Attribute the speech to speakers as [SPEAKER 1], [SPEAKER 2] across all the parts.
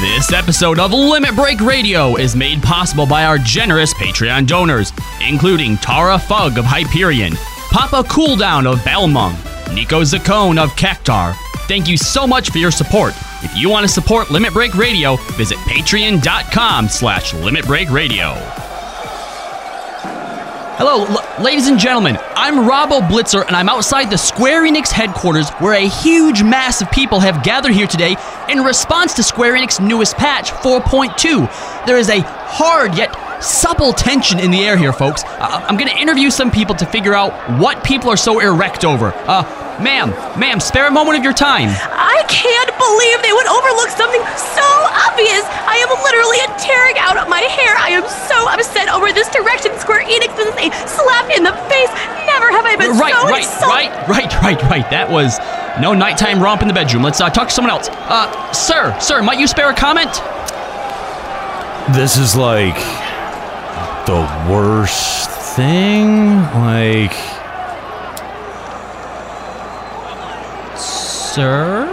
[SPEAKER 1] This episode of Limit Break Radio is made possible by our generous Patreon donors, including Tara Fug of Hyperion, Papa Cooldown of Belmung, Nico Zacone of Cactar. Thank you so much for your support. If you want to support Limit Break Radio, visit patreon.com slash Limit Break Radio. Hello, l- ladies and gentlemen. I'm Robbo Blitzer, and I'm outside the Square Enix headquarters where a huge mass of people have gathered here today in response to Square Enix's newest patch, 4.2. There is a hard yet supple tension in the air here, folks. I- I'm going to interview some people to figure out what people are so erect over. Uh, ma'am, ma'am, spare a moment of your time.
[SPEAKER 2] I can't believe they would overlook something so obvious. I am literally tearing out my hair. I am so upset over this direction Square Enix is a slap in the face. Never have I been
[SPEAKER 1] right,
[SPEAKER 2] so
[SPEAKER 1] right,
[SPEAKER 2] insulted.
[SPEAKER 1] right, right, right, right. That was no nighttime romp in the bedroom. Let's uh, talk to someone else. Uh, sir, sir, might you spare a comment?
[SPEAKER 3] This is like the worst thing. Like,
[SPEAKER 1] Sir?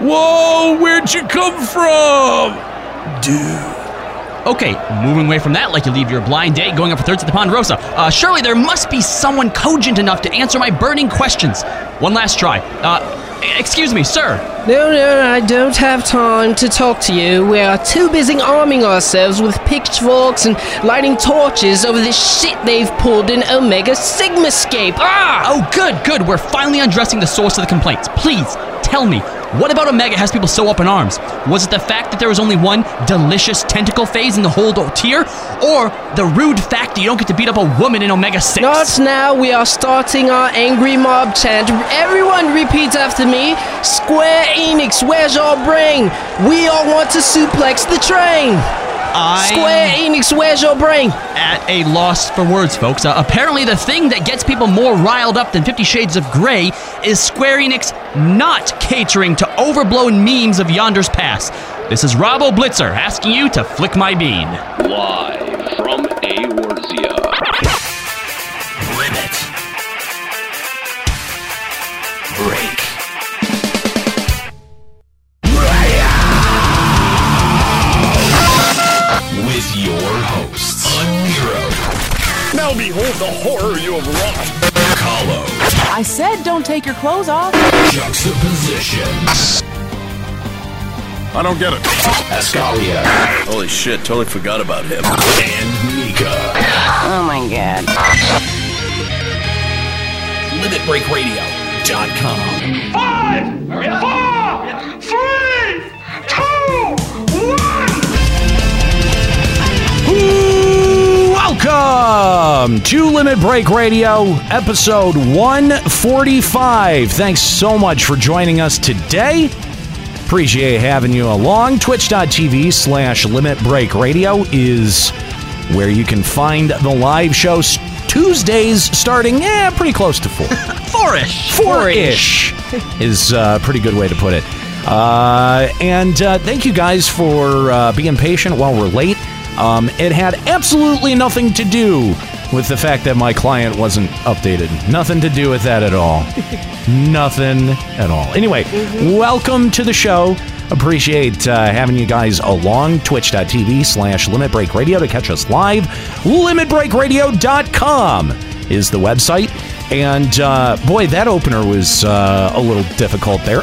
[SPEAKER 3] whoa, where'd you come from? Dude.
[SPEAKER 1] Okay, moving away from that, like you leave your blind date going up for thirds at the Ponderosa. Uh, surely there must be someone cogent enough to answer my burning questions. One last try. Uh, e- excuse me, sir.
[SPEAKER 4] No, no, I don't have time to talk to you. We are too busy arming ourselves with pitchforks and lighting torches over this shit they've pulled in Omega Sigmascape. Ah!
[SPEAKER 1] Oh, good, good. We're finally undressing the source of the complaints. Please, tell me, what about Omega has people so up in arms? Was it the fact that there was only one delicious tentacle phase in the whole tier? Or the rude fact that you don't get to beat up a woman in Omega 6?
[SPEAKER 4] Not now, we are starting our angry mob chant. Everyone repeat after me Square Enix, where's your brain? We all want to suplex the train.
[SPEAKER 1] I
[SPEAKER 4] Square Enix, where's your brain?
[SPEAKER 1] at a loss for words, folks. Uh, apparently, the thing that gets people more riled up than Fifty Shades of Grey is Square Enix not catering to overblown memes of Yonder's past. This is Robbo Blitzer asking you to flick my bean.
[SPEAKER 5] Live from Aorzia. Limit. Break. With your hosts, Unhero. Now behold the horror you have wrought. Hollow.
[SPEAKER 6] I said don't take your clothes off.
[SPEAKER 5] Juxtaposition.
[SPEAKER 7] I don't get it.
[SPEAKER 5] Ascalia. Holy shit, totally forgot about him. And Mika.
[SPEAKER 6] Oh my god.
[SPEAKER 5] LimitBreakRadio.com.
[SPEAKER 8] Five, four, three, two, one.
[SPEAKER 3] Welcome to Limit Break Radio, episode 145. Thanks so much for joining us today. Appreciate having you along. Twitch.tv slash Limit Break Radio is where you can find the live shows Tuesdays starting, yeah, pretty close to four.
[SPEAKER 1] Fourish.
[SPEAKER 3] four-ish is uh, a pretty good way to put it. Uh, and uh, thank you guys for uh, being patient while we're late. Um, it had absolutely nothing to do with the fact that my client wasn't updated. Nothing to do with that at all. nothing at all. Anyway, welcome to the show. Appreciate uh, having you guys along. Twitch.tv slash Limit Break Radio to catch us live. LimitBreakRadio.com is the website. And uh, boy, that opener was uh, a little difficult there.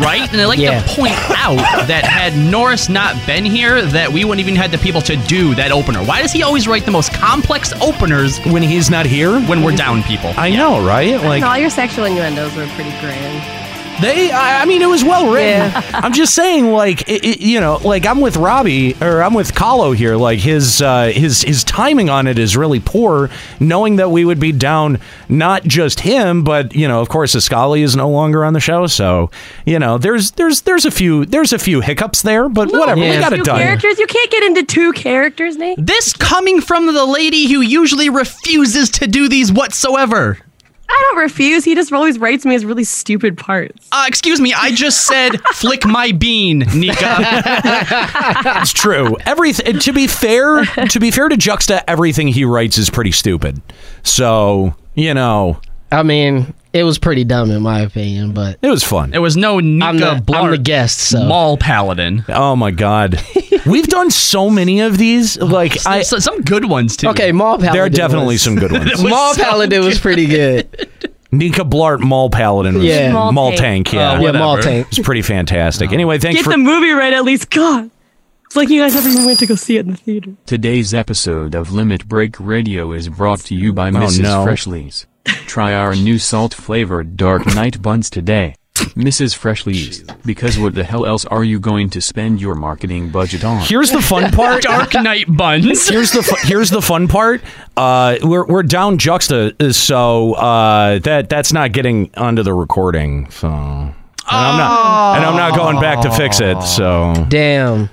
[SPEAKER 1] Right? And I like
[SPEAKER 4] Yeah.
[SPEAKER 1] to point out that had Norris not been here, that we wouldn't even had the people to do that opener. Why does he always write the most complex openers
[SPEAKER 3] when he's not here,
[SPEAKER 1] when we're down people?
[SPEAKER 3] I know, right? Like
[SPEAKER 2] all your sexual innuendos were pretty grand.
[SPEAKER 3] They, I, I mean, it was well written. I'm just saying, like, it, it- you know, like I'm with Robbie or I'm with Kahlo here. Like his uh, his his timing on it is really poor, knowing that we would be down not just him, but you know, of course, Ascali is no longer on the show, so you know, there's there's there's a few there's a few hiccups there, but whatever, we
[SPEAKER 4] Yeah.
[SPEAKER 3] got
[SPEAKER 2] Two
[SPEAKER 3] it done.
[SPEAKER 2] characters? You can't get into two characters, Nate.
[SPEAKER 1] This coming from the lady who usually refuses to do these whatsoever.
[SPEAKER 2] I don't refuse. He just always writes me as really stupid parts.
[SPEAKER 1] Uh, excuse me, I just said flick my bean, Nika.
[SPEAKER 3] It's true. Everything. To be fair, to be fair to Juxta, everything he writes is pretty stupid. So you know,
[SPEAKER 4] I mean, It was pretty dumb in my opinion, but
[SPEAKER 3] It was fun.
[SPEAKER 1] There was no Nika
[SPEAKER 4] I'm the, I'm the
[SPEAKER 1] Blart
[SPEAKER 4] guest, so
[SPEAKER 1] Mall Paladin.
[SPEAKER 3] Oh my god, we've done so many of these. Like I,
[SPEAKER 1] There's so- some good ones too.
[SPEAKER 4] okay, Mall Oh, Paladin.
[SPEAKER 3] there are definitely
[SPEAKER 4] was,
[SPEAKER 3] some good ones.
[SPEAKER 1] was
[SPEAKER 4] Mall
[SPEAKER 1] so
[SPEAKER 4] Paladin was pretty good.
[SPEAKER 3] Nika Blart Mall Paladin was
[SPEAKER 4] Yeah. Oh.
[SPEAKER 3] Mall,
[SPEAKER 2] Mall
[SPEAKER 3] Tank.
[SPEAKER 2] Tank.
[SPEAKER 3] Yeah,
[SPEAKER 1] Oh,
[SPEAKER 4] yeah, Mall
[SPEAKER 1] Whatever.
[SPEAKER 4] Tank.
[SPEAKER 3] it's pretty fantastic. Anyway, thanks
[SPEAKER 2] Get
[SPEAKER 3] for
[SPEAKER 2] the movie right at least. God. It's like you guys never even went to go see it in the theater.
[SPEAKER 7] Today's episode of Limit Break Radio is brought to you by Mrs.
[SPEAKER 3] Oh, no.
[SPEAKER 7] Freshley's. Try our new salt flavored Dark Knight buns today. Mrs. Freshley's, because what the hell else are you going to spend your marketing budget on?
[SPEAKER 3] Here's the fun part.
[SPEAKER 1] Dark Knight buns.
[SPEAKER 3] Here's the fu- here's the fun part. Uh, we're we're down juxta, so uh, that that's not getting onto the recording. So and I'm not and I'm not going back to fix it. So
[SPEAKER 4] Damn.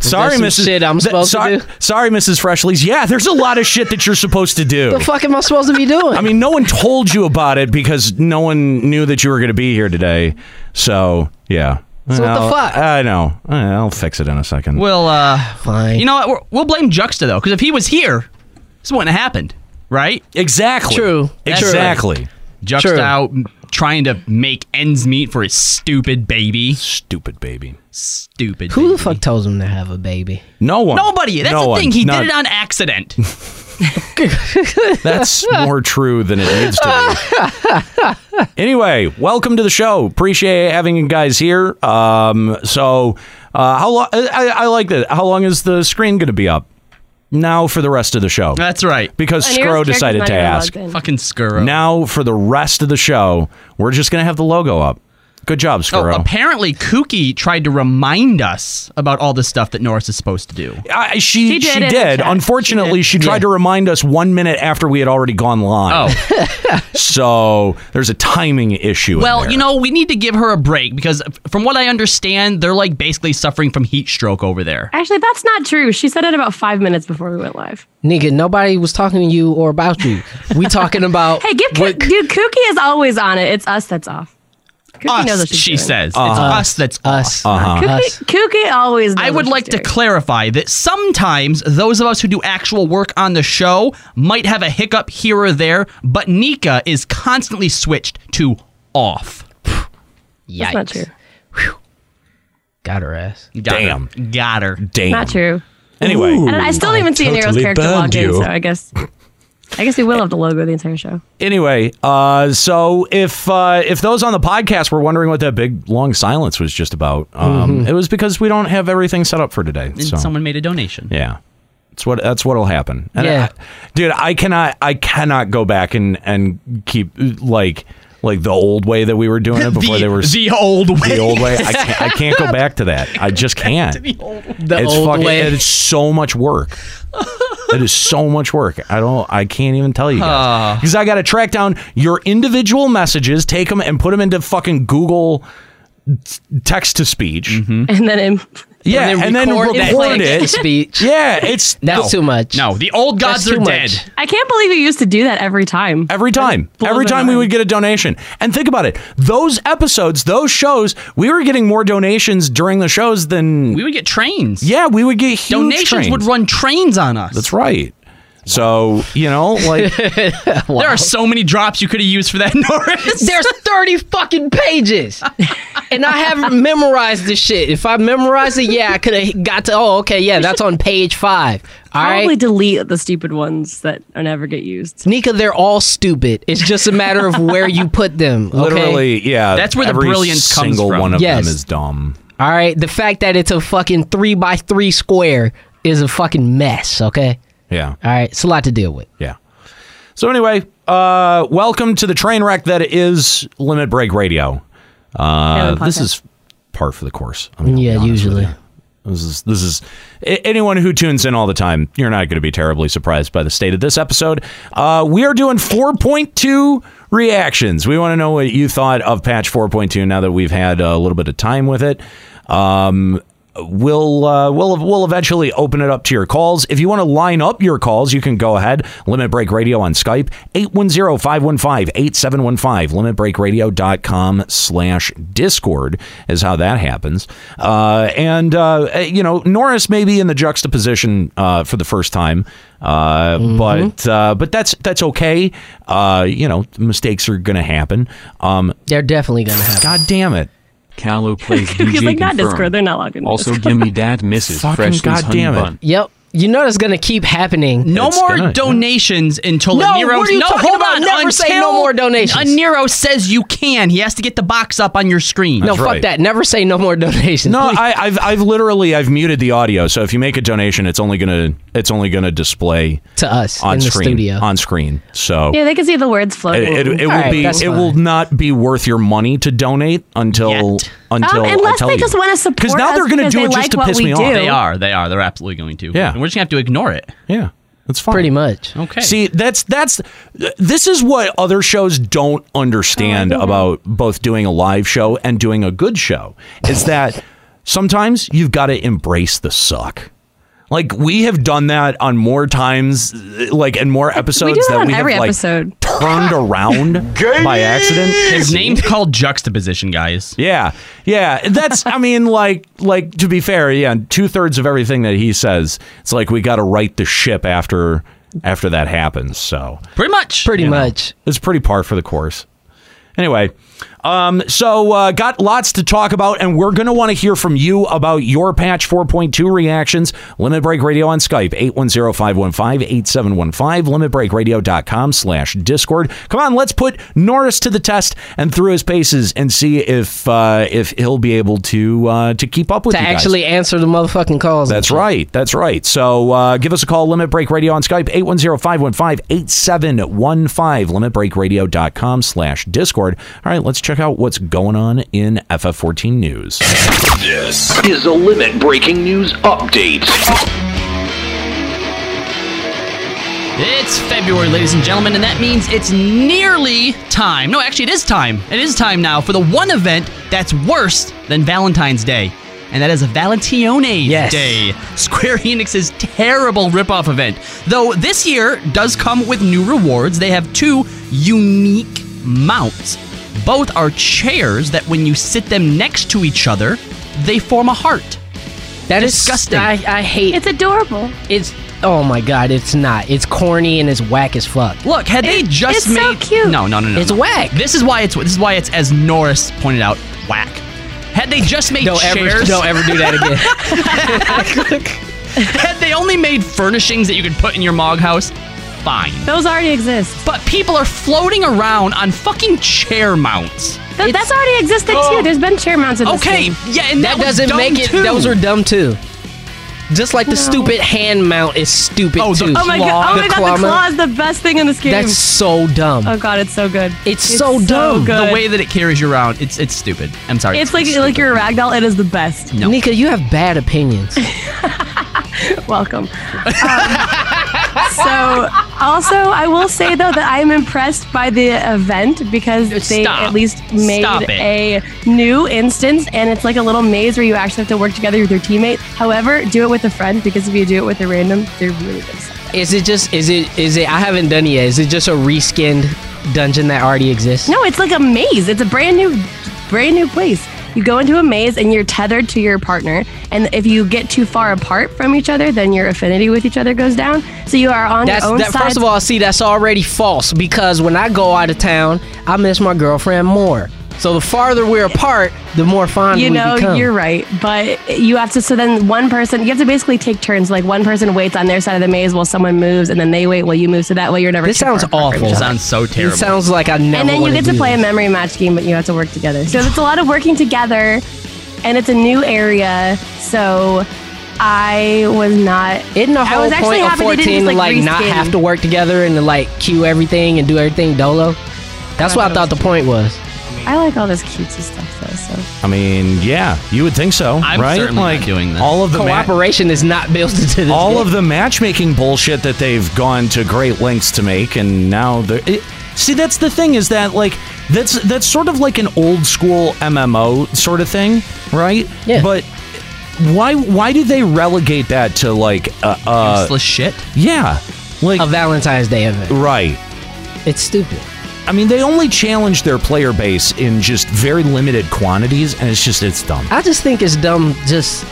[SPEAKER 3] sorry,
[SPEAKER 4] some
[SPEAKER 3] Mrs.
[SPEAKER 4] shit I'm
[SPEAKER 3] Th-
[SPEAKER 4] supposed to
[SPEAKER 3] sorry,
[SPEAKER 4] do?
[SPEAKER 3] sorry, Mrs. Freshley's. Yeah, there's a lot of shit that you're supposed to do.
[SPEAKER 4] The fuck am I supposed to be doing?
[SPEAKER 3] I mean, no one told you about it because no one knew that you were going to be here today. So yeah.
[SPEAKER 4] So what the
[SPEAKER 3] I'll-
[SPEAKER 4] fuck?
[SPEAKER 3] I know. Eh, I'll fix it in a second.
[SPEAKER 1] Well, uh,
[SPEAKER 4] Fine.
[SPEAKER 1] you know what? We're, we'll blame Juxta though, because if he was here, this wouldn't have happened, right?
[SPEAKER 3] exactly.
[SPEAKER 4] True. That's right.
[SPEAKER 3] Exactly.
[SPEAKER 1] Juxta
[SPEAKER 4] True.
[SPEAKER 1] out m- trying to make ends meet for his stupid baby.
[SPEAKER 3] Stupid baby.
[SPEAKER 1] Stupid.
[SPEAKER 4] Who the
[SPEAKER 1] baby.
[SPEAKER 4] fuck tells him to have a baby?
[SPEAKER 3] No one.
[SPEAKER 1] Nobody. That's
[SPEAKER 3] no
[SPEAKER 1] the
[SPEAKER 3] one.
[SPEAKER 1] thing. He
[SPEAKER 3] None.
[SPEAKER 1] did it on accident.
[SPEAKER 3] That's more true than it needs to be. anyway, welcome to the show. Appreciate having you guys here. Um, so, uh, how long? I, I like that. How long is the screen going to be up? Now for the rest of the show,
[SPEAKER 1] That's right.
[SPEAKER 3] because
[SPEAKER 2] uh,
[SPEAKER 3] Scro decided to ask.
[SPEAKER 1] Fucking Skuro.
[SPEAKER 3] Now for the rest of the show, we're just going to have the logo up. Good job,
[SPEAKER 1] Oh,
[SPEAKER 3] Scuro.
[SPEAKER 1] apparently Kooky tried to remind us about all the stuff that Norris is supposed to do.
[SPEAKER 3] I, she she
[SPEAKER 2] She did
[SPEAKER 3] did.
[SPEAKER 2] it in chat.
[SPEAKER 3] Unfortunately, she, tried to remind us one minute after we had already gone live.
[SPEAKER 1] Oh.
[SPEAKER 3] So there's a timing issue. in
[SPEAKER 1] Well,
[SPEAKER 3] there.
[SPEAKER 1] you know, we need to give her a break because from what I understand, they're like basically suffering from heat stroke over there.
[SPEAKER 2] Actually, that's not true. She said it about five minutes before we went live.
[SPEAKER 4] Nigga, nobody was talking to you or about you. We talking about
[SPEAKER 2] Hey, give
[SPEAKER 4] what-
[SPEAKER 2] Kook dude. Kookie is always on it. It's us that's off. Kookie knows
[SPEAKER 1] Us,
[SPEAKER 2] what she's
[SPEAKER 1] she
[SPEAKER 2] doing.
[SPEAKER 1] says.
[SPEAKER 4] Uh-huh.
[SPEAKER 1] It's us that's
[SPEAKER 4] us.
[SPEAKER 2] Kookie,
[SPEAKER 4] Us.
[SPEAKER 2] Kookie always. Knows
[SPEAKER 1] I would
[SPEAKER 2] what
[SPEAKER 1] like to
[SPEAKER 2] she's doing.
[SPEAKER 1] clarify that sometimes those of us who do actual work on the show might have a hiccup here or there, but Nika is constantly switched to off.
[SPEAKER 4] Yikes.
[SPEAKER 2] That's not true.
[SPEAKER 4] Got her ass.
[SPEAKER 1] Got her.
[SPEAKER 3] Damn.
[SPEAKER 1] Got her.
[SPEAKER 3] Damn.
[SPEAKER 2] Not true.
[SPEAKER 3] Anyway,
[SPEAKER 2] And I still didn't even see Nero's
[SPEAKER 5] totally
[SPEAKER 2] character logged
[SPEAKER 5] burned
[SPEAKER 2] in,
[SPEAKER 5] you.
[SPEAKER 2] so I guess. I guess we will have to logo the entire show.
[SPEAKER 3] anyway, uh, so if uh, if those on the podcast were wondering what that big long silence was just about, um, it was because we don't have everything set up for today.
[SPEAKER 1] And
[SPEAKER 3] So
[SPEAKER 1] someone made a donation.
[SPEAKER 3] yeah, that's what that's what'll happen. And
[SPEAKER 4] Yeah.
[SPEAKER 3] I- dude, I cannot I cannot go back and and keep like like the old way that we were doing it before
[SPEAKER 1] the,
[SPEAKER 3] they were s-
[SPEAKER 1] the old way.
[SPEAKER 3] the old way. I can't, I can't go back to that. I just can't.
[SPEAKER 4] The
[SPEAKER 3] it's
[SPEAKER 4] old
[SPEAKER 3] fucking
[SPEAKER 4] way.
[SPEAKER 3] it's so much work it is so much work i don't i can't even tell you guys because i gotta track down your individual messages take them and put them into fucking google text to speech
[SPEAKER 1] Hmm?
[SPEAKER 2] And then in,
[SPEAKER 3] yeah and then record,
[SPEAKER 4] and play
[SPEAKER 3] it
[SPEAKER 4] Speech.
[SPEAKER 3] yeah it's
[SPEAKER 4] That's
[SPEAKER 1] No.
[SPEAKER 4] too much.
[SPEAKER 1] No, the old gods
[SPEAKER 4] That's too
[SPEAKER 1] are
[SPEAKER 4] much.
[SPEAKER 1] dead.
[SPEAKER 2] I can't believe you used to do that every time.
[SPEAKER 3] Every time,
[SPEAKER 2] blow
[SPEAKER 3] every
[SPEAKER 2] their
[SPEAKER 3] time we
[SPEAKER 2] mind.
[SPEAKER 3] would get a donation. And think about it: those episodes, those shows, we were getting more donations during the shows than
[SPEAKER 1] We would get trains.
[SPEAKER 3] yeah, we would get huge
[SPEAKER 1] Donations
[SPEAKER 3] trains.
[SPEAKER 1] would run trains on us.
[SPEAKER 3] That's right. So you know, like
[SPEAKER 1] There are so many drops you could have used for that, Norris.
[SPEAKER 4] There's 30 fucking pages. and I haven't memorized this shit. If I memorized it, yeah, I could have got to, oh, okay, yeah, that's on page five. All
[SPEAKER 2] Probably
[SPEAKER 4] right.
[SPEAKER 2] delete the stupid ones that are never get used.
[SPEAKER 4] Nika, they're all stupid. It's just a matter of where you put them. Okay?
[SPEAKER 3] Literally, yeah.
[SPEAKER 1] That's where the
[SPEAKER 3] every
[SPEAKER 1] brilliance comes
[SPEAKER 3] single
[SPEAKER 1] from.
[SPEAKER 3] one of
[SPEAKER 4] Yes.
[SPEAKER 3] them is dumb.
[SPEAKER 4] All right. The fact that it's a fucking three by three square is a fucking mess. Okay.
[SPEAKER 3] Yeah,
[SPEAKER 4] All right. It's a lot to deal with.
[SPEAKER 3] yeah. So anyway, uh, welcome to the train wreck that is Limit Break Radio. Uh,
[SPEAKER 2] Yeah, the
[SPEAKER 3] this
[SPEAKER 2] podcast.
[SPEAKER 3] is par for the course. I mean, I'll be
[SPEAKER 4] Yeah,
[SPEAKER 3] honest with
[SPEAKER 4] usually.
[SPEAKER 3] you. This is this is a- anyone who tunes in all the time. You're not going to be terribly surprised by the state of this episode. Uh, we are doing 4.2 reactions. We want to know what you thought of patch 4.2 now that we've had a little bit of time with it. Um, we'll uh, we'll we'll eventually open it up to your calls. If you want to line up your calls, you can go ahead. Limit Break Radio on Skype 810-515-8715 limitbreakradio.com slash discord is how that happens. Uh, and uh, you know Norris may be in the juxtaposition uh, for the first time. Uh, but uh, but that's that's okay. Uh, you know, mistakes are going to happen. Um,
[SPEAKER 4] They're definitely gonna have.
[SPEAKER 3] God damn it.
[SPEAKER 7] Callow plays
[SPEAKER 2] Because,
[SPEAKER 7] DJ
[SPEAKER 2] like, not
[SPEAKER 7] confirmed.
[SPEAKER 2] Discord, they're not logged into
[SPEAKER 7] Also,
[SPEAKER 2] Discord.
[SPEAKER 7] give me that Mrs.
[SPEAKER 3] Fucking
[SPEAKER 7] Freshly's honey
[SPEAKER 3] goddamn it.
[SPEAKER 7] bun.
[SPEAKER 4] Yep. You know that's gonna keep happening.
[SPEAKER 1] No
[SPEAKER 3] It's
[SPEAKER 1] more
[SPEAKER 3] gonna-
[SPEAKER 1] donations until
[SPEAKER 4] No,
[SPEAKER 1] a Nero.
[SPEAKER 4] what are you
[SPEAKER 1] no,
[SPEAKER 4] talking
[SPEAKER 1] hold
[SPEAKER 4] about?
[SPEAKER 1] on.
[SPEAKER 4] Never say no
[SPEAKER 1] Until
[SPEAKER 4] more donations.
[SPEAKER 1] A Nero says you can. He has to get the box up on your screen.
[SPEAKER 4] No,
[SPEAKER 3] That's
[SPEAKER 4] fuck
[SPEAKER 3] right.
[SPEAKER 4] that. Never say no more donations.
[SPEAKER 3] No,
[SPEAKER 4] please.
[SPEAKER 3] I, I've I've literally I've muted the audio, so if you make a donation, it's only gonna it's only gonna display
[SPEAKER 4] to us
[SPEAKER 3] on
[SPEAKER 4] in the
[SPEAKER 3] screen
[SPEAKER 4] studio.
[SPEAKER 3] on screen. So
[SPEAKER 2] Yeah, they can see the words
[SPEAKER 3] it,
[SPEAKER 2] floating.
[SPEAKER 3] it, it will
[SPEAKER 4] right,
[SPEAKER 3] be
[SPEAKER 4] that's
[SPEAKER 3] it will
[SPEAKER 4] fine.
[SPEAKER 3] not be worth your money to donate until
[SPEAKER 1] Yet.
[SPEAKER 3] until
[SPEAKER 2] Um,
[SPEAKER 3] I
[SPEAKER 2] unless
[SPEAKER 3] tell
[SPEAKER 2] they
[SPEAKER 3] you.
[SPEAKER 2] just wanna support
[SPEAKER 3] now
[SPEAKER 2] us
[SPEAKER 3] they're gonna
[SPEAKER 2] because
[SPEAKER 3] do
[SPEAKER 2] they
[SPEAKER 3] it just
[SPEAKER 2] like
[SPEAKER 3] to
[SPEAKER 2] what
[SPEAKER 3] piss
[SPEAKER 2] we
[SPEAKER 3] me
[SPEAKER 2] do.
[SPEAKER 3] off.
[SPEAKER 1] They are. They are. They're absolutely going to.
[SPEAKER 3] Yeah.
[SPEAKER 1] And we're just going to have to ignore it.
[SPEAKER 3] Yeah, that's fine.
[SPEAKER 4] Pretty much.
[SPEAKER 1] Okay.
[SPEAKER 3] See, that's that's this is what other shows don't
[SPEAKER 2] Oh,
[SPEAKER 3] understand about both doing a live show and doing a good show is that sometimes you've got to embrace the suck. Like we have done that on more times, like in more episodes
[SPEAKER 2] that on
[SPEAKER 3] we
[SPEAKER 2] every
[SPEAKER 3] have
[SPEAKER 2] episode.
[SPEAKER 3] like turned around by accident.
[SPEAKER 1] His name's called Juxtaposition, guys.
[SPEAKER 3] Yeah, yeah. That's I mean, like, like to be fair, yeah. Two thirds of everything that he says, it's like we got to right the ship after after that happens. So
[SPEAKER 1] Pretty much.
[SPEAKER 4] Pretty
[SPEAKER 3] you know.
[SPEAKER 4] much.
[SPEAKER 3] It's pretty par for the course. Anyway, um, so uh, got lots to talk about, and we're going to want to hear from you about your patch 4.2 reactions. Limit Break Radio on Skype, 810-515-8715, limitbreakradio.com slash Discord. Come on, let's put Norris to the test and through his paces and see if uh, if he'll be able to uh, to keep up with
[SPEAKER 4] To
[SPEAKER 3] you guys.
[SPEAKER 4] actually answer the motherfucking calls.
[SPEAKER 3] That's right. That's right. So uh, give us a call, Limit Break Radio on Skype, 810-515-8715, limitbreakradio.com slash Discord. All right, let's check out what's going on in FF14 News.
[SPEAKER 5] This
[SPEAKER 9] is a limit breaking news update.
[SPEAKER 1] It's February, ladies and gentlemen, and that means it's nearly time. No, actually, it is time. It is time now for the one event that's worse than Valentine's Day, and that is a Valentine's
[SPEAKER 4] Yes.
[SPEAKER 1] Day. Square Enix's terrible ripoff event. Though this year does come with new rewards, they have two unique mounts. Both are chairs that, when you sit them next to each other, they form a heart.
[SPEAKER 4] That is
[SPEAKER 1] Disgusting.
[SPEAKER 4] I, I hate
[SPEAKER 2] It's adorable.
[SPEAKER 4] It's oh my god, it's not. It's corny and it's whack as fuck.
[SPEAKER 1] Look, had they just
[SPEAKER 2] it's so
[SPEAKER 1] made
[SPEAKER 2] cute.
[SPEAKER 1] no, no, no, no,
[SPEAKER 4] It's
[SPEAKER 1] no.
[SPEAKER 4] whack.
[SPEAKER 1] This is why it's this is why it's as Norris pointed out, whack. Had they just made
[SPEAKER 4] Don't
[SPEAKER 1] chairs,
[SPEAKER 4] ever don't ever do that again.
[SPEAKER 1] had they only made furnishings that you could put in your mog house, fine.
[SPEAKER 2] Those already exist.
[SPEAKER 1] But people are floating around on fucking chair mounts.
[SPEAKER 2] Th- that's already existed too. There's been chair mounts in this
[SPEAKER 1] Oh. Okay,
[SPEAKER 2] game.
[SPEAKER 1] yeah, and that,
[SPEAKER 4] that doesn't make it
[SPEAKER 1] Too.
[SPEAKER 4] those are dumb too. Just like the stupid hand mount is stupid
[SPEAKER 1] Oh, the-
[SPEAKER 4] too.
[SPEAKER 2] Oh my god! Oh my god! The claw is the best thing in this game.
[SPEAKER 4] That's so dumb.
[SPEAKER 2] oh god, it's so good.
[SPEAKER 4] It's so dumb. The
[SPEAKER 2] good.
[SPEAKER 1] the way that it carries you around. It's it's stupid. I'm sorry.
[SPEAKER 2] it's like
[SPEAKER 1] stupid.
[SPEAKER 2] like you're a ragdoll. It is the best.
[SPEAKER 1] no.
[SPEAKER 4] Nika, you have bad opinions.
[SPEAKER 2] Welcome. Um, so, also, I will say though that I'm impressed by the event because they
[SPEAKER 1] Stop.
[SPEAKER 2] at least made
[SPEAKER 1] Stop it.
[SPEAKER 2] a new instance, and it's like a little maze where you actually have to work together with your teammate. However, do it with a friend because if you do it with a random, they're really good.
[SPEAKER 4] is it just is it is it I haven't done it yet. Is it just a reskinned dungeon that already exists?
[SPEAKER 2] No, it's like a maze. It's a brand new, brand new place. You go into a maze and you're tethered to your partner. And if you get too far apart from each other, then your affinity with each other goes down. So you are on
[SPEAKER 4] That's
[SPEAKER 2] your own
[SPEAKER 4] that,
[SPEAKER 2] sides.
[SPEAKER 4] first of all, see that's already false because when I go out of town, I miss my girlfriend more. So the farther we're apart, the more fond
[SPEAKER 2] you
[SPEAKER 4] we
[SPEAKER 2] know
[SPEAKER 4] become.
[SPEAKER 2] you're right but you have to so then one person you have to basically take turns like one person waits on their side of the maze while someone moves and then they wait while you move so that way you're never
[SPEAKER 4] This
[SPEAKER 2] too
[SPEAKER 4] sounds
[SPEAKER 2] far apart from
[SPEAKER 4] awful.
[SPEAKER 2] each other.
[SPEAKER 1] sounds so
[SPEAKER 4] It
[SPEAKER 1] terrible.
[SPEAKER 4] sounds like I never.
[SPEAKER 2] and then you
[SPEAKER 4] wanna
[SPEAKER 2] get to
[SPEAKER 4] do
[SPEAKER 2] play a
[SPEAKER 4] this.
[SPEAKER 2] memory match game but you have to work together so it's a lot of working together and it's a new area so i was not
[SPEAKER 4] Isn't the
[SPEAKER 2] I
[SPEAKER 4] whole
[SPEAKER 2] was actually
[SPEAKER 4] point of
[SPEAKER 2] happy they didn't
[SPEAKER 4] fourteen
[SPEAKER 2] just,
[SPEAKER 4] to
[SPEAKER 2] like,
[SPEAKER 4] like not
[SPEAKER 2] reskin.
[SPEAKER 4] have to work together and to like queue everything and do everything dolo? That's what I thought the point was.
[SPEAKER 2] i like all this cutesy stuff though so
[SPEAKER 3] I mean, yeah, you would think so,
[SPEAKER 1] I'm
[SPEAKER 3] right?
[SPEAKER 1] certainly not doing this.
[SPEAKER 3] all of the ma-
[SPEAKER 4] Cooperation is not built into this.
[SPEAKER 3] all
[SPEAKER 4] game.
[SPEAKER 3] of the matchmaking bullshit that they've gone to great lengths to make and now they're it, see that's the thing is that like that's that's sort of like an old school mmo sort of thing right
[SPEAKER 4] Yeah.
[SPEAKER 3] but why why do they relegate that to like uh, uh
[SPEAKER 1] Useless shit.
[SPEAKER 3] yeah like
[SPEAKER 4] A Valentine's Day event.
[SPEAKER 3] right
[SPEAKER 4] It's stupid.
[SPEAKER 3] I mean they only challenge their player base in just very limited quantities and it's just it's dumb
[SPEAKER 4] I just think it's dumb. Just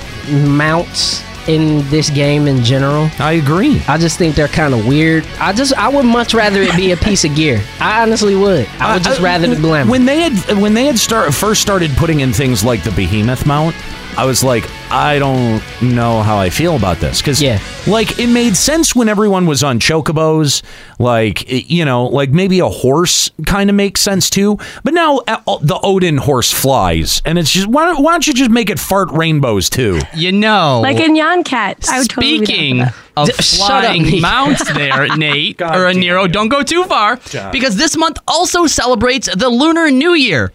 [SPEAKER 4] mounts in this game in general.
[SPEAKER 3] I agree
[SPEAKER 4] I just think they're kind of weird. I just I would much rather it be a piece of gear. I honestly would. I would just rather the glamour.
[SPEAKER 3] When they had when they had start first started putting in things like the behemoth mount, I was like, I don't know how I feel about this because
[SPEAKER 4] Yeah.
[SPEAKER 3] like it made sense when everyone was on chocobos, like it- you know, like maybe a horse kind of makes sense too. But now uh, uh, the Odin horse flies, and it's just why don't, why don't you just make it fart rainbows too?
[SPEAKER 1] You know.
[SPEAKER 2] Like in Yon Cat. I would totally be down for
[SPEAKER 1] Speaking
[SPEAKER 2] that.
[SPEAKER 1] of
[SPEAKER 4] D- shut up,
[SPEAKER 1] flying
[SPEAKER 4] Nate.
[SPEAKER 1] mounts, there, Nate
[SPEAKER 3] God
[SPEAKER 1] or
[SPEAKER 3] damn
[SPEAKER 1] Nero,
[SPEAKER 3] you.
[SPEAKER 1] don't go too far because this month also celebrates the Lunar New Year.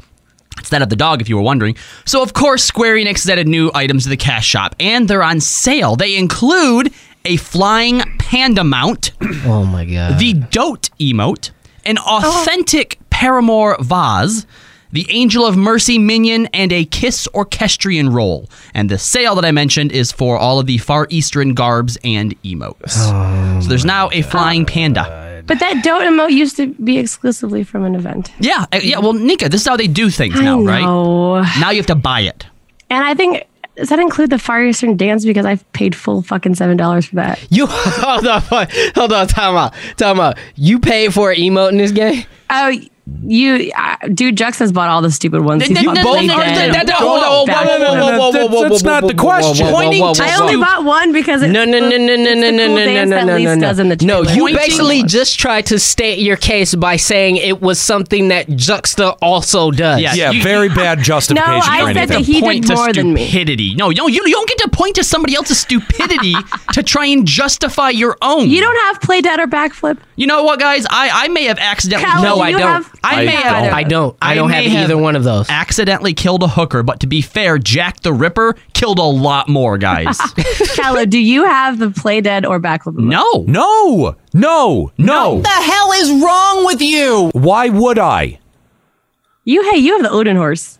[SPEAKER 1] It's that of the dog, if you were wondering. So, of course, Square Enix has added new items to the cash shop, and they're on sale. They include a flying panda mount,
[SPEAKER 4] oh my god.
[SPEAKER 1] the Dote emote, an
[SPEAKER 2] Oh.
[SPEAKER 1] authentic Paramore vase, the Angel of Mercy minion, and a Kiss Orchestrion roll. And the sale that I mentioned is for all of the Far Eastern garbs and emotes. so there's now a flying panda.
[SPEAKER 2] But that don't emote used to be exclusively from an event.
[SPEAKER 1] Yeah, uh, yeah. Well, Nika, this is how they do things now, right?
[SPEAKER 2] know.
[SPEAKER 1] Now you have to buy it.
[SPEAKER 2] And I think does that include the Far Eastern dance? Because I've paid full fucking seven dollars for that.
[SPEAKER 4] You hold on, hold on, time out, time out. You paid for an emote in this game.
[SPEAKER 2] Oh, you, uh, dude, Jux has bought all the stupid ones. He's
[SPEAKER 1] Then-
[SPEAKER 2] bought
[SPEAKER 1] then-
[SPEAKER 2] Blade
[SPEAKER 1] then-
[SPEAKER 2] Dead,
[SPEAKER 1] then- then- then- hold on,
[SPEAKER 2] Go
[SPEAKER 1] whoa,
[SPEAKER 2] back.
[SPEAKER 1] whoa, whoa, whoa, whoa,
[SPEAKER 3] That's- that's not the question.
[SPEAKER 1] Pointing
[SPEAKER 2] I only bought one because it's
[SPEAKER 4] No, no, no, no, no,
[SPEAKER 2] it's
[SPEAKER 4] no,
[SPEAKER 2] the
[SPEAKER 4] no,
[SPEAKER 2] cool
[SPEAKER 4] no, no,
[SPEAKER 2] dance that
[SPEAKER 4] no,
[SPEAKER 2] Lise
[SPEAKER 4] no, no.
[SPEAKER 2] does in the
[SPEAKER 4] No,
[SPEAKER 2] trailer.
[SPEAKER 4] you
[SPEAKER 1] Pointing
[SPEAKER 4] basically
[SPEAKER 1] one.
[SPEAKER 4] just tried to state your case by saying it was something that Juxta also does.
[SPEAKER 1] Yeah.
[SPEAKER 3] Yeah,
[SPEAKER 1] You-
[SPEAKER 3] very bad justification
[SPEAKER 2] No, I
[SPEAKER 3] for
[SPEAKER 2] said
[SPEAKER 3] anything.
[SPEAKER 2] that he did
[SPEAKER 1] point to
[SPEAKER 2] more than me.
[SPEAKER 1] stupidity. No, no, you, you don't get to point to somebody else's stupidity to try and justify your own.
[SPEAKER 2] You don't have play dead or backflip.
[SPEAKER 1] You know what, guys? I, I may have accidentally.
[SPEAKER 2] Cal,
[SPEAKER 4] No,
[SPEAKER 2] you
[SPEAKER 4] I don't.
[SPEAKER 2] Have,
[SPEAKER 1] I
[SPEAKER 2] you
[SPEAKER 1] may
[SPEAKER 2] have
[SPEAKER 1] have-
[SPEAKER 2] either of
[SPEAKER 4] I
[SPEAKER 2] those.
[SPEAKER 4] don't. I don't
[SPEAKER 1] may
[SPEAKER 4] have either one of those.
[SPEAKER 1] Accidentally killed a hooker, but to be fair, Jack the Ripper killed a lot more guys.
[SPEAKER 2] Callow, do you have the play dead or backflip?
[SPEAKER 1] no.
[SPEAKER 2] emote?
[SPEAKER 3] no, no, no.
[SPEAKER 4] What the hell is wrong with you?
[SPEAKER 3] Why would I?
[SPEAKER 2] You hey, you have the Odin horse.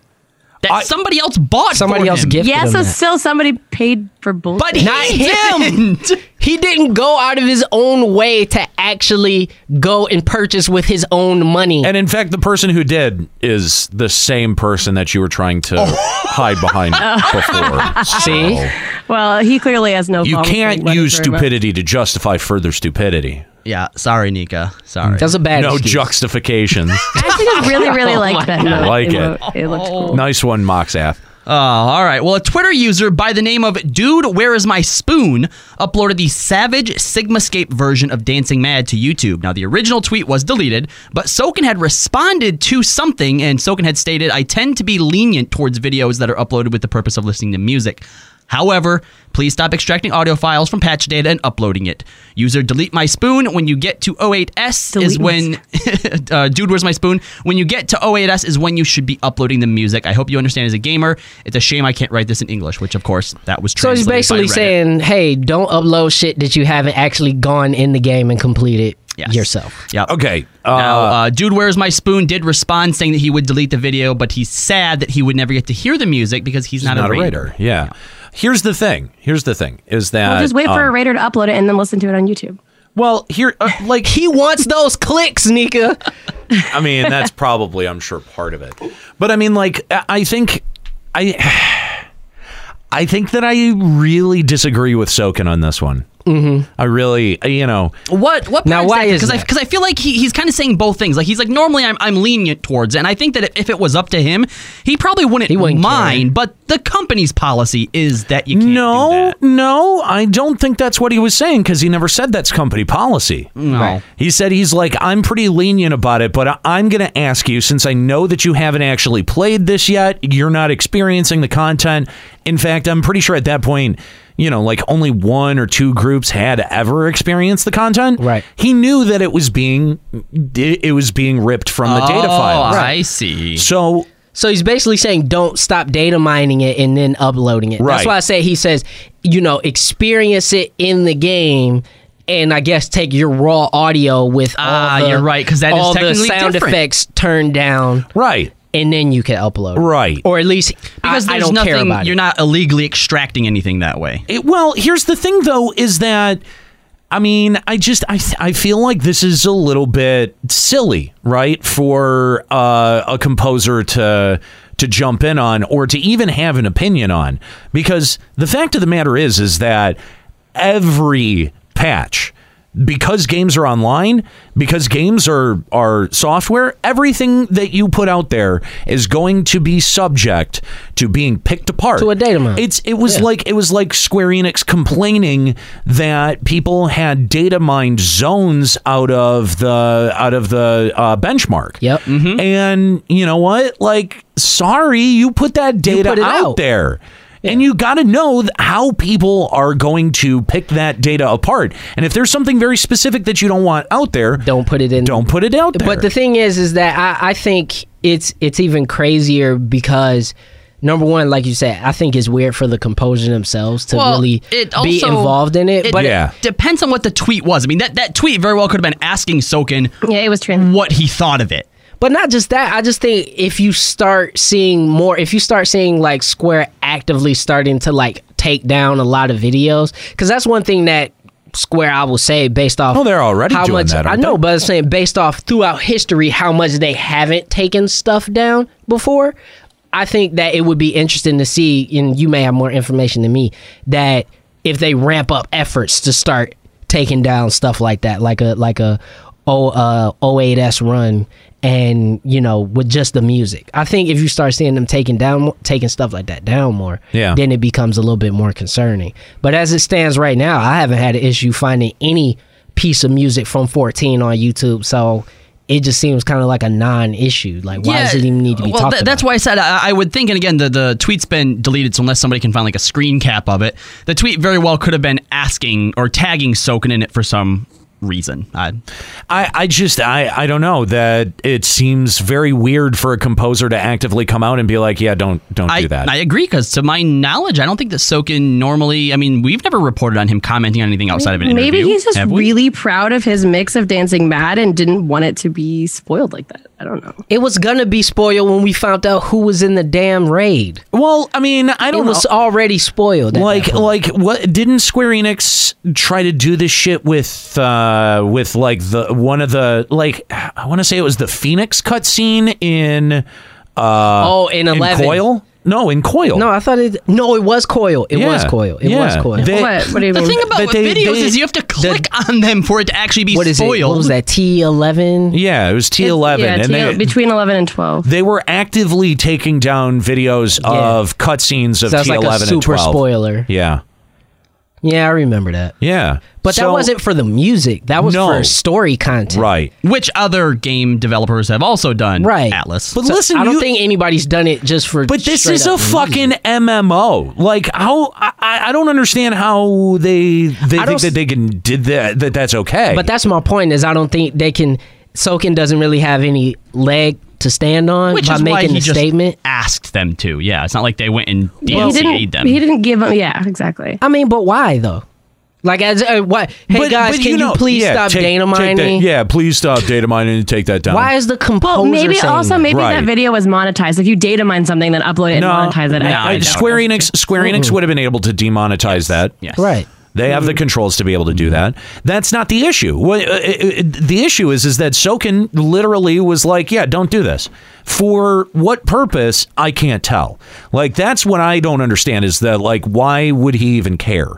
[SPEAKER 1] That
[SPEAKER 3] I-
[SPEAKER 1] somebody else bought
[SPEAKER 4] Somebody
[SPEAKER 1] for
[SPEAKER 4] else
[SPEAKER 1] him.
[SPEAKER 4] gifted
[SPEAKER 2] Yeah,
[SPEAKER 4] him
[SPEAKER 2] so
[SPEAKER 4] that.
[SPEAKER 2] still somebody paid for bullshit.
[SPEAKER 1] But he
[SPEAKER 4] Not him.
[SPEAKER 1] didn't.
[SPEAKER 4] He didn't go out of his own way to actually go and purchase with his own money.
[SPEAKER 3] And in fact, the person who did is the same person that you were trying to hide behind before. So
[SPEAKER 4] See?
[SPEAKER 2] well, he clearly has no.
[SPEAKER 3] you
[SPEAKER 2] problem
[SPEAKER 3] can't
[SPEAKER 2] paying
[SPEAKER 3] use
[SPEAKER 2] money for emote.
[SPEAKER 3] stupidity to justify further stupidity.
[SPEAKER 1] Yeah, sorry, Nika. Sorry.
[SPEAKER 4] That's a bad
[SPEAKER 3] No
[SPEAKER 4] excuse.
[SPEAKER 3] justifications.
[SPEAKER 2] I actually just really, really liked that.
[SPEAKER 3] I
[SPEAKER 2] emote.
[SPEAKER 3] like it.
[SPEAKER 2] Emote. It looked cool.
[SPEAKER 3] nice one, Moxath.
[SPEAKER 1] All right. Well, a Twitter user by the name of Dude Where Is My Spoon uploaded the Savage Sigmascape version of Dancing Mad to YouTube. Now, the original tweet was deleted, but Soken had responded to something, and Soken had stated, I tend to be lenient towards videos that are uploaded with the purpose of listening to music. However, please stop extracting audio files from patch data and uploading it. User delete my spoon when you get to 08S is
[SPEAKER 2] Delete my
[SPEAKER 1] when uh, dude where's my spoon when you get to 08s is when you should be uploading the music i hope you understand as a gamer it's a shame i can't write this in english which of course that was
[SPEAKER 4] So he's
[SPEAKER 1] translated by
[SPEAKER 4] basically
[SPEAKER 1] Reddit.
[SPEAKER 4] saying, hey, don't upload shit that you haven't actually gone in the game and completed
[SPEAKER 1] Yes.
[SPEAKER 4] yourself.
[SPEAKER 1] yep
[SPEAKER 3] Okay.
[SPEAKER 1] now,
[SPEAKER 3] Uh,
[SPEAKER 1] uh, dude, where's my spoon? Did respond saying that he would delete the video, but he's sad that he would never get to hear the music because he's, not,
[SPEAKER 3] not
[SPEAKER 1] a
[SPEAKER 3] a
[SPEAKER 1] raider.
[SPEAKER 3] raider. Yeah. Here's the thing. Here's the thing is that.
[SPEAKER 2] Well, just wait for
[SPEAKER 3] um,
[SPEAKER 2] a raider to upload it and then listen to it on YouTube.
[SPEAKER 3] Well, here, uh, like,
[SPEAKER 4] He wants those clicks, Nika.
[SPEAKER 3] I mean, that's probably, I'm sure, part of it. But I mean, like, I I think, I, I think that I really disagree with Soken on this one. Mm-hmm. I really, you know,
[SPEAKER 1] What? What?
[SPEAKER 4] Now, why is
[SPEAKER 1] Because I
[SPEAKER 4] that?
[SPEAKER 1] because I feel like he, he's kind of saying both things. Like he's like normally I'm I'm lenient towards, it, and I think that if it was up to him, he probably wouldn't,
[SPEAKER 4] He wouldn't care.
[SPEAKER 1] mind. But the company's policy is that you can't do
[SPEAKER 3] no,
[SPEAKER 1] that.
[SPEAKER 3] no, I don't think that's what he was saying because he never said that's company policy.
[SPEAKER 1] No.
[SPEAKER 3] He said he's like, I'm pretty lenient about it, but I- I'm going to ask you since I know that you haven't actually played this yet, you're not experiencing the content. In fact, I'm pretty sure at that point, you know, like only one or two groups had ever experienced the content.
[SPEAKER 4] Right.
[SPEAKER 3] He knew that it was being it it was being ripped from the data
[SPEAKER 1] Oh,
[SPEAKER 3] file.
[SPEAKER 1] I see.
[SPEAKER 3] So
[SPEAKER 4] So he's basically saying don't stop data mining it and then uploading it.
[SPEAKER 3] Right.
[SPEAKER 4] That's why I say he says, you know, experience it in the game and I guess take your raw audio with
[SPEAKER 1] Ah,
[SPEAKER 4] all the,
[SPEAKER 1] you're right, 'cause that is
[SPEAKER 4] all the
[SPEAKER 1] technically
[SPEAKER 4] sound
[SPEAKER 1] different.
[SPEAKER 4] effects turned down.
[SPEAKER 3] right.
[SPEAKER 4] and then you can upload.
[SPEAKER 3] Right.
[SPEAKER 4] Or at least
[SPEAKER 1] Because
[SPEAKER 4] I, I
[SPEAKER 1] there's
[SPEAKER 4] don't
[SPEAKER 1] nothing,
[SPEAKER 4] care about
[SPEAKER 1] you're
[SPEAKER 4] it.
[SPEAKER 1] not illegally extracting anything that way.
[SPEAKER 3] It- well, here's the thing, though, is that I mean, I just I th- I feel like this is a little bit silly, right, for uh, a composer to to jump in on or to even have an opinion on, because the fact of the matter is, is that every patch. Because games are online, because games are are software, everything that you put out there is going to be subject to being picked apart.
[SPEAKER 4] To a data mine.
[SPEAKER 3] It's it's- it was like it was like Square Enix complaining that people had data mined zones out of the out of the uh, benchmark.
[SPEAKER 4] Yep. Mm-hmm.
[SPEAKER 3] And you know what? Like, sorry, you put that data
[SPEAKER 4] put it
[SPEAKER 3] out,
[SPEAKER 4] out.
[SPEAKER 3] there. And you got to know th- how people are going to pick that data apart. And if there's something very specific that you don't want out there,
[SPEAKER 4] Don't put it in.
[SPEAKER 3] don't put it out there.
[SPEAKER 4] But the thing is, is that I, I think it's it's even crazier because number one, like you said, I think it's weird for the composer themselves to really be involved in it. But
[SPEAKER 3] Yeah.
[SPEAKER 1] it depends on what the tweet was. I mean, that, that tweet very well could have been asking Soken
[SPEAKER 2] Yeah, it was trend.
[SPEAKER 1] what he thought of it.
[SPEAKER 4] but not just that. I just think if you start seeing more, if you start seeing like Square actively starting to like take down a lot of videos, because that's one thing that. Square, I will say, based off.
[SPEAKER 3] Oh, they're already
[SPEAKER 4] how
[SPEAKER 3] doing
[SPEAKER 4] much,
[SPEAKER 3] that,
[SPEAKER 4] I
[SPEAKER 3] aren't
[SPEAKER 4] know,
[SPEAKER 3] they?
[SPEAKER 4] but I'm saying based off throughout history, how much they haven't taken stuff down before. I think that it would be interesting to see, and you may have more information than me, that if they ramp up efforts to start taking down stuff like that, like a like a O uh, 08S run, and you know with just the music, I think if you start seeing them taking down taking stuff like that down more,
[SPEAKER 3] Yeah.
[SPEAKER 4] then it becomes a little bit more concerning. But as it stands right now, I haven't had an issue finding any piece of music from 14 on YouTube, so. It just seems kind of like a non-issue. Like, why does it even need to be
[SPEAKER 1] well,
[SPEAKER 4] talked
[SPEAKER 1] tha-
[SPEAKER 4] about?
[SPEAKER 1] That's why I said I, I would think, and again, the, the tweet's been deleted, so unless somebody can find like a screen cap of it, the tweet very well could have been asking or tagging Soken in it for some reason. I,
[SPEAKER 3] I, I just I, I don't know that it seems very weird for a composer to actively come out and be like yeah don't don't
[SPEAKER 1] I,
[SPEAKER 3] do that
[SPEAKER 1] I agree, because to my knowledge, I don't think that Soken normally, I mean, we've never reported on him commenting on anything outside of an interview.
[SPEAKER 2] Maybe he's just
[SPEAKER 1] have we?
[SPEAKER 2] really proud of his mix of Dancing Mad and didn't want it to be spoiled like that. I don't know.
[SPEAKER 4] It was gonna be spoiled when we found out who was in the damn raid.
[SPEAKER 3] well I mean I
[SPEAKER 4] It
[SPEAKER 3] don't
[SPEAKER 4] was
[SPEAKER 3] know
[SPEAKER 4] already spoiled. at that
[SPEAKER 3] like
[SPEAKER 4] point.
[SPEAKER 3] like what didn't Square Enix try to do this shit with uh with like the one of the like I want to say it was the Phoenix cutscene in uh
[SPEAKER 4] oh, in eleven.
[SPEAKER 3] Coil no in Coil
[SPEAKER 4] No, I thought it. No, it was coil. It was coil. It was coil.
[SPEAKER 3] They-
[SPEAKER 2] What? What do you
[SPEAKER 1] The
[SPEAKER 2] mean?
[SPEAKER 1] thing about
[SPEAKER 3] But
[SPEAKER 1] with
[SPEAKER 3] they-
[SPEAKER 1] videos
[SPEAKER 3] they-
[SPEAKER 1] is you have to click on them for it to actually be
[SPEAKER 4] what is
[SPEAKER 1] spoiled.
[SPEAKER 4] it? What was that? T eleven.
[SPEAKER 3] yeah it was T eleven
[SPEAKER 2] Yeah,
[SPEAKER 3] and
[SPEAKER 2] T-
[SPEAKER 3] they
[SPEAKER 2] between 11 and 12.
[SPEAKER 3] they were actively taking down videos
[SPEAKER 4] Yeah.
[SPEAKER 3] of cutscenes of
[SPEAKER 4] Sounds
[SPEAKER 3] T
[SPEAKER 4] like
[SPEAKER 3] eleven
[SPEAKER 4] a
[SPEAKER 3] and
[SPEAKER 4] super
[SPEAKER 3] twelve
[SPEAKER 4] spoiler.
[SPEAKER 3] yeah.
[SPEAKER 4] Yeah, I remember that.
[SPEAKER 3] Yeah.
[SPEAKER 4] But that
[SPEAKER 3] So-
[SPEAKER 4] wasn't for the music. That was
[SPEAKER 3] No.
[SPEAKER 4] for story content.
[SPEAKER 3] right.
[SPEAKER 1] Which other game developers have also done
[SPEAKER 4] Right.
[SPEAKER 1] Atlas.
[SPEAKER 3] But
[SPEAKER 4] So
[SPEAKER 3] listen,
[SPEAKER 4] I don't
[SPEAKER 3] you-
[SPEAKER 4] think anybody's done it just for.
[SPEAKER 3] But this
[SPEAKER 4] straight
[SPEAKER 3] is
[SPEAKER 4] up
[SPEAKER 3] a
[SPEAKER 4] music.
[SPEAKER 3] fucking MMO. Like how I, I I don't understand how they they
[SPEAKER 4] I
[SPEAKER 3] think
[SPEAKER 4] don't
[SPEAKER 3] that
[SPEAKER 4] s-
[SPEAKER 3] they can did that that that's okay.
[SPEAKER 4] But that's my point. Is I don't think they can. Soken doesn't really have any leg to stand on
[SPEAKER 1] which
[SPEAKER 4] by
[SPEAKER 1] is why
[SPEAKER 4] making
[SPEAKER 1] he
[SPEAKER 4] the
[SPEAKER 1] just
[SPEAKER 4] statement.
[SPEAKER 1] asked them to. Yeah, it's not like they went and
[SPEAKER 2] he
[SPEAKER 1] DMCA'd
[SPEAKER 2] didn't,
[SPEAKER 1] them.
[SPEAKER 2] he didn't give them. Yeah, exactly.
[SPEAKER 4] I mean, but why though? Like, as uh, what? Hey
[SPEAKER 3] But-
[SPEAKER 4] guys,
[SPEAKER 3] but
[SPEAKER 4] can you,
[SPEAKER 3] know-
[SPEAKER 4] please
[SPEAKER 3] yeah,
[SPEAKER 4] stop
[SPEAKER 3] take-
[SPEAKER 4] data
[SPEAKER 3] take that-
[SPEAKER 4] mining?
[SPEAKER 3] yeah, please stop data mining and take that down.
[SPEAKER 4] Why is the composer?
[SPEAKER 2] Well, maybe
[SPEAKER 4] saying
[SPEAKER 2] also
[SPEAKER 4] that?
[SPEAKER 2] maybe
[SPEAKER 3] Right.
[SPEAKER 2] that video was monetized. If you data mine something, then upload it
[SPEAKER 3] no,
[SPEAKER 2] and monetize it.
[SPEAKER 3] no,
[SPEAKER 1] I
[SPEAKER 3] I-
[SPEAKER 1] doubt
[SPEAKER 3] Square Enix Square Enix would have been able to demonetize that.
[SPEAKER 1] Yes.
[SPEAKER 4] right?
[SPEAKER 3] They have
[SPEAKER 4] Mm-hmm.
[SPEAKER 3] the controls to be able to do that. That's not the issue. What, uh, uh, uh, the issue is is that Soken literally was like, "Yeah, don't do this." For what purpose? I can't tell. Like that's what I don't understand is that like why would he even care?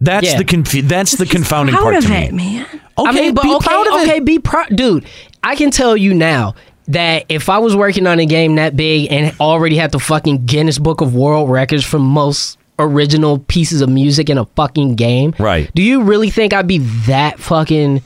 [SPEAKER 3] That's
[SPEAKER 4] Yeah.
[SPEAKER 3] the confu- that's the confounding
[SPEAKER 2] Proud
[SPEAKER 3] part
[SPEAKER 2] of
[SPEAKER 3] to
[SPEAKER 2] it,
[SPEAKER 3] me.
[SPEAKER 2] man.
[SPEAKER 3] Okay,
[SPEAKER 4] I mean, but
[SPEAKER 3] be
[SPEAKER 4] okay,
[SPEAKER 3] proud of
[SPEAKER 4] okay,
[SPEAKER 3] it.
[SPEAKER 4] be proud, dude. I can tell you now that if I was working on a game that big and already had the fucking Guinness Book of World Records for most original pieces of music in a fucking game,
[SPEAKER 3] Right.
[SPEAKER 4] Do you really think I'd be that fucking?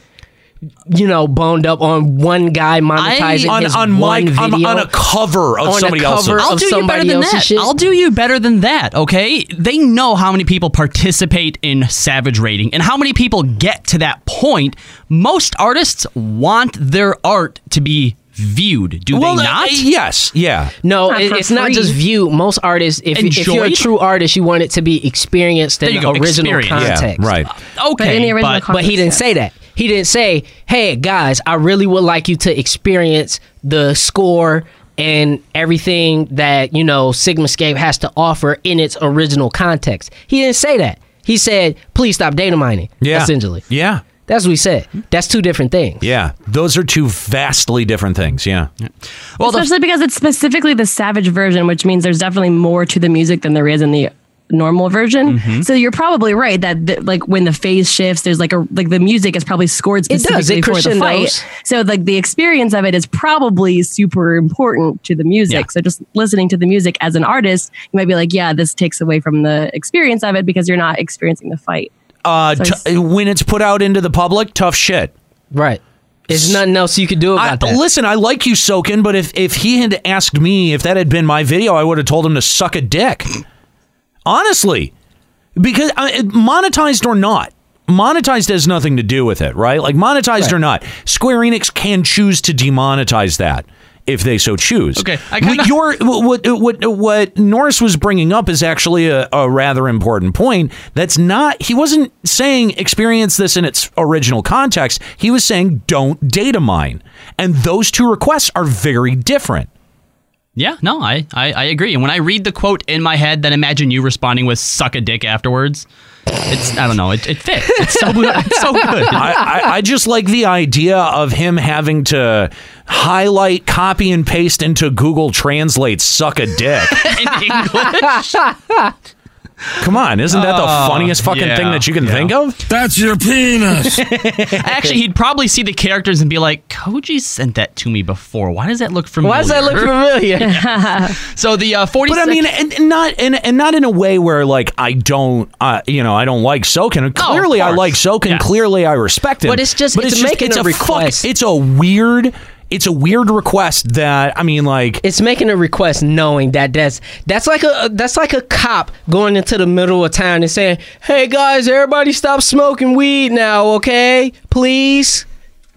[SPEAKER 4] You know, boned up on one guy monetizing
[SPEAKER 3] on
[SPEAKER 4] his
[SPEAKER 3] on
[SPEAKER 4] one
[SPEAKER 3] my on,
[SPEAKER 4] video.
[SPEAKER 3] on a cover of
[SPEAKER 4] On a
[SPEAKER 3] somebody
[SPEAKER 4] cover
[SPEAKER 3] else's.
[SPEAKER 1] I'll
[SPEAKER 4] of
[SPEAKER 1] do you better
[SPEAKER 4] somebody
[SPEAKER 1] than
[SPEAKER 4] else's
[SPEAKER 1] that.
[SPEAKER 4] shit.
[SPEAKER 1] I'll do you better than that, okay? They know how many people participate in Savage Rating and how many people get to that point. Most artists want their art to be viewed, do
[SPEAKER 3] Well,
[SPEAKER 1] they
[SPEAKER 3] uh,
[SPEAKER 1] not?
[SPEAKER 3] yes, yeah.
[SPEAKER 4] No,
[SPEAKER 2] Not
[SPEAKER 4] it-
[SPEAKER 2] for
[SPEAKER 4] it's not
[SPEAKER 2] free.
[SPEAKER 4] just view. Most artists, if, if you're a
[SPEAKER 1] Enjoyed?
[SPEAKER 4] true artist, you want it to be experienced in
[SPEAKER 1] There you go,
[SPEAKER 4] original
[SPEAKER 1] experience. Yeah,
[SPEAKER 3] Yeah,
[SPEAKER 4] context.
[SPEAKER 3] right.
[SPEAKER 1] Okay,
[SPEAKER 2] But in the original
[SPEAKER 1] but-
[SPEAKER 2] con-
[SPEAKER 4] But he didn't say that. He didn't say, "Hey guys, I really would like you to experience the score and everything that you know Sigmascape has to offer in its original context. He didn't say that. He said, "Please stop data mining."
[SPEAKER 3] Yeah.
[SPEAKER 4] essentially.
[SPEAKER 3] Yeah.
[SPEAKER 4] That's what he said. That's two different things.
[SPEAKER 3] Yeah. Those are two vastly different things. Yeah.
[SPEAKER 1] Well, the,
[SPEAKER 2] Especially because it's specifically the Savage version, which means there's definitely more to the music than there is in the normal version. So you're probably right that the, like when the phase shifts, there's like a like the music is probably scored
[SPEAKER 4] does. It
[SPEAKER 2] specifically for the
[SPEAKER 4] crescendos.
[SPEAKER 2] fight. So like the experience of it is probably super important to the music. So just listening to the music as an artist, you might be like, yeah, this takes away from the experience of it because you're not experiencing the fight.
[SPEAKER 3] Uh,
[SPEAKER 2] So
[SPEAKER 3] t- when it's put out into the public, tough shit.
[SPEAKER 4] Right. There's nothing else you could do
[SPEAKER 3] I,
[SPEAKER 4] about that.
[SPEAKER 3] listen, I like you, Soken, but if, if he had asked me if that had been my video, I would have told him to suck a dick. Honestly, because uh, it- monetized or not, monetized has nothing to do with it, right? Like monetized or not, Square Enix can choose to demonetize that if they so choose.
[SPEAKER 1] Okay, I
[SPEAKER 3] What
[SPEAKER 1] kinda-
[SPEAKER 3] your what what what- what Norris was bringing up is actually a, a rather important point. That's not he wasn't saying experience this in its original context. He was saying don't data mine, and those two requests are very different.
[SPEAKER 1] yeah, no, I, I, I agree. And when I read the quote in my head, then imagine you responding with "suck a dick" afterwards. It's I don't know. It, it fits. It's so good. It's so good.
[SPEAKER 3] I, I, I just like the idea of him having to highlight, copy, and paste into Google Translate. Suck a dick.
[SPEAKER 1] in English.
[SPEAKER 3] Come on, isn't that the funniest fucking
[SPEAKER 1] Oh, yeah,
[SPEAKER 3] thing that you can think of?
[SPEAKER 5] That's your penis.
[SPEAKER 1] Actually, he'd probably see the characters and be like, "Koji sent that to me before. Why does that look familiar?"
[SPEAKER 4] Why does that look familiar?
[SPEAKER 1] So the uh, forty.
[SPEAKER 3] But I mean, and, and not and, and not in a way where like I don't, uh, you know, I don't like Soken. Clearly, I
[SPEAKER 1] course.
[SPEAKER 3] like Soken.
[SPEAKER 1] Yeah.
[SPEAKER 3] Clearly, I respect him.
[SPEAKER 4] But it's just- it's making a
[SPEAKER 3] fuck-
[SPEAKER 4] request.
[SPEAKER 3] it's a weird, it's a weird request that I mean, like
[SPEAKER 4] it's making a request knowing that that's that's like a that's like a cop going into the middle of town and saying, "Hey guys, everybody stop smoking weed now, okay? Please."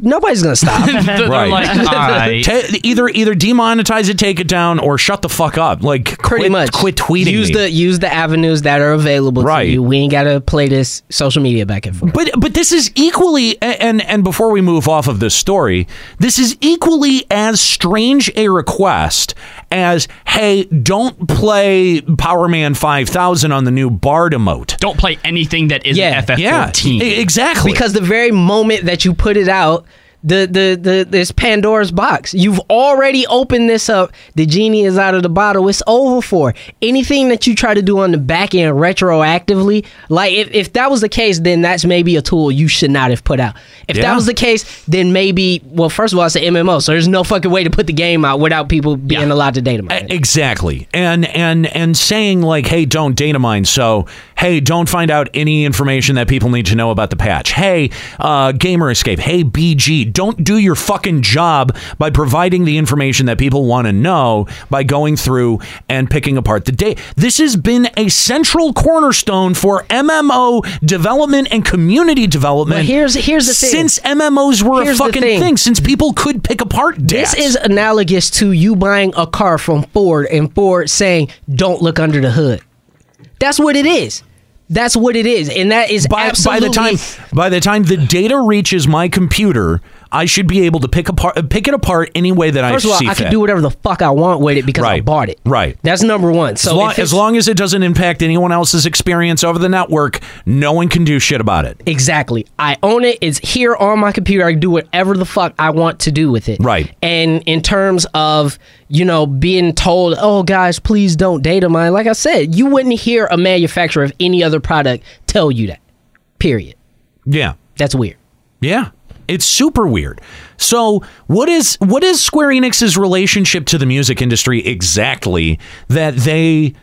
[SPEAKER 4] Nobody's going to stop.
[SPEAKER 1] they're
[SPEAKER 3] Right.
[SPEAKER 1] like, "All right."
[SPEAKER 3] Ta either either demonetize it, take it down, or shut the fuck up. Like
[SPEAKER 4] Pretty
[SPEAKER 3] quit,
[SPEAKER 4] much.
[SPEAKER 3] quit tweeting.
[SPEAKER 4] Use
[SPEAKER 3] me.
[SPEAKER 4] the use the avenues that are available
[SPEAKER 3] Right.
[SPEAKER 4] to you. We ain't got to play this social media back and forth.
[SPEAKER 3] But but this is equally a- and and before we move off of this story, this is equally as strange a request as hey, don't play Power Man 5000 on the new Bard emote.
[SPEAKER 1] Don't play anything that isn't
[SPEAKER 4] Yeah,
[SPEAKER 3] Yeah,
[SPEAKER 1] FF14.
[SPEAKER 3] e- exactly.
[SPEAKER 4] because the very moment that you put it out the, the the this pandora's box you've already opened this up the genie is out of the bottle it's over for anything that you try to do on the back end retroactively like if, if that was the case then that's maybe a tool you should not have put out if
[SPEAKER 3] Yeah.
[SPEAKER 4] that was the case then maybe well first of all it's an mmo so there's no fucking way to put the game out without people being
[SPEAKER 1] Yeah.
[SPEAKER 4] allowed to data mine it.
[SPEAKER 3] E, Exactly. And and and saying like, hey, don't data mine. So hey, don't find out any information that people need to know about the patch. Hey, uh, Gamer Escape. Hey, BG. Don't do your fucking job by providing the information that people want to know by going through and picking apart the data. This has been a central cornerstone for MMO development and community development.
[SPEAKER 4] But here's- here's the thing.
[SPEAKER 3] Since MMOs were
[SPEAKER 4] Here's
[SPEAKER 3] a
[SPEAKER 4] the
[SPEAKER 3] fucking
[SPEAKER 4] thing.
[SPEAKER 3] since people could pick apart data.
[SPEAKER 4] This is analogous to you buying a car from Ford and Ford saying, "Don't look under the hood." That's what it is. That's what it is, and that is
[SPEAKER 3] by, by
[SPEAKER 4] absolutely
[SPEAKER 3] the time by the time the data reaches my computer, I should be able to pick apart uh, pick it apart any way that
[SPEAKER 4] First
[SPEAKER 3] I
[SPEAKER 4] of all,
[SPEAKER 3] see
[SPEAKER 4] I
[SPEAKER 3] fit.
[SPEAKER 4] can do whatever the fuck I want with it because I
[SPEAKER 3] Right.
[SPEAKER 4] bought it.
[SPEAKER 3] Right.
[SPEAKER 4] That's number one. So
[SPEAKER 3] As long,
[SPEAKER 4] if it's-
[SPEAKER 3] as long as it doesn't impact anyone else's experience over the network, no one can do shit about it.
[SPEAKER 4] Exactly. I own it. It's here on my computer. I can do whatever the fuck I want to do with it.
[SPEAKER 3] Right.
[SPEAKER 4] And in terms of, you know, being told, oh, guys, please don't data mine, like I said, you wouldn't hear a manufacturer of any other product tell you that. Period.
[SPEAKER 3] Yeah.
[SPEAKER 4] That's weird.
[SPEAKER 3] Yeah. It's super weird. So, what is what is Square Enix's relationship to the music industry exactly that they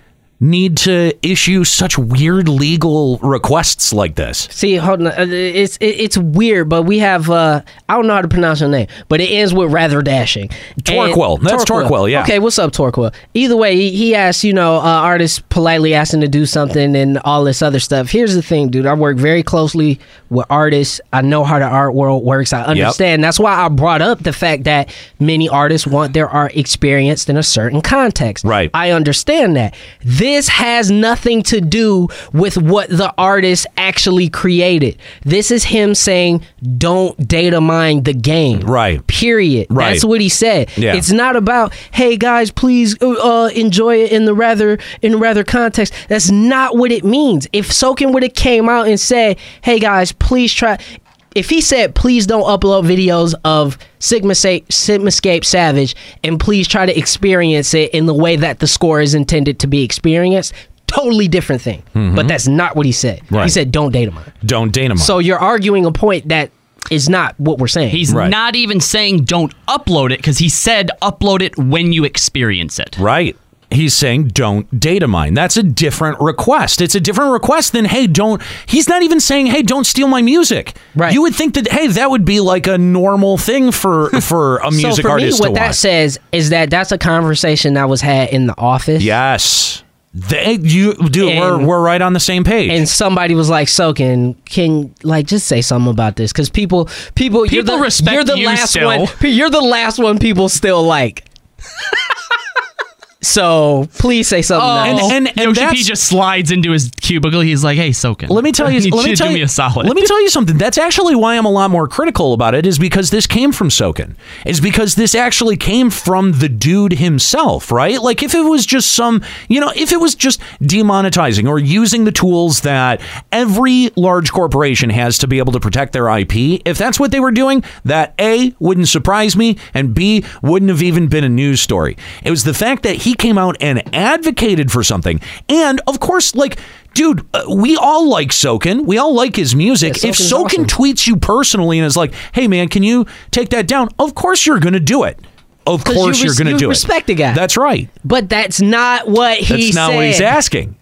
[SPEAKER 3] need to issue such weird legal requests like this?
[SPEAKER 4] See, hold on. Uh, It's it, it's weird, but we have uh I don't know how to pronounce your name, but it ends with rather dashing. And-
[SPEAKER 3] Torquil. That's Torquil, yeah.
[SPEAKER 4] Okay, what's up, Torquil? Either way, he, he asked, you know, uh, artists politely asking to do something and all this other stuff. Here's the thing, dude. I work very closely with artists. I know how the art world works. I understand. That's why I brought up the fact that many artists want their art experienced in a certain context.
[SPEAKER 3] Right.
[SPEAKER 4] I understand that. This has nothing to do with what the artist actually created. This is him saying, don't data mine the game.
[SPEAKER 3] Right.
[SPEAKER 4] Period.
[SPEAKER 3] Right.
[SPEAKER 4] That's what he said.
[SPEAKER 3] Yeah.
[SPEAKER 4] It's not about, hey guys, please uh, uh, enjoy it in the rather in rather context. That's not what it means. If Soken would have came out and said, hey guys, please try if he said please don't upload videos of Sigma Sa- Sigmascape Savage and please try to experience it in the way that the score is intended to be experienced, totally different thing. But that's not what he said. He
[SPEAKER 3] Right.
[SPEAKER 4] said don't data mine.
[SPEAKER 3] Don't date 'em up.
[SPEAKER 4] So you're arguing a point that is not what we're saying.
[SPEAKER 1] He's
[SPEAKER 3] Right.
[SPEAKER 1] not even saying don't upload it because he said upload it when you experience it.
[SPEAKER 3] Right. He's saying don't data mine. That's a different request. It's a different request than hey don't. He's not even saying hey don't steal my music.
[SPEAKER 4] Right.
[SPEAKER 3] You would think that hey that would be like a normal thing for for a music
[SPEAKER 4] so for me,
[SPEAKER 3] artist
[SPEAKER 4] what
[SPEAKER 3] to
[SPEAKER 4] that
[SPEAKER 3] want.
[SPEAKER 4] says is that that's a conversation that was had in the office.
[SPEAKER 3] yes. They, you dude, we're
[SPEAKER 4] And-
[SPEAKER 3] we're right on the same page.
[SPEAKER 4] And somebody was like, "So can can like just say something about this?" Because people, people, you're
[SPEAKER 1] People
[SPEAKER 4] the,
[SPEAKER 1] respect
[SPEAKER 4] you're the
[SPEAKER 1] you
[SPEAKER 4] last
[SPEAKER 1] still.
[SPEAKER 4] one. You're the last one people still like. so please say something. nice.
[SPEAKER 3] and- and
[SPEAKER 1] Yoshi P
[SPEAKER 3] that's-
[SPEAKER 1] just slides into his cubicle. He's like, "Hey, Soken,
[SPEAKER 3] Let me tell you.
[SPEAKER 1] you
[SPEAKER 3] let me
[SPEAKER 1] should
[SPEAKER 3] tell
[SPEAKER 1] do
[SPEAKER 3] you,
[SPEAKER 1] me a solid."
[SPEAKER 3] Let me tell you something. That's actually why I'm a lot more critical about it. Is because this came from Soken. Is because this actually came from the dude himself, right? Like if it was just some, you know, if it was just demonetizing or using the tools that every large corporation has to be able to protect their IP. If that's what they were doing, that a wouldn't surprise me, and b wouldn't have even been a news story. It was the fact that he came out and advocated for something, and of course, like dude, uh, we all like Soken. We all like his music.
[SPEAKER 4] Yeah,
[SPEAKER 3] if
[SPEAKER 4] Soken's
[SPEAKER 3] Soken
[SPEAKER 4] awesome.
[SPEAKER 3] tweets you personally and is like, "Hey man, can you take that down?" Of course you're going to do it. Of
[SPEAKER 4] 'Cause
[SPEAKER 3] course
[SPEAKER 4] you
[SPEAKER 3] you are
[SPEAKER 4] res-
[SPEAKER 3] going to
[SPEAKER 4] you
[SPEAKER 3] do
[SPEAKER 4] respect the
[SPEAKER 3] it.
[SPEAKER 4] guy.
[SPEAKER 3] That's right.
[SPEAKER 4] but that's not what he
[SPEAKER 3] That's not
[SPEAKER 4] said.
[SPEAKER 3] what he's asking.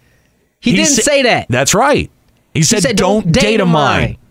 [SPEAKER 4] He, didn't
[SPEAKER 3] sa-
[SPEAKER 4] say that.
[SPEAKER 3] That's right. He said,
[SPEAKER 4] he said,
[SPEAKER 3] "Don't, data mine."
[SPEAKER 4] mine."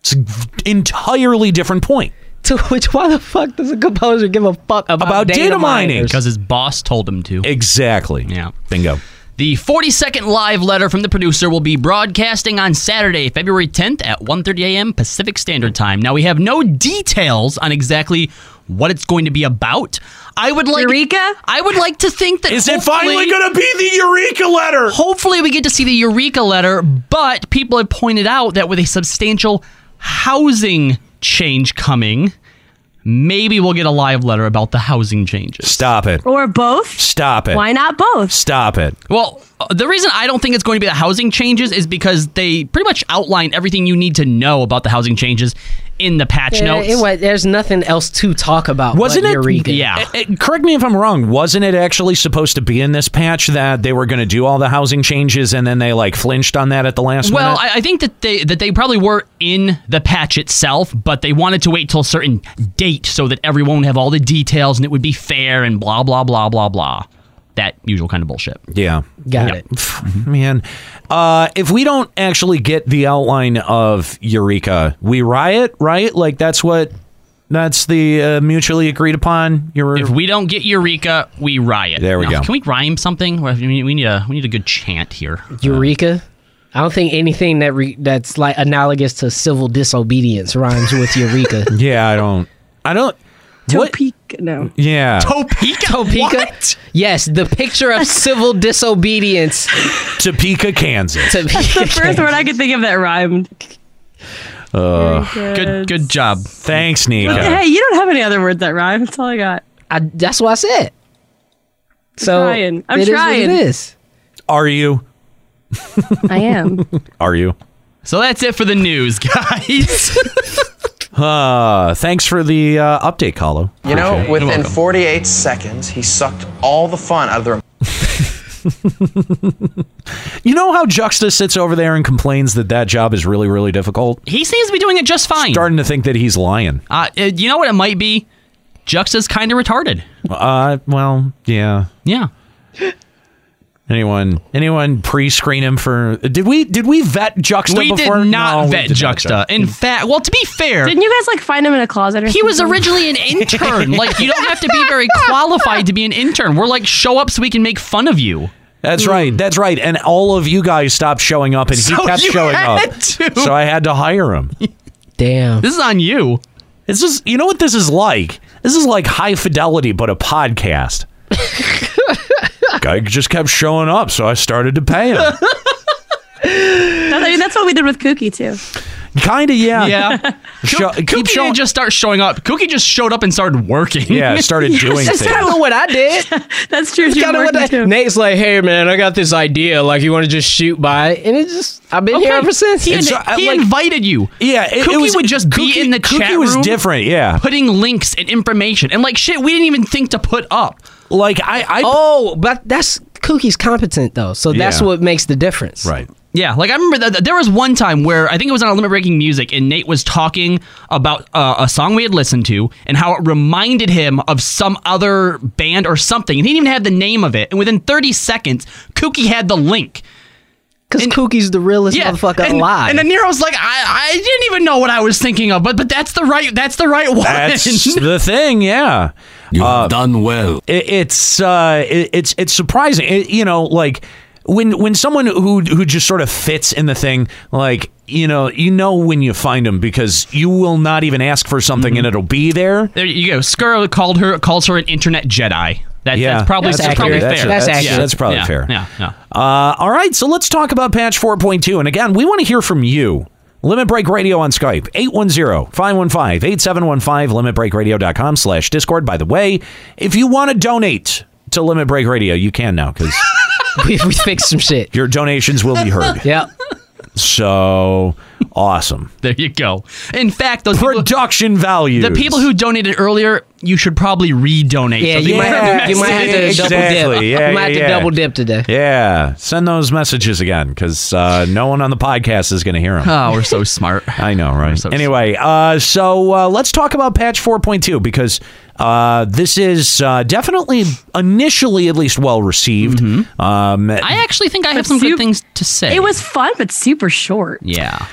[SPEAKER 3] It's an entirely different point.
[SPEAKER 4] To which, why the fuck does a composer give a fuck about,
[SPEAKER 3] About
[SPEAKER 4] data,
[SPEAKER 3] data mining?
[SPEAKER 4] miners?
[SPEAKER 1] because his boss told him to.
[SPEAKER 3] Exactly.
[SPEAKER 1] Yeah.
[SPEAKER 3] Bingo.
[SPEAKER 1] The 42nd live letter from the producer will be broadcasting on Saturday, February 10th at 1:30 a.m. Pacific Standard Time. Now we have no details on exactly what it's going to be about. I would like
[SPEAKER 2] Eureka?
[SPEAKER 1] I would like to think that
[SPEAKER 3] Is it
[SPEAKER 1] hopefully-
[SPEAKER 3] finally going to be the Eureka letter?
[SPEAKER 1] Hopefully, we get to see the Eureka letter, but people have pointed out that with a substantial housing change coming, maybe we'll get a live letter about the housing changes.
[SPEAKER 3] Stop it.
[SPEAKER 2] Or both?
[SPEAKER 3] Stop it.
[SPEAKER 2] Why not both?
[SPEAKER 3] Stop it.
[SPEAKER 1] Well, uh, the reason I don't think it's going to be the housing changes is because they pretty much outline everything you need to know about the housing changes in the patch
[SPEAKER 4] Yeah,
[SPEAKER 1] notes.
[SPEAKER 4] it was, there's nothing else to talk about. but
[SPEAKER 3] Wasn't it-
[SPEAKER 4] Eureka.
[SPEAKER 1] yeah.
[SPEAKER 3] Uh, uh, correct me if I'm wrong. Wasn't it actually supposed to be in this patch that they were going to do all the housing changes and then they like flinched on that at the last
[SPEAKER 1] Well,
[SPEAKER 3] minute?
[SPEAKER 1] I, I think that they that they probably were in the patch itself, but they wanted to wait till a certain date so that everyone would have all the details and it would be fair and blah blah blah blah blah. That usual kind of bullshit.
[SPEAKER 3] yeah,
[SPEAKER 4] got it.
[SPEAKER 3] man. Uh, if we don't actually get the outline of Eureka, we riot, right? Like that's what that's the uh, mutually agreed upon. Your
[SPEAKER 1] If we don't get Eureka, we riot.
[SPEAKER 3] There we
[SPEAKER 1] Now,
[SPEAKER 3] go.
[SPEAKER 1] Can we rhyme something? We need, we need a we need a good chant here.
[SPEAKER 4] Eureka. I don't think anything that re- that's like analogous to civil disobedience rhymes with Eureka.
[SPEAKER 3] yeah, I don't, I don't. What?
[SPEAKER 2] Topeka. No.
[SPEAKER 3] Yeah,
[SPEAKER 1] Topeka.
[SPEAKER 4] Topeka? Yes, the picture of civil disobedience.
[SPEAKER 3] Topeka, Kansas.
[SPEAKER 4] To
[SPEAKER 2] The first word I could think of that rhymed.
[SPEAKER 1] Good good job.
[SPEAKER 3] Thanks, Nika.
[SPEAKER 2] Hey, you don't have any other words that rhyme. That's all I got.
[SPEAKER 4] I, that's what I said. So
[SPEAKER 2] trying. I'm
[SPEAKER 4] it is what
[SPEAKER 2] trying.
[SPEAKER 4] it is.
[SPEAKER 3] Are you?
[SPEAKER 2] I am.
[SPEAKER 3] Are you?
[SPEAKER 1] So that's it for the news, guys.
[SPEAKER 3] Uh, thanks for the uh, update, Hollow.
[SPEAKER 10] You know,
[SPEAKER 1] You're
[SPEAKER 10] within
[SPEAKER 1] welcome.
[SPEAKER 10] 48 seconds, he sucked all the fun out of the
[SPEAKER 3] You know how Juxta sits over there and complains that that job is really, really difficult?
[SPEAKER 1] he seems to be doing it just fine.
[SPEAKER 3] Starting to think that he's lying.
[SPEAKER 1] Uh, uh, you know what it might be? Juxta's kind of retarded.
[SPEAKER 3] Uh, well, yeah.
[SPEAKER 1] Yeah.
[SPEAKER 3] Anyone, anyone pre-screen him for? Did we did we vet Juxta
[SPEAKER 1] we
[SPEAKER 3] before?
[SPEAKER 1] did not
[SPEAKER 3] No, we
[SPEAKER 1] vet
[SPEAKER 3] did not
[SPEAKER 1] Juxta. In fact, well, to be fair,
[SPEAKER 2] Didn't you guys like find him in a closet or
[SPEAKER 1] he was
[SPEAKER 2] something?
[SPEAKER 1] originally an intern. like, you don't have to be very qualified to be an intern. We're like, show up so we can make fun of you.
[SPEAKER 3] That's right. That's right. And all of you guys stopped showing up, and
[SPEAKER 1] Hmm. So
[SPEAKER 3] he kept
[SPEAKER 1] you
[SPEAKER 3] showing
[SPEAKER 1] had
[SPEAKER 3] up.
[SPEAKER 1] to.
[SPEAKER 3] So I had to hire him.
[SPEAKER 4] Damn.
[SPEAKER 1] This is on you.
[SPEAKER 3] This is, you know what this is like. This is like high fidelity, but a podcast. Guy just kept showing up, so I started to pay him.
[SPEAKER 2] I mean, that's what we did with Kookie too.
[SPEAKER 3] Kinda, yeah.
[SPEAKER 1] Yeah.
[SPEAKER 3] Show-
[SPEAKER 1] Kookie didn't just start showing up. Kookie just showed up and started working.
[SPEAKER 3] Yeah, started Yes, doing
[SPEAKER 4] That's kind of what I did.
[SPEAKER 2] That's true.
[SPEAKER 4] That's kind of what I Nate's like, hey man, I got this idea. Like, you want to just shoot by? it?" And it's just, I've been here ever since.
[SPEAKER 1] He,
[SPEAKER 4] And so I,
[SPEAKER 1] he
[SPEAKER 4] like-
[SPEAKER 1] invited you.
[SPEAKER 3] Yeah, it- it
[SPEAKER 1] Kookie
[SPEAKER 3] was-
[SPEAKER 1] would just
[SPEAKER 3] Kookie-
[SPEAKER 1] be in the
[SPEAKER 3] Kookie
[SPEAKER 1] chat
[SPEAKER 3] was
[SPEAKER 1] room
[SPEAKER 3] different, yeah.
[SPEAKER 1] putting links and information and like shit we didn't even think to put up.
[SPEAKER 3] Like I, I
[SPEAKER 4] oh, but that's Cookie's competent though, so that's
[SPEAKER 1] Yeah.
[SPEAKER 4] what makes the difference.
[SPEAKER 3] Right.
[SPEAKER 1] Yeah, like I remember that that there was one time where I think it was on a limit breaking music, and Nate was talking about uh, a song we had listened to and how it reminded him of some other band or something, and he didn't even have the name of it. And within 30 seconds, Kookie had the link.
[SPEAKER 4] Because Kookie's the realest motherfucker
[SPEAKER 1] and,
[SPEAKER 4] alive.
[SPEAKER 1] And then Nero's like, I, I didn't even know what I was thinking of, but but that's the right that's the right one.
[SPEAKER 3] That's the thing, yeah. You've
[SPEAKER 11] done well.
[SPEAKER 3] it's uh, it, it's it's surprising, It- you know. Like when when someone who who just sort of fits in the thing, like you know, you know when you find them because you will not even ask for something and it'll be there.
[SPEAKER 1] There you go. Skur called her calls her an internet Jedi. That,
[SPEAKER 3] Yeah.
[SPEAKER 1] that's probably
[SPEAKER 3] That's
[SPEAKER 1] that's, probably
[SPEAKER 3] accurate. That's-
[SPEAKER 1] fair.
[SPEAKER 3] that's That's- accurate. that's probably
[SPEAKER 1] Yeah,
[SPEAKER 3] fair.
[SPEAKER 1] Yeah. yeah.
[SPEAKER 3] Uh, all right, so let's talk about patch 4.2. And again, we want to hear from you. Limit Break Radio on Skype, 810-515-8715, limitbreakradio.com slash Discord. By the way, if you want to donate to Limit Break Radio, you can now because
[SPEAKER 4] we, we fixed some shit.
[SPEAKER 3] Your donations will be heard.
[SPEAKER 4] Yep.
[SPEAKER 3] So awesome.
[SPEAKER 1] There you go. In fact, those
[SPEAKER 3] production value.
[SPEAKER 1] The people who donated earlier, you should probably re-donate.
[SPEAKER 4] Yeah,
[SPEAKER 1] so they
[SPEAKER 4] you might, have to, you might have to double dip.
[SPEAKER 3] exactly. Yeah,
[SPEAKER 4] you might
[SPEAKER 3] yeah,
[SPEAKER 4] have to
[SPEAKER 3] yeah.
[SPEAKER 4] double dip today.
[SPEAKER 3] Yeah, send those messages again because uh, no one on the podcast is going to hear them.
[SPEAKER 1] Oh, we're so smart.
[SPEAKER 3] I know, right? anyway, uh, so uh, let's talk about patch 4.2 because uh, this is uh, definitely initially at least well received. Um,
[SPEAKER 1] Mm-hmm. I actually think I have some good things to say.
[SPEAKER 2] It was fun, but super short.
[SPEAKER 1] yeah.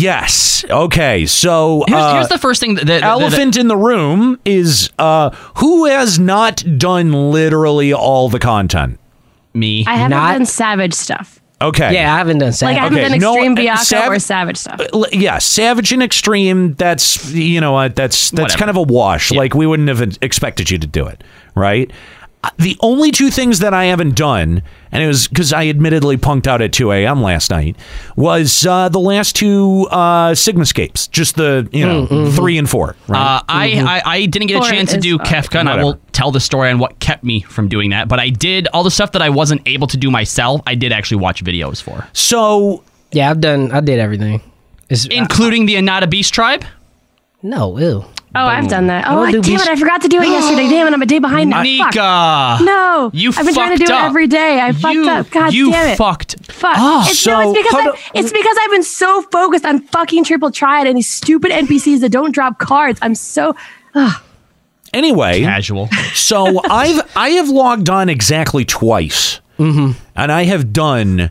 [SPEAKER 3] yes. Okay. So
[SPEAKER 1] Here's,
[SPEAKER 3] uh,
[SPEAKER 1] here's the first thing that, that- that-
[SPEAKER 3] elephant in the room is uh, who has not done literally all the content.
[SPEAKER 1] Me.
[SPEAKER 2] I haven't
[SPEAKER 3] Not-
[SPEAKER 2] done savage stuff.
[SPEAKER 3] Okay.
[SPEAKER 4] Yeah, I haven't done savage.
[SPEAKER 2] Like I haven't
[SPEAKER 3] Okay,
[SPEAKER 2] done
[SPEAKER 3] no,
[SPEAKER 2] extreme
[SPEAKER 3] uh,
[SPEAKER 2] Bianca
[SPEAKER 3] Sav-
[SPEAKER 2] or savage stuff.
[SPEAKER 3] L- yeah, savage and extreme. That's you know what. That's that's
[SPEAKER 1] Whatever.
[SPEAKER 3] kind of a wash. Like we wouldn't have expected you to do it, right? Uh, The only two things that I haven't done, and it was because I admittedly punked out at 2 a.m. last night, was uh, the last two uh, Sigmascapes, just the you know three and four. Right?
[SPEAKER 1] Mm, mm-hmm. Uh, I, I I didn't get
[SPEAKER 2] Or
[SPEAKER 1] a chance to
[SPEAKER 2] is
[SPEAKER 1] do
[SPEAKER 2] fine.
[SPEAKER 1] Kefka, and I
[SPEAKER 3] Whatever.
[SPEAKER 1] will tell the story on what kept me from doing that. But I did all the stuff that I wasn't able to do myself. I did actually watch videos for,
[SPEAKER 3] so
[SPEAKER 4] Yeah, I've done. I did everything. It's,
[SPEAKER 1] including the Anata Beast Tribe.
[SPEAKER 4] no, ew.
[SPEAKER 2] Oh, I've done that. Oh,
[SPEAKER 4] don't
[SPEAKER 2] I,
[SPEAKER 4] do
[SPEAKER 2] damn
[SPEAKER 4] beast-
[SPEAKER 2] it! I forgot to do it yesterday. Damn it! I'm a day behind now. Fuck.
[SPEAKER 1] Nika,
[SPEAKER 2] No,
[SPEAKER 1] you
[SPEAKER 2] I've been trying to
[SPEAKER 1] fucked
[SPEAKER 2] do
[SPEAKER 1] up.
[SPEAKER 2] it every day. I
[SPEAKER 1] you,
[SPEAKER 2] fucked up. God
[SPEAKER 1] you
[SPEAKER 2] damn it!
[SPEAKER 1] fucked.
[SPEAKER 2] Fuck. it's,
[SPEAKER 3] Ah, so-
[SPEAKER 2] no, it's because
[SPEAKER 3] hold
[SPEAKER 2] I've,
[SPEAKER 3] on.
[SPEAKER 2] it's because I've been so focused on fucking triple triad and these stupid NPCs that don't drop cards. I'm so
[SPEAKER 3] Anyway,
[SPEAKER 1] Casual.
[SPEAKER 3] So I've I have logged on exactly twice,
[SPEAKER 1] Mm-hmm.
[SPEAKER 3] and I have done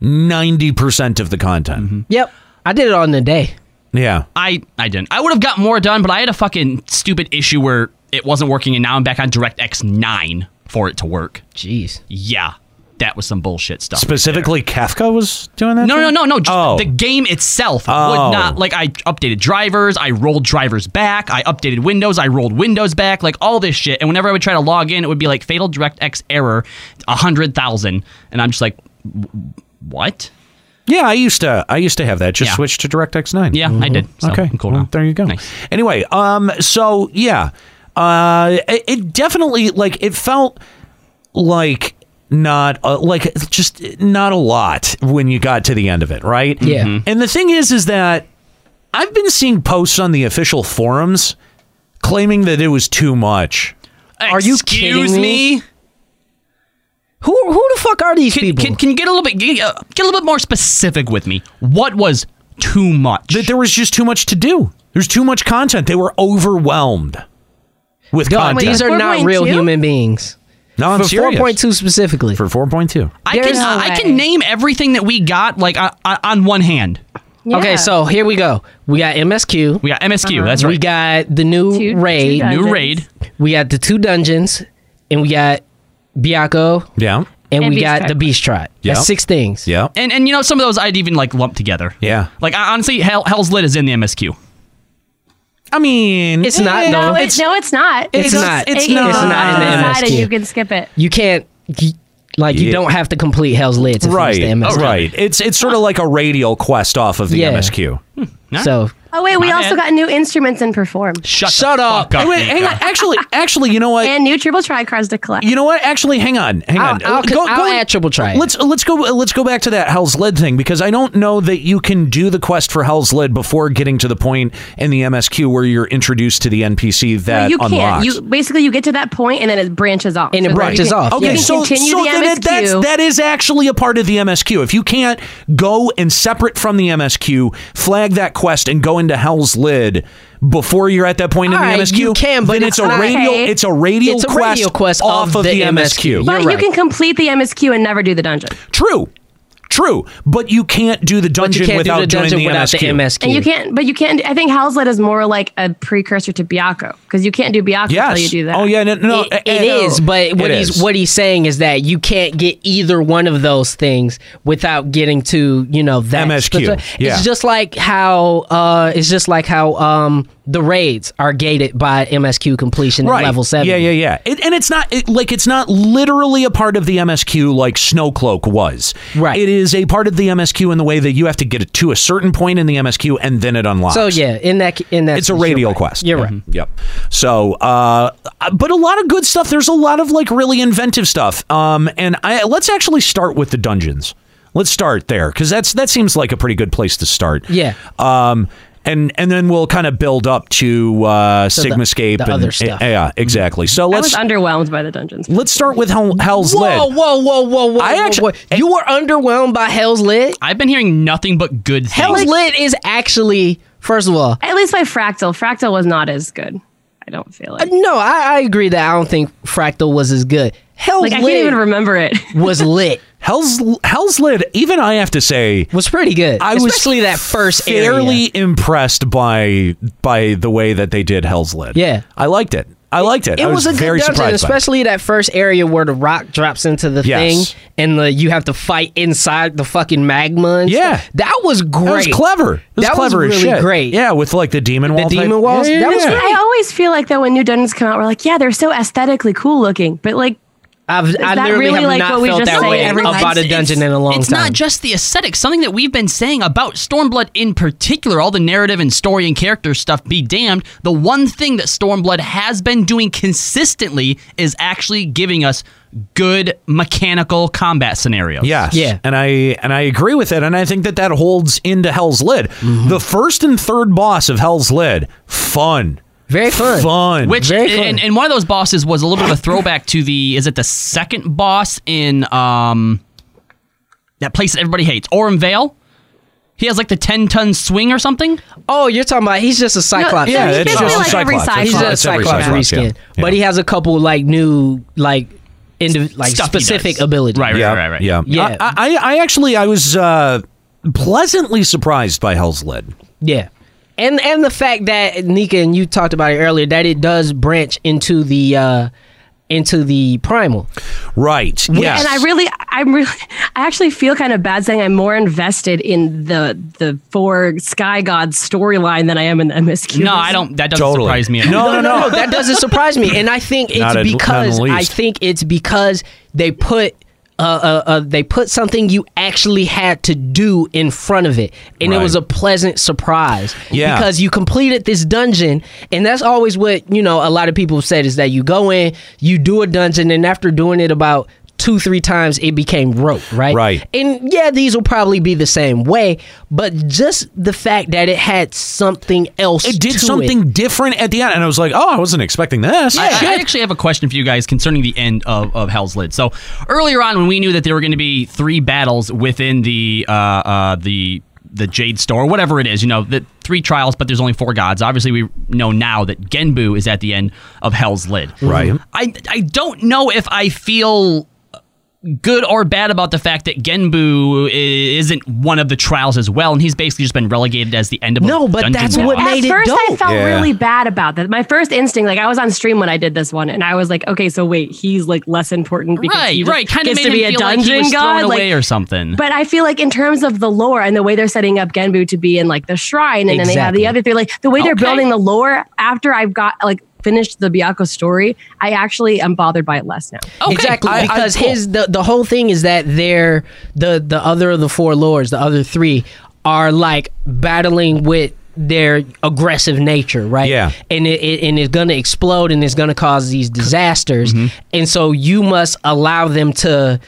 [SPEAKER 3] ninety percent of the content.
[SPEAKER 1] Mm-hmm.
[SPEAKER 4] Yep, I did it on the day.
[SPEAKER 3] Yeah,
[SPEAKER 1] I I didn't. I would have got more done, but I had a fucking stupid issue where it wasn't working, and now I'm back on DirectX nine for it to work.
[SPEAKER 4] Jeez.
[SPEAKER 1] Yeah, that was some bullshit stuff.
[SPEAKER 3] specifically Kafka was doing that.
[SPEAKER 1] No,
[SPEAKER 3] to
[SPEAKER 1] no,
[SPEAKER 3] you?
[SPEAKER 1] no, no. Just
[SPEAKER 3] oh,
[SPEAKER 1] the game itself
[SPEAKER 3] Oh.
[SPEAKER 1] would not like. I updated drivers. I rolled drivers back. I updated Windows. I rolled Windows back. Like all this shit. And whenever I would try to log in, it would be like fatal DirectX error, hundred thousand. And I'm just like, "W- what?
[SPEAKER 3] yeah. I used to I used to have that. Just
[SPEAKER 1] Yeah.
[SPEAKER 3] switch to DirectX nine. Mm.
[SPEAKER 1] Yeah, I did. So,
[SPEAKER 3] Mm-hmm. okay,
[SPEAKER 1] I'm cool
[SPEAKER 3] Well,
[SPEAKER 1] now.
[SPEAKER 3] There you go.
[SPEAKER 1] Nice.
[SPEAKER 3] Anyway, um, so yeah, uh, it, it definitely like it felt like not uh, like just not a lot when you got to the end of it, right?
[SPEAKER 4] Yeah.
[SPEAKER 1] Mm-hmm.
[SPEAKER 4] Mhm.
[SPEAKER 3] And the thing is, is that I've been seeing posts on the official forums claiming that it was too much.
[SPEAKER 4] Are you
[SPEAKER 1] Excuse
[SPEAKER 4] kidding me? Who who the fuck are these
[SPEAKER 1] Can,
[SPEAKER 4] people?
[SPEAKER 1] can, can you get a little bit get, uh, get a little bit more specific with me? What was too much?
[SPEAKER 3] That there was just too much to do. There's too much content. They were overwhelmed with
[SPEAKER 4] Dog,
[SPEAKER 3] content.
[SPEAKER 4] these are not real
[SPEAKER 2] 4.2?
[SPEAKER 4] human beings.
[SPEAKER 3] no, I'm
[SPEAKER 4] For
[SPEAKER 3] serious.
[SPEAKER 4] 4.2 specifically.
[SPEAKER 3] For 4.2.
[SPEAKER 1] I can
[SPEAKER 4] there's no
[SPEAKER 1] I
[SPEAKER 2] way.
[SPEAKER 1] can name everything that we got like on, on one hand.
[SPEAKER 2] Yeah.
[SPEAKER 4] Okay, so here we go. We got MSQ.
[SPEAKER 1] We got MSQ. That's right.
[SPEAKER 4] Uh-huh. We got the new
[SPEAKER 2] Two- two
[SPEAKER 4] raid.
[SPEAKER 2] dun-
[SPEAKER 1] new
[SPEAKER 2] Dungeons.
[SPEAKER 1] raid.
[SPEAKER 4] we got the two dungeons, and we got Biako,
[SPEAKER 3] Yeah.
[SPEAKER 4] and,
[SPEAKER 2] And
[SPEAKER 4] we
[SPEAKER 2] Beast
[SPEAKER 4] got
[SPEAKER 2] Tribe.
[SPEAKER 4] the Beast Tribe.
[SPEAKER 3] Yeah.
[SPEAKER 4] That's six things.
[SPEAKER 3] Yeah.
[SPEAKER 1] And and you know some of those I'd even like lump together.
[SPEAKER 3] Yeah.
[SPEAKER 1] Like I, honestly, Hell, Hell's Lit is in the MSQ.
[SPEAKER 3] I mean,
[SPEAKER 4] It's not, though.
[SPEAKER 2] no, it's, no, it's not.
[SPEAKER 4] It's not.
[SPEAKER 3] It's
[SPEAKER 2] It-
[SPEAKER 3] not.
[SPEAKER 4] It's not in the
[SPEAKER 2] It's not,
[SPEAKER 4] MSQ.
[SPEAKER 2] and you can skip it.
[SPEAKER 4] You can't. You, Like you don't have to complete Hell's Lid to
[SPEAKER 3] right, Oh,
[SPEAKER 4] finish the MSQ.
[SPEAKER 3] right. It's it's sort of like a radial quest off of the
[SPEAKER 4] Yeah.
[SPEAKER 3] MSQ.
[SPEAKER 4] So
[SPEAKER 2] Oh wait, we
[SPEAKER 3] My
[SPEAKER 2] also
[SPEAKER 3] bad.
[SPEAKER 2] got new instruments and perform.
[SPEAKER 3] Shut, up!
[SPEAKER 2] fuck up,
[SPEAKER 3] Wait, hang on.
[SPEAKER 2] Nico.
[SPEAKER 3] Actually, actually, you know what?
[SPEAKER 2] And new triple tricards to collect.
[SPEAKER 3] You know what? Actually, hang on, hang on.
[SPEAKER 2] I'll- I'll- I'll
[SPEAKER 4] add triple try.
[SPEAKER 3] Let's let's go let's go back to that Hell's Lid thing because I don't know that you can do the quest for Hell's Lid before getting to the point in the MSQ where you're introduced to the NPC that
[SPEAKER 2] you
[SPEAKER 3] unlocks.
[SPEAKER 2] You basically you get to that point and then it branches off. And
[SPEAKER 4] it branches off,
[SPEAKER 2] You
[SPEAKER 3] Okay,
[SPEAKER 2] can
[SPEAKER 3] so,
[SPEAKER 2] continue
[SPEAKER 3] so
[SPEAKER 2] the MSQ.
[SPEAKER 3] then it, that's, that is actually a part of the MSQ. If you can't go and separate from the MSQ, flag that quest and go into Hell's Lid before you're at that point in
[SPEAKER 4] All
[SPEAKER 3] the
[SPEAKER 4] right,
[SPEAKER 3] MSQ,
[SPEAKER 4] you can, but
[SPEAKER 3] then
[SPEAKER 4] it's
[SPEAKER 3] it's, a
[SPEAKER 4] not-
[SPEAKER 3] radial
[SPEAKER 2] Okay.
[SPEAKER 3] it's a radial
[SPEAKER 4] It's a
[SPEAKER 3] quest,
[SPEAKER 4] radial quest
[SPEAKER 3] off of, the, MSQ.
[SPEAKER 2] but you can complete the MSQ and never do the dungeon.
[SPEAKER 3] True. True, but you can't do the
[SPEAKER 4] you
[SPEAKER 3] dungeon
[SPEAKER 4] can't do
[SPEAKER 3] without
[SPEAKER 4] the dungeon
[SPEAKER 3] doing the
[SPEAKER 4] without the
[SPEAKER 3] MSQ.
[SPEAKER 4] MSQ.
[SPEAKER 2] And you can't, but you can't. I think Hell's Lid is more like a precursor to Biako because you can't do Biako
[SPEAKER 3] Yes.
[SPEAKER 2] until you do that.
[SPEAKER 3] Oh yeah, no, no
[SPEAKER 4] It- it is, but what he's what he's saying is that you can't get either one of those things without getting to you know that
[SPEAKER 3] MSQ,
[SPEAKER 4] speci-
[SPEAKER 3] yeah.
[SPEAKER 4] It's just like how uh, it's just like how um, the raids are gated by MSQ completion at level seven.
[SPEAKER 3] Yeah, yeah, yeah. It, and it's not it, like it's not literally a part of the MSQ like Snowcloak was. Right. It is a part of the MSQ in the way that you have to get it to a certain point in the MSQ and then it unlocks.
[SPEAKER 4] So yeah, in that in that
[SPEAKER 3] it's a
[SPEAKER 4] you're
[SPEAKER 3] radial
[SPEAKER 4] right.
[SPEAKER 3] quest. Mm-hmm.
[SPEAKER 4] You're right.
[SPEAKER 3] Yep. So, uh, but a lot of good stuff. There's a lot of like really inventive stuff. Um, and I let's actually start with the dungeons. Let's start there because that's that seems like a pretty good place to start.
[SPEAKER 4] Yeah.
[SPEAKER 3] Um, and and then we'll kind of build up to uh,
[SPEAKER 2] the-
[SPEAKER 3] Sigmascape
[SPEAKER 2] the
[SPEAKER 3] and eh,
[SPEAKER 2] other stuff. Mm-hmm.
[SPEAKER 3] yeah, exactly. So
[SPEAKER 2] I was
[SPEAKER 3] let's
[SPEAKER 2] underwhelmed by the dungeons.
[SPEAKER 3] let's start with Hell, Hell's
[SPEAKER 4] Whoa,
[SPEAKER 3] Lid.
[SPEAKER 4] whoa, whoa, whoa, whoa!
[SPEAKER 3] I
[SPEAKER 4] whoa,
[SPEAKER 3] actually-
[SPEAKER 4] whoa. you were underwhelmed by Hell's Lit.
[SPEAKER 1] I've been hearing nothing but good things.
[SPEAKER 4] Hell's Lit is actually first of all
[SPEAKER 2] At least by Fractal. Fractal was not as good. I don't feel
[SPEAKER 4] Uh,
[SPEAKER 2] it.
[SPEAKER 4] No, I, I agree that I don't think Fractal was as good. Hell's
[SPEAKER 2] Like I
[SPEAKER 4] Lit
[SPEAKER 2] can't even remember it.
[SPEAKER 4] was lit.
[SPEAKER 3] Hell's Hell's Lid. Even I have to say
[SPEAKER 4] Was pretty good.
[SPEAKER 3] I was
[SPEAKER 4] especially that first area.
[SPEAKER 3] fairly impressed by by the way that they did Hell's Lid.
[SPEAKER 4] Yeah.
[SPEAKER 3] I liked it. I liked it.
[SPEAKER 4] It
[SPEAKER 3] I was,
[SPEAKER 4] was, a
[SPEAKER 3] very
[SPEAKER 4] good dungeon,
[SPEAKER 3] surprised. by it.
[SPEAKER 4] especially that first area where the rock drops into the
[SPEAKER 3] Yes.
[SPEAKER 4] thing and the you have to fight inside the fucking magma. and
[SPEAKER 3] Yeah.
[SPEAKER 4] stuff. that was great.
[SPEAKER 3] That was clever. It was
[SPEAKER 4] That was
[SPEAKER 3] clever as
[SPEAKER 4] really
[SPEAKER 3] shit.
[SPEAKER 4] great.
[SPEAKER 3] Yeah, with like the demon wall.
[SPEAKER 4] demon
[SPEAKER 3] type-
[SPEAKER 4] walls?
[SPEAKER 3] Yeah, yeah,
[SPEAKER 4] That was
[SPEAKER 3] yeah.
[SPEAKER 4] great.
[SPEAKER 2] I always feel like though when new dungeons come out, we're like, yeah, they're so aesthetically cool looking, but like
[SPEAKER 4] I've,
[SPEAKER 2] that
[SPEAKER 4] I literally
[SPEAKER 2] really
[SPEAKER 4] have
[SPEAKER 2] like
[SPEAKER 4] not
[SPEAKER 2] what we
[SPEAKER 4] felt
[SPEAKER 2] just
[SPEAKER 4] that
[SPEAKER 2] said
[SPEAKER 4] way
[SPEAKER 2] every time?
[SPEAKER 4] about a
[SPEAKER 1] It's-
[SPEAKER 4] dungeon
[SPEAKER 1] it's-
[SPEAKER 4] in a long
[SPEAKER 1] it's
[SPEAKER 4] time.
[SPEAKER 1] not just the aesthetic, something that we've been saying about Stormblood in particular, all the narrative and story and character stuff be damned. The one thing that Stormblood has been doing consistently is actually giving us good mechanical combat scenarios.
[SPEAKER 3] Yes.
[SPEAKER 4] Yeah.
[SPEAKER 3] And I and I agree with it, and I think that that holds into Hell's Lid.
[SPEAKER 4] Mm-hmm.
[SPEAKER 3] The first and third boss of Hell's Lid, fun,
[SPEAKER 4] Very fun.
[SPEAKER 3] fun.
[SPEAKER 1] Which
[SPEAKER 4] Very fun.
[SPEAKER 1] and, and one of those bosses was a little bit of a throwback to the is it the second boss in um that place that everybody hates Orim Vale. He has like the ten ton swing or something.
[SPEAKER 4] Oh, you're talking about he's just a cyclops.
[SPEAKER 3] yeah,
[SPEAKER 2] He's
[SPEAKER 3] it's
[SPEAKER 2] basically
[SPEAKER 3] just
[SPEAKER 2] like
[SPEAKER 3] a
[SPEAKER 2] every
[SPEAKER 3] Cyclops.
[SPEAKER 2] Cyclops.
[SPEAKER 4] He's
[SPEAKER 3] It's
[SPEAKER 4] just a
[SPEAKER 3] it's every
[SPEAKER 4] cyclops
[SPEAKER 3] yeah.
[SPEAKER 4] reskin,
[SPEAKER 3] Yeah.
[SPEAKER 4] but he has a couple like new like indiv- like
[SPEAKER 1] Stuff he does.
[SPEAKER 4] specific abilities.
[SPEAKER 1] Right, right,
[SPEAKER 3] yeah,
[SPEAKER 1] right, right.
[SPEAKER 3] Yeah,
[SPEAKER 4] Yeah.
[SPEAKER 3] I, I, I actually, I was uh, pleasantly surprised by Hell's Lid.
[SPEAKER 4] Yeah. And and the fact that Nika and you talked about it earlier that it does branch into the uh into the primal.
[SPEAKER 3] Right. Yes.
[SPEAKER 2] And I really, I'm really, I actually feel kind of bad saying I'm more invested in the the four sky gods storyline than I am in the MSQ.
[SPEAKER 1] No, I don't. That doesn't
[SPEAKER 3] Totally.
[SPEAKER 1] surprise me. At all.
[SPEAKER 3] No, no, no.
[SPEAKER 4] that doesn't surprise me. And I think it's
[SPEAKER 3] Not at- not
[SPEAKER 4] because
[SPEAKER 3] in the
[SPEAKER 4] I
[SPEAKER 3] least.
[SPEAKER 4] think it's because they put uh, uh, uh, they put something you actually had to do in front of it, and it
[SPEAKER 3] Right.
[SPEAKER 4] was a pleasant surprise.
[SPEAKER 3] Yeah.
[SPEAKER 4] because you completed this dungeon, and that's always what you know. A lot of people have said is that you go in, you do a dungeon, and after doing it about two three times, it became rote, right?
[SPEAKER 3] Right.
[SPEAKER 4] And yeah, these will probably be the same way, but just the fact that it had something else,
[SPEAKER 3] it did
[SPEAKER 4] to
[SPEAKER 3] something different at the end, and I was like, "Oh, I wasn't expecting this."
[SPEAKER 1] I- I, actually have a question for you guys concerning the end of, of Hell's Lid. So earlier on, when we knew that there were going to be three battles within the uh, uh, the the Jade Store, whatever it is, you know, the three trials, but there's only four gods. Obviously, we know now that Genbu is at the end of Hell's Lid.
[SPEAKER 3] Right.
[SPEAKER 1] I I don't know if I feel good or bad about the fact that Genbu i- isn't one of the trials as well, and he's basically just been relegated as the end of a
[SPEAKER 4] No, but
[SPEAKER 1] dungeon
[SPEAKER 4] that's
[SPEAKER 1] boss.
[SPEAKER 4] what
[SPEAKER 2] At
[SPEAKER 4] made it
[SPEAKER 2] first, I
[SPEAKER 4] dope.
[SPEAKER 2] felt
[SPEAKER 3] Yeah.
[SPEAKER 2] really bad about that. My first instinct, like I was on stream when I did this one, and I was like, okay, so wait, he's like less important because
[SPEAKER 1] right,
[SPEAKER 2] he just
[SPEAKER 1] right. Kind of made
[SPEAKER 2] gets to be
[SPEAKER 1] him
[SPEAKER 2] a
[SPEAKER 1] feel
[SPEAKER 2] dungeon
[SPEAKER 1] like he was
[SPEAKER 2] god,
[SPEAKER 1] thrown
[SPEAKER 2] like-
[SPEAKER 1] away or something.
[SPEAKER 2] But I feel like in terms of the lore and the way they're setting up Genbu to be in like the shrine, and then they have
[SPEAKER 4] Exactly.
[SPEAKER 2] the other three, like the way they're
[SPEAKER 1] Okay.
[SPEAKER 2] building the lore. After I've got like finished the Biako story, I actually am bothered by it less now.
[SPEAKER 4] Exactly, because his the, the whole thing is that they're the the other of the four lords, the other three are like battling with their aggressive nature, right? Yeah, and it, it and it's gonna explode and it's gonna cause these disasters, and so you must allow them to.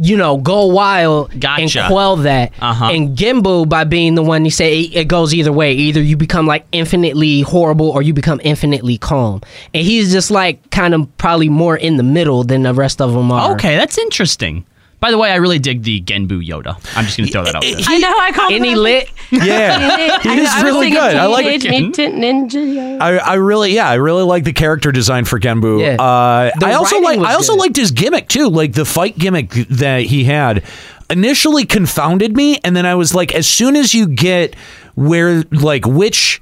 [SPEAKER 4] You know, go wild and
[SPEAKER 1] Gotcha.
[SPEAKER 4] quell that.
[SPEAKER 1] Uh-huh.
[SPEAKER 4] And Gimbo, by being the one, he said it, it goes either way. Either you become like infinitely horrible or you become infinitely calm. And he's just like kind of probably more in the middle than the rest of them are.
[SPEAKER 1] Okay, that's interesting. By the way, I really dig the Genbu Yoda. I'm just gonna throw that out there.
[SPEAKER 2] I know I called
[SPEAKER 4] And
[SPEAKER 2] him.
[SPEAKER 4] he lit.
[SPEAKER 3] Yeah. He is really good. I like Hmm?
[SPEAKER 2] Mutant Ninja. Yo.
[SPEAKER 3] I, I really yeah I really like the character design for Genbu.
[SPEAKER 4] Yeah.
[SPEAKER 3] Uh,
[SPEAKER 4] The
[SPEAKER 3] I also
[SPEAKER 4] writing
[SPEAKER 3] like
[SPEAKER 4] was
[SPEAKER 3] I also
[SPEAKER 4] good.
[SPEAKER 3] liked his gimmick too, like the fight gimmick that he had. Initially confounded me, and then I was like, as soon as you get where like which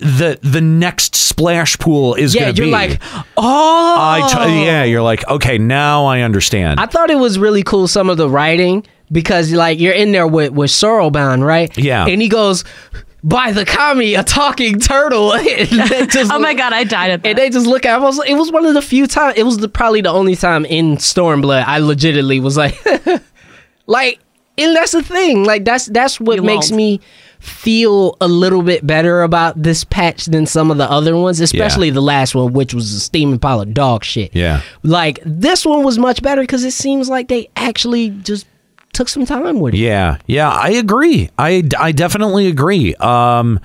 [SPEAKER 3] the the next splash pool is
[SPEAKER 4] Yeah,
[SPEAKER 3] going to
[SPEAKER 4] you're
[SPEAKER 3] be.
[SPEAKER 4] like, oh.
[SPEAKER 3] I t- yeah, you're like okay, now I understand.
[SPEAKER 4] I thought it was really cool some of the writing because like you're in there with with Sorrelbound, right?
[SPEAKER 3] Yeah.
[SPEAKER 4] And he goes by the kami, a talking turtle. And they just-
[SPEAKER 2] Oh my god, I died at
[SPEAKER 4] And
[SPEAKER 2] that.
[SPEAKER 4] they just look at. I was. It was one of the few times. It was the, probably the only time in Stormblood I legitimately was like, like, and that's the thing. Like that's that's what
[SPEAKER 2] You
[SPEAKER 4] makes
[SPEAKER 2] lulled.
[SPEAKER 4] me feel a little bit better about this patch than some of the other ones, especially the last one, which was a steaming pile of dog shit.
[SPEAKER 3] Yeah.
[SPEAKER 4] Like this one was much better because it seems like they actually just took some time with it.
[SPEAKER 3] Yeah, yeah, I agree. I, I definitely agree. Um,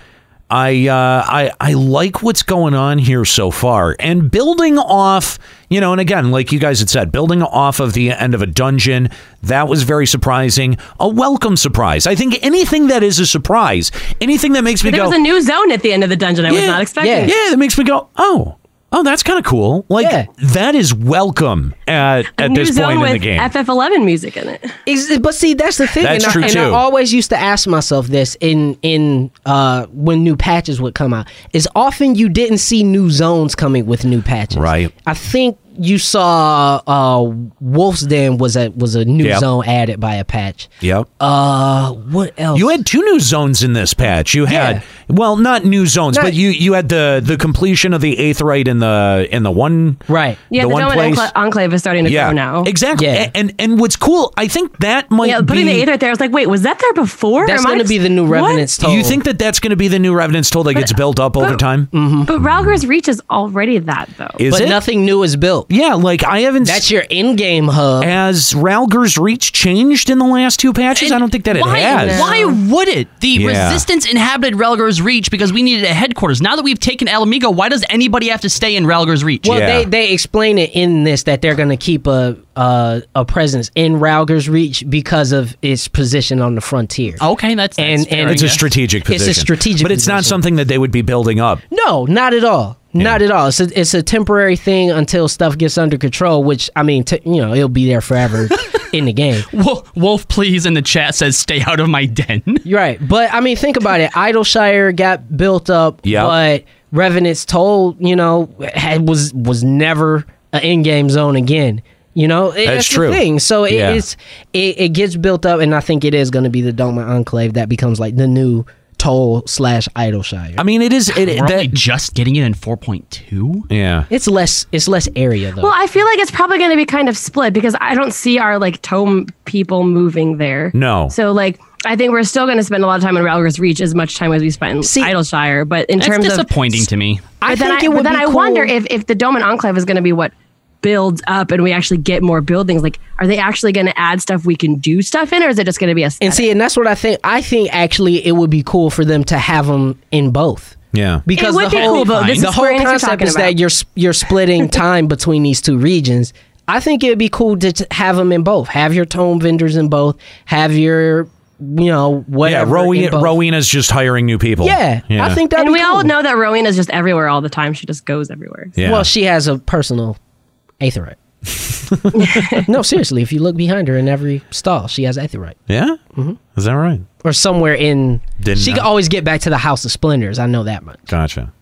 [SPEAKER 3] I uh, I I like what's going on here so far, and building off, you know, and again, like you guys had said, building off of the end of a dungeon that was very surprising, a welcome surprise. I think anything that is a surprise, anything that makes me
[SPEAKER 2] There
[SPEAKER 3] go,
[SPEAKER 2] was a new zone at the end of the dungeon. I was not expecting.
[SPEAKER 3] yeah,
[SPEAKER 2] it.
[SPEAKER 3] yeah, that makes me go, oh. Oh, that's kind of cool. Like
[SPEAKER 4] Yeah.
[SPEAKER 3] that is welcome at,
[SPEAKER 2] A
[SPEAKER 3] at
[SPEAKER 2] new
[SPEAKER 3] this
[SPEAKER 2] zone
[SPEAKER 3] point in the
[SPEAKER 2] with
[SPEAKER 3] game.
[SPEAKER 2] FF11 music in it.
[SPEAKER 4] Ex- But see, that's the thing,
[SPEAKER 3] That's
[SPEAKER 4] and,
[SPEAKER 3] true,
[SPEAKER 4] I, and I
[SPEAKER 3] too.
[SPEAKER 4] always used to ask myself this in in uh, when new patches would come out. Is often you didn't see new zones coming with new patches,
[SPEAKER 3] Right.
[SPEAKER 4] I think you saw uh, Wolf's Den was a was a new
[SPEAKER 3] Yep.
[SPEAKER 4] zone added by a patch.
[SPEAKER 3] yep.
[SPEAKER 4] Uh, what else?
[SPEAKER 3] You had two new zones in this patch. You had
[SPEAKER 4] Yeah.
[SPEAKER 3] well, not new zones,
[SPEAKER 4] Not-
[SPEAKER 3] but you you had the the completion of the eighth right in the in the one
[SPEAKER 4] right.
[SPEAKER 2] Yeah,
[SPEAKER 3] The
[SPEAKER 2] the,
[SPEAKER 3] one
[SPEAKER 2] zone
[SPEAKER 3] place-
[SPEAKER 2] encla- enclave is starting to
[SPEAKER 3] yeah
[SPEAKER 2] grow now.
[SPEAKER 3] exactly
[SPEAKER 4] Yeah.
[SPEAKER 3] A- and and what's cool I think that might
[SPEAKER 2] Yeah,
[SPEAKER 3] be,
[SPEAKER 2] putting the eight right there. I was like, wait, was that there before?
[SPEAKER 4] That's
[SPEAKER 2] Am I
[SPEAKER 4] going to
[SPEAKER 2] ex-
[SPEAKER 4] be the new
[SPEAKER 2] What?
[SPEAKER 4] Revenant's
[SPEAKER 3] do
[SPEAKER 4] toll.
[SPEAKER 3] you think that that's going to be the new Revenant's toll that gets built up over time?
[SPEAKER 4] Mm-hmm.
[SPEAKER 2] But Ralgar's reach is already that though.
[SPEAKER 3] Is
[SPEAKER 4] But
[SPEAKER 3] it?
[SPEAKER 4] nothing new is built.
[SPEAKER 3] Yeah, like I haven't.
[SPEAKER 4] That's your in-game hub.
[SPEAKER 3] has Ralgar's reach changed in the last two patches? I don't think that it
[SPEAKER 1] why,
[SPEAKER 3] has.
[SPEAKER 1] Why would it? The
[SPEAKER 3] Yeah.
[SPEAKER 1] resistance inhabited Relgar's Reach because we needed a headquarters. Now that we've taken Alamigo, why does anybody have to stay in Relgar's Reach?
[SPEAKER 4] Well,
[SPEAKER 3] Yeah.
[SPEAKER 4] they they explain it in this that they're going to keep a, a a presence in Rauger's reach because of its position on the frontier.
[SPEAKER 1] Okay, that's, that's
[SPEAKER 4] And-
[SPEAKER 1] fair,
[SPEAKER 4] and-
[SPEAKER 1] I
[SPEAKER 3] It's a
[SPEAKER 1] guess.
[SPEAKER 3] strategic
[SPEAKER 4] It's a
[SPEAKER 3] position.
[SPEAKER 4] strategic
[SPEAKER 3] but it's not
[SPEAKER 4] position.
[SPEAKER 3] something that they would be building up.
[SPEAKER 4] No, not at all. Not at all. It's a, it's a temporary thing until stuff gets under control. Which I mean, t- you know, it'll be there forever in the game.
[SPEAKER 1] Wo- Wolf, please, in the chat says, "Stay out of my den."
[SPEAKER 4] You're right. But I mean, think about it. Idleshire got built up,
[SPEAKER 3] Yep.
[SPEAKER 4] but Revenant's told you know had, was was never an in-game zone again. You know, It-
[SPEAKER 3] That's
[SPEAKER 4] that's, the
[SPEAKER 3] true.
[SPEAKER 4] thing. So it,
[SPEAKER 3] Yeah.
[SPEAKER 4] it's it, it gets built up, and I think it is going to be the Doma Enclave that becomes like the new toll slash Idleshire.
[SPEAKER 3] I mean, it is. It,
[SPEAKER 1] We're only
[SPEAKER 3] that,
[SPEAKER 1] just getting it in 4.2.
[SPEAKER 3] yeah.
[SPEAKER 4] it's less it's less area though.
[SPEAKER 2] Well, I feel like it's probably going to be kind of split because I don't see our like tome people moving there.
[SPEAKER 3] No.
[SPEAKER 2] So like I think we're still going to spend a lot of time in Ralgar's Reach as much time as we spent in
[SPEAKER 4] See-
[SPEAKER 2] Idleshire, but in
[SPEAKER 1] That's
[SPEAKER 2] terms of
[SPEAKER 1] disappointing to me.
[SPEAKER 4] I
[SPEAKER 2] But then I, but then I wonder if if the Dome and Enclave is going to be what builds up and we actually get more buildings. Like, are they actually going to add stuff we can do stuff in, or is it just going to be a?
[SPEAKER 4] and see, and that's what I think. I think actually it would be cool for them to have them in both.
[SPEAKER 3] Yeah.
[SPEAKER 4] because
[SPEAKER 2] It would
[SPEAKER 4] the
[SPEAKER 2] be
[SPEAKER 4] whole,
[SPEAKER 2] cool, though. This
[SPEAKER 4] the
[SPEAKER 2] is
[SPEAKER 4] whole
[SPEAKER 2] Square Enix we're
[SPEAKER 4] concept
[SPEAKER 2] talking
[SPEAKER 4] is
[SPEAKER 2] about.
[SPEAKER 4] that you're s- you're splitting time between these two regions. I think it'd be cool to t- have them in both. Have your tome vendors in both. Have your you know
[SPEAKER 3] Yeah,
[SPEAKER 4] whatever.
[SPEAKER 3] Rowena,
[SPEAKER 4] in both.
[SPEAKER 3] Rowena's just hiring new people.
[SPEAKER 4] Yeah, I think that.
[SPEAKER 2] and we all know that Rowena is just everywhere all the time. She just goes everywhere.
[SPEAKER 3] Yeah.
[SPEAKER 4] Well, she has a personal aetherite. no, seriously. If you look behind her in every stall, she has aetherite
[SPEAKER 3] yeah.
[SPEAKER 4] Mm-hmm.
[SPEAKER 3] Is that right?
[SPEAKER 4] or somewhere in.
[SPEAKER 3] Didn't
[SPEAKER 4] she
[SPEAKER 3] know.
[SPEAKER 4] can always get back to the House of Splendors. I know that much.
[SPEAKER 3] Gotcha.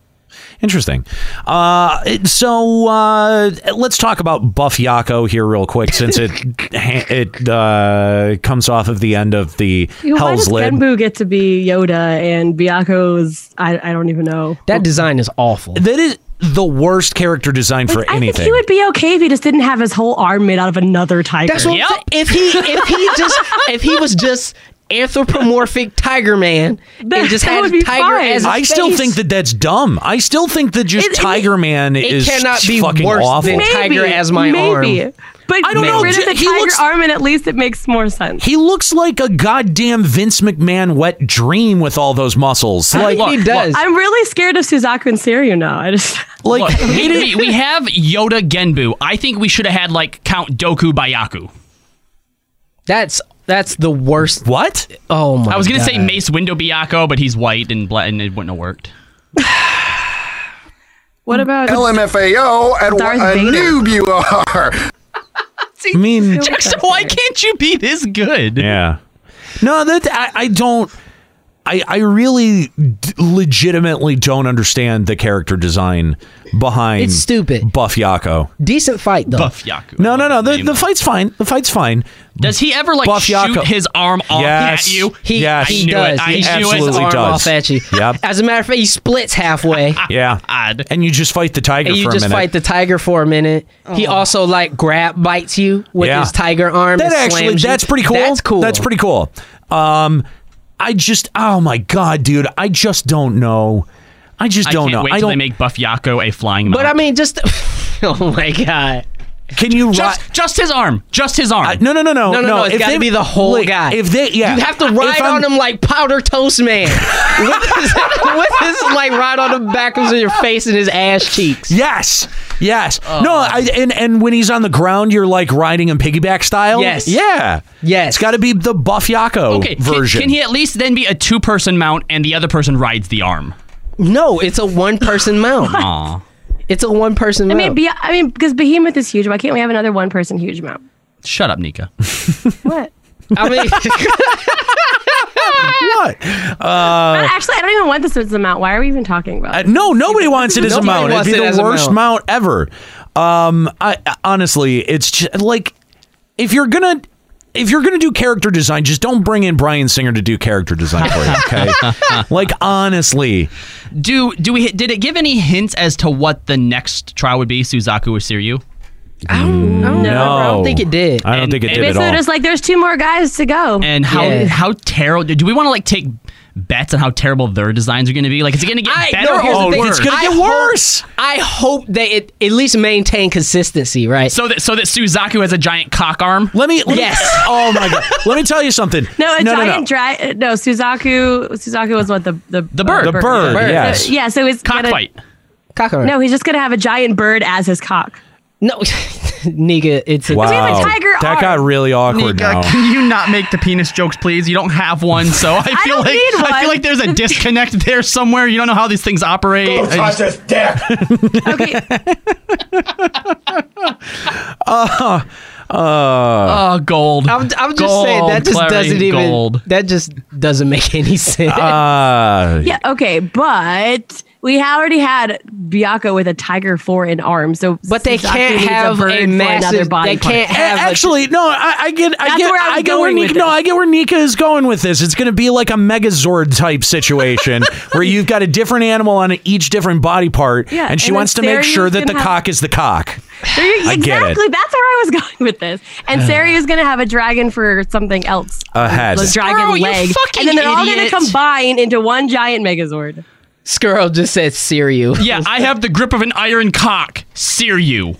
[SPEAKER 3] Interesting. Uh, it- so uh, let's talk about Buff Yako here real quick, since it ha- it uh, comes off of the end of the
[SPEAKER 2] why does
[SPEAKER 3] Hell's Lid.
[SPEAKER 2] Genbu get to be Yoda and Biako's? I, I don't even know.
[SPEAKER 4] That design is awful.
[SPEAKER 3] That is the worst character design for
[SPEAKER 2] I think
[SPEAKER 3] anything.
[SPEAKER 2] he would be okay if he just didn't have his whole arm made out of another tiger.
[SPEAKER 4] That's what I'm saying. if he if he just if he was just anthropomorphic Tiger Man and
[SPEAKER 2] That-
[SPEAKER 4] just
[SPEAKER 2] that
[SPEAKER 4] had
[SPEAKER 2] would
[SPEAKER 4] a
[SPEAKER 2] be
[SPEAKER 4] tiger
[SPEAKER 2] fine.
[SPEAKER 4] as his
[SPEAKER 3] I still
[SPEAKER 4] face,
[SPEAKER 3] think that that's dumb. I still think that just
[SPEAKER 2] It- it-
[SPEAKER 3] Tiger Man
[SPEAKER 4] it
[SPEAKER 3] is
[SPEAKER 4] cannot be
[SPEAKER 3] fucking
[SPEAKER 4] worse
[SPEAKER 3] awful.
[SPEAKER 4] than- tiger as my
[SPEAKER 2] maybe.
[SPEAKER 4] arm.
[SPEAKER 2] But
[SPEAKER 3] I don't
[SPEAKER 2] get
[SPEAKER 3] know,
[SPEAKER 2] rid of
[SPEAKER 3] j-
[SPEAKER 2] the
[SPEAKER 3] he
[SPEAKER 2] tiger
[SPEAKER 3] looks-
[SPEAKER 2] arm, and at least it makes more sense.
[SPEAKER 3] he looks like a goddamn Vince McMahon wet dream with all those muscles.
[SPEAKER 4] I
[SPEAKER 3] Like,
[SPEAKER 4] think he
[SPEAKER 1] look,
[SPEAKER 4] does.
[SPEAKER 2] I'm really scared of Suzaku and Siryu now. I just
[SPEAKER 3] like
[SPEAKER 1] Look, we, we, we have Yoda Genbu. I think we should have had like Count Doku Bayaku.
[SPEAKER 4] that's that's the worst.
[SPEAKER 3] what?
[SPEAKER 4] Oh my!
[SPEAKER 1] I was gonna
[SPEAKER 4] God.
[SPEAKER 1] say Mace Window Biyako, but he's white and black, and it wouldn't have worked.
[SPEAKER 2] what about
[SPEAKER 5] LMFAO and
[SPEAKER 2] Darth
[SPEAKER 5] what a
[SPEAKER 2] Vader.
[SPEAKER 5] noob you are.
[SPEAKER 3] I mean,
[SPEAKER 1] Dexter, why can't you be this good?
[SPEAKER 3] yeah. No, that I, I don't. I, I really d- legitimately don't understand the character design behind
[SPEAKER 4] It's stupid.
[SPEAKER 3] Buff Yako.
[SPEAKER 4] Decent fight though.
[SPEAKER 1] Buff Yaku.
[SPEAKER 3] No, no, no. The, the fight's fine. The fight's fine.
[SPEAKER 1] Does he ever like
[SPEAKER 3] Buff
[SPEAKER 1] shoot
[SPEAKER 3] Yaku.
[SPEAKER 1] his arm off
[SPEAKER 3] Yes.
[SPEAKER 1] at Oh, you?
[SPEAKER 4] He,
[SPEAKER 3] Yes.
[SPEAKER 4] he
[SPEAKER 1] I knew
[SPEAKER 4] does.
[SPEAKER 1] it. I
[SPEAKER 4] he
[SPEAKER 1] knew
[SPEAKER 4] shoots
[SPEAKER 1] it.
[SPEAKER 4] his
[SPEAKER 3] Absolutely
[SPEAKER 4] arm
[SPEAKER 3] does.
[SPEAKER 4] off at you.
[SPEAKER 3] Yep.
[SPEAKER 4] As a matter of fact, he splits halfway.
[SPEAKER 3] Yeah.
[SPEAKER 1] God.
[SPEAKER 3] And you just fight the tiger
[SPEAKER 4] And you
[SPEAKER 3] for a
[SPEAKER 4] just
[SPEAKER 3] minute.
[SPEAKER 4] fight the tiger for a minute. He
[SPEAKER 2] Oh.
[SPEAKER 4] also like grab bites you with
[SPEAKER 3] Yeah.
[SPEAKER 4] his tiger arm.
[SPEAKER 3] that
[SPEAKER 4] and
[SPEAKER 3] actually
[SPEAKER 4] slams you.
[SPEAKER 3] that's pretty cool.
[SPEAKER 4] That's cool.
[SPEAKER 3] That's pretty cool. Um I just oh my god, dude, I just don't know. I just
[SPEAKER 1] I
[SPEAKER 3] don't
[SPEAKER 1] can't
[SPEAKER 3] know.
[SPEAKER 1] wait
[SPEAKER 3] I
[SPEAKER 1] till
[SPEAKER 3] don't
[SPEAKER 1] they make Buff Yako a flying.
[SPEAKER 4] But I
[SPEAKER 1] mount.
[SPEAKER 4] mean, just oh my god.
[SPEAKER 3] Can you
[SPEAKER 1] just,
[SPEAKER 3] ri-
[SPEAKER 1] just his arm. Just his arm.
[SPEAKER 3] I- no, no, no, no,
[SPEAKER 4] No, no, no! it's
[SPEAKER 3] if
[SPEAKER 4] got
[SPEAKER 3] they-
[SPEAKER 4] to be the whole
[SPEAKER 3] like,
[SPEAKER 4] guy.
[SPEAKER 3] If they, yeah,
[SPEAKER 4] you have to
[SPEAKER 3] If
[SPEAKER 4] ride on
[SPEAKER 3] I'm-
[SPEAKER 4] him like powder toast man. with, his, with his like ride on him backwards in your face and his ass cheeks.
[SPEAKER 3] Yes, yes.
[SPEAKER 4] Oh.
[SPEAKER 3] No, I, and and when he's on the ground, you're like riding him piggyback style.
[SPEAKER 4] Yes.
[SPEAKER 3] yeah,
[SPEAKER 4] Yes.
[SPEAKER 3] It's got to be the Buff Yako
[SPEAKER 1] Okay. can-
[SPEAKER 3] version.
[SPEAKER 1] Can, he at least then be a two-person mount and the other person rides the arm?
[SPEAKER 4] No, it's a one person mount.
[SPEAKER 1] Aw.
[SPEAKER 4] It's a one person
[SPEAKER 2] I
[SPEAKER 4] mount.
[SPEAKER 2] mean, be, I mean, because Behemoth is huge. Why can't we have another one person huge mount?
[SPEAKER 1] Shut up, Nika.
[SPEAKER 2] What?
[SPEAKER 4] I mean,
[SPEAKER 3] what? Oh.
[SPEAKER 2] I don't- actually, I don't even want this as a mount. Why are we even talking about?
[SPEAKER 3] Uh,
[SPEAKER 2] it?
[SPEAKER 3] no, nobody wants it as a
[SPEAKER 4] Nobody
[SPEAKER 3] mount. It'd
[SPEAKER 4] wants
[SPEAKER 3] be
[SPEAKER 4] it as
[SPEAKER 3] the
[SPEAKER 4] a
[SPEAKER 3] worst mount,
[SPEAKER 4] mount.
[SPEAKER 3] ever. Um, I, I- honestly, it's just like if you're gonna if you're gonna do character design, just don't bring in Brian Singer to do character design for you. Okay, like honestly,
[SPEAKER 1] Do do we did it give any hints as to what the next trial would be? Suzaku or Siryu?
[SPEAKER 3] no,
[SPEAKER 4] I don't think it did.
[SPEAKER 3] I don't
[SPEAKER 1] And-
[SPEAKER 3] think it
[SPEAKER 1] and
[SPEAKER 3] did at
[SPEAKER 2] Basically,
[SPEAKER 3] all.
[SPEAKER 2] just like there's two more guys to go.
[SPEAKER 1] And how
[SPEAKER 4] Yeah.
[SPEAKER 1] how terrible? Do we want to like take bets on how terrible their designs are going to be? Like, is it going to get
[SPEAKER 4] I-
[SPEAKER 1] better
[SPEAKER 4] no, here's the
[SPEAKER 1] or
[SPEAKER 4] thing.
[SPEAKER 1] worse?
[SPEAKER 3] it's gonna
[SPEAKER 4] I
[SPEAKER 3] get
[SPEAKER 4] hope-
[SPEAKER 3] worse.
[SPEAKER 4] I hope that it at least maintain consistency, right?
[SPEAKER 1] So that so that Suzaku has a giant cock arm.
[SPEAKER 3] Let me. Let
[SPEAKER 4] Yes.
[SPEAKER 3] Me, oh my god. Let me tell you something.
[SPEAKER 2] no, a
[SPEAKER 3] no, no,
[SPEAKER 2] giant
[SPEAKER 3] no.
[SPEAKER 2] dragon. No, Suzaku. Suzaku was what the the the
[SPEAKER 1] bird.
[SPEAKER 3] The bird.
[SPEAKER 4] bird.
[SPEAKER 3] Yes.
[SPEAKER 2] yeah, so he's gonna-
[SPEAKER 1] Cockfight.
[SPEAKER 4] Cocker.
[SPEAKER 2] No, he's just gonna have a giant bird as his cock.
[SPEAKER 4] no, nigga, it's a
[SPEAKER 3] Wow.
[SPEAKER 2] have a tiger
[SPEAKER 3] that
[SPEAKER 2] arm.
[SPEAKER 3] got really awkward now.
[SPEAKER 1] can you not make the penis jokes, please? You don't have one, so I feel
[SPEAKER 2] don't
[SPEAKER 1] like
[SPEAKER 2] need
[SPEAKER 1] I
[SPEAKER 2] one.
[SPEAKER 1] feel like there's a disconnect there somewhere. You don't know how these things operate. I just-
[SPEAKER 5] Touch his
[SPEAKER 2] Okay,
[SPEAKER 5] dick.
[SPEAKER 1] oh, gold.
[SPEAKER 4] I'm, I'm just saying that
[SPEAKER 1] Gold,
[SPEAKER 4] just
[SPEAKER 1] Clary,
[SPEAKER 4] doesn't even
[SPEAKER 1] gold.
[SPEAKER 4] that just doesn't make any sense.
[SPEAKER 3] Uh,
[SPEAKER 2] yeah, okay, but we already had Biako with a tiger for an arm, so
[SPEAKER 4] but they
[SPEAKER 2] Suzaku
[SPEAKER 4] can't
[SPEAKER 2] needs
[SPEAKER 4] have
[SPEAKER 2] a, bird
[SPEAKER 4] a
[SPEAKER 2] for another
[SPEAKER 4] massive.
[SPEAKER 2] body
[SPEAKER 4] They
[SPEAKER 2] part.
[SPEAKER 4] can't
[SPEAKER 3] A-
[SPEAKER 4] have a-
[SPEAKER 3] Actually, no, I, I get, I
[SPEAKER 2] That's
[SPEAKER 3] get,
[SPEAKER 2] where I
[SPEAKER 3] I,
[SPEAKER 2] was
[SPEAKER 3] get where
[SPEAKER 2] going with
[SPEAKER 3] Nika, no,
[SPEAKER 2] this.
[SPEAKER 3] I get where Nika is going with this. It's going to be like a Megazord type situation where you've got a different animal on each different body part,
[SPEAKER 2] Yeah,
[SPEAKER 3] and she
[SPEAKER 2] and
[SPEAKER 3] wants to
[SPEAKER 2] then
[SPEAKER 3] make
[SPEAKER 2] Saryu's
[SPEAKER 3] sure that the
[SPEAKER 2] gonna have-
[SPEAKER 3] cock is the cock.
[SPEAKER 2] There you-
[SPEAKER 3] I get it.
[SPEAKER 2] exactly. That's where I was going with this. And Sari is going to have a dragon for something else.
[SPEAKER 3] A head.
[SPEAKER 2] The dragon
[SPEAKER 1] Girl, you
[SPEAKER 2] leg.
[SPEAKER 1] fucking
[SPEAKER 2] And then they're all going
[SPEAKER 1] idiot.
[SPEAKER 2] to combine into one giant Megazord.
[SPEAKER 4] Skrull just said Siriu.
[SPEAKER 1] Yeah, I have the grip of an iron cock. Siryu.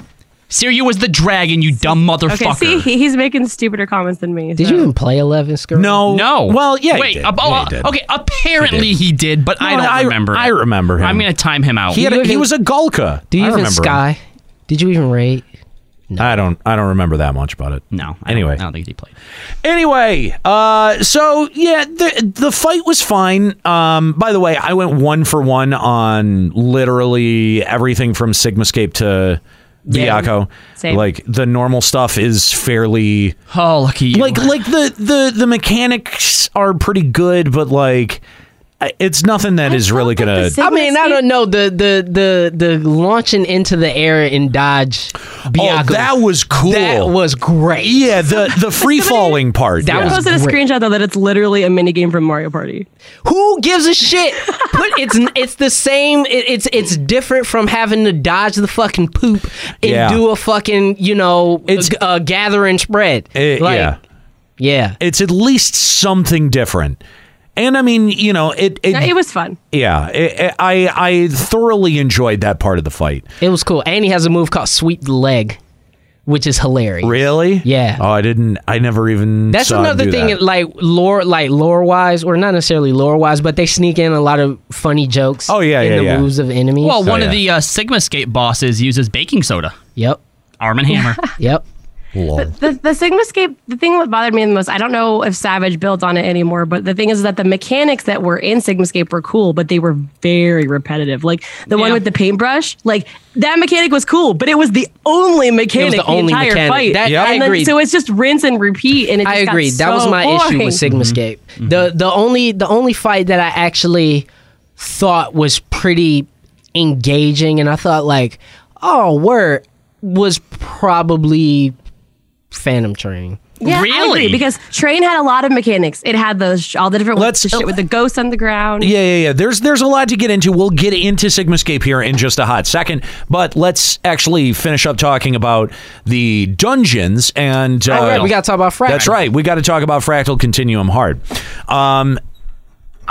[SPEAKER 1] Siryu was the dragon, you dumb
[SPEAKER 2] Okay,
[SPEAKER 1] motherfucker.
[SPEAKER 2] see, he, he's making stupider comments than me.
[SPEAKER 4] Did
[SPEAKER 2] so-
[SPEAKER 4] you even play Eleven Skrull?
[SPEAKER 3] No,
[SPEAKER 1] No.
[SPEAKER 3] Well, yeah. he
[SPEAKER 1] Wait.
[SPEAKER 3] did.
[SPEAKER 1] uh, oh,
[SPEAKER 3] Yeah,
[SPEAKER 1] uh,
[SPEAKER 3] he did.
[SPEAKER 1] okay. Apparently he did, but I
[SPEAKER 3] No,
[SPEAKER 1] don't
[SPEAKER 3] I-
[SPEAKER 1] remember.
[SPEAKER 3] I
[SPEAKER 1] it.
[SPEAKER 3] remember him.
[SPEAKER 1] I'm gonna time him out.
[SPEAKER 3] He, had a,
[SPEAKER 4] even-
[SPEAKER 3] he was a Gulka.
[SPEAKER 4] Do you
[SPEAKER 3] I
[SPEAKER 4] even
[SPEAKER 3] remember him.
[SPEAKER 4] Sky? Did you even rate?
[SPEAKER 3] I don't. I don't remember that much about it.
[SPEAKER 1] no. I don't-
[SPEAKER 3] Anyway,
[SPEAKER 1] I don't think he played.
[SPEAKER 3] Anyway, uh, so yeah, the the fight was fine. Um, by the way, I went one for one on literally everything from Sigmascape to
[SPEAKER 4] Yeah.
[SPEAKER 3] Viaco.
[SPEAKER 2] Same.
[SPEAKER 3] Like the normal stuff is fairly
[SPEAKER 1] Oh, lucky you.
[SPEAKER 3] like like the the the mechanics are pretty good, but like it's nothing that is really gonna.
[SPEAKER 4] I mean, I don't know the the the the launching into the air in Dodge.
[SPEAKER 3] Oh, that was cool.
[SPEAKER 4] That was great.
[SPEAKER 3] Yeah, the the free falling part.
[SPEAKER 4] That
[SPEAKER 3] yeah.
[SPEAKER 4] was
[SPEAKER 2] posted a screenshot though that it's literally a mini game from Mario Party.
[SPEAKER 4] Who gives a shit? Put it's it's the same. It, it's it's different from having to dodge the fucking poop and
[SPEAKER 3] Yeah.
[SPEAKER 4] do a fucking you know
[SPEAKER 3] It's-
[SPEAKER 4] it's a, a gather and spread.
[SPEAKER 3] It-
[SPEAKER 4] Like,
[SPEAKER 3] yeah,
[SPEAKER 4] yeah.
[SPEAKER 3] it's at least something different. And I mean, you know, it. it
[SPEAKER 2] No, it was fun.
[SPEAKER 3] yeah, it, it- I I thoroughly enjoyed that part of the fight.
[SPEAKER 4] It was cool. And he has a move called Sweep the Leg, which is hilarious.
[SPEAKER 3] Really?
[SPEAKER 4] Yeah.
[SPEAKER 3] Oh, I didn't. I never even.
[SPEAKER 4] That's
[SPEAKER 3] saw him
[SPEAKER 4] another
[SPEAKER 3] do
[SPEAKER 4] thing,
[SPEAKER 3] that.
[SPEAKER 4] like lore, like lore wise, or not necessarily lore wise, but they sneak in a lot of funny jokes.
[SPEAKER 3] Oh, yeah,
[SPEAKER 4] in
[SPEAKER 3] yeah,
[SPEAKER 4] the
[SPEAKER 3] yeah.
[SPEAKER 4] moves of enemies.
[SPEAKER 1] Well,
[SPEAKER 3] Oh,
[SPEAKER 1] one
[SPEAKER 3] yeah.
[SPEAKER 1] of the uh, Sigma Skate bosses uses baking soda.
[SPEAKER 4] yep,
[SPEAKER 1] Arm and Hammer.
[SPEAKER 4] yep.
[SPEAKER 3] Lol.
[SPEAKER 2] The the Sigmascape, the thing that bothered me the most, I don't know if Savage built on it anymore, but the thing is that the mechanics that were in Sigmascape were cool, but they were very repetitive. Like the one
[SPEAKER 1] Yeah.
[SPEAKER 2] with the paintbrush, like that mechanic was cool, but it was the only mechanic the,
[SPEAKER 4] only
[SPEAKER 2] entire
[SPEAKER 4] mechanic.
[SPEAKER 2] fight.
[SPEAKER 4] That- Yep. I
[SPEAKER 2] And then-
[SPEAKER 4] agree.
[SPEAKER 2] So it's just rinse and repeat, and it just
[SPEAKER 4] I
[SPEAKER 2] got
[SPEAKER 4] agree. That was
[SPEAKER 2] so
[SPEAKER 4] my issue with
[SPEAKER 3] Mm-hmm.
[SPEAKER 2] boring.
[SPEAKER 4] Sigmascape. The the only the only fight that I actually thought was pretty engaging, and I thought like, oh, word was probably Phantom Train.
[SPEAKER 2] Yeah, I
[SPEAKER 1] Really?
[SPEAKER 2] agree, because Train had a lot of mechanics. It had those sh- all the different
[SPEAKER 3] Let's-
[SPEAKER 2] ones, the shit with the ghosts on the ground.
[SPEAKER 3] Yeah, yeah, yeah. There's there's a lot to get into. We'll get into Sigmascape here in just a hot second, but let's actually finish up talking about the dungeons and. Uh,
[SPEAKER 4] All right, we got to talk about Fractal.
[SPEAKER 3] That's right. We got to talk about Fractal Continuum Hard. Um,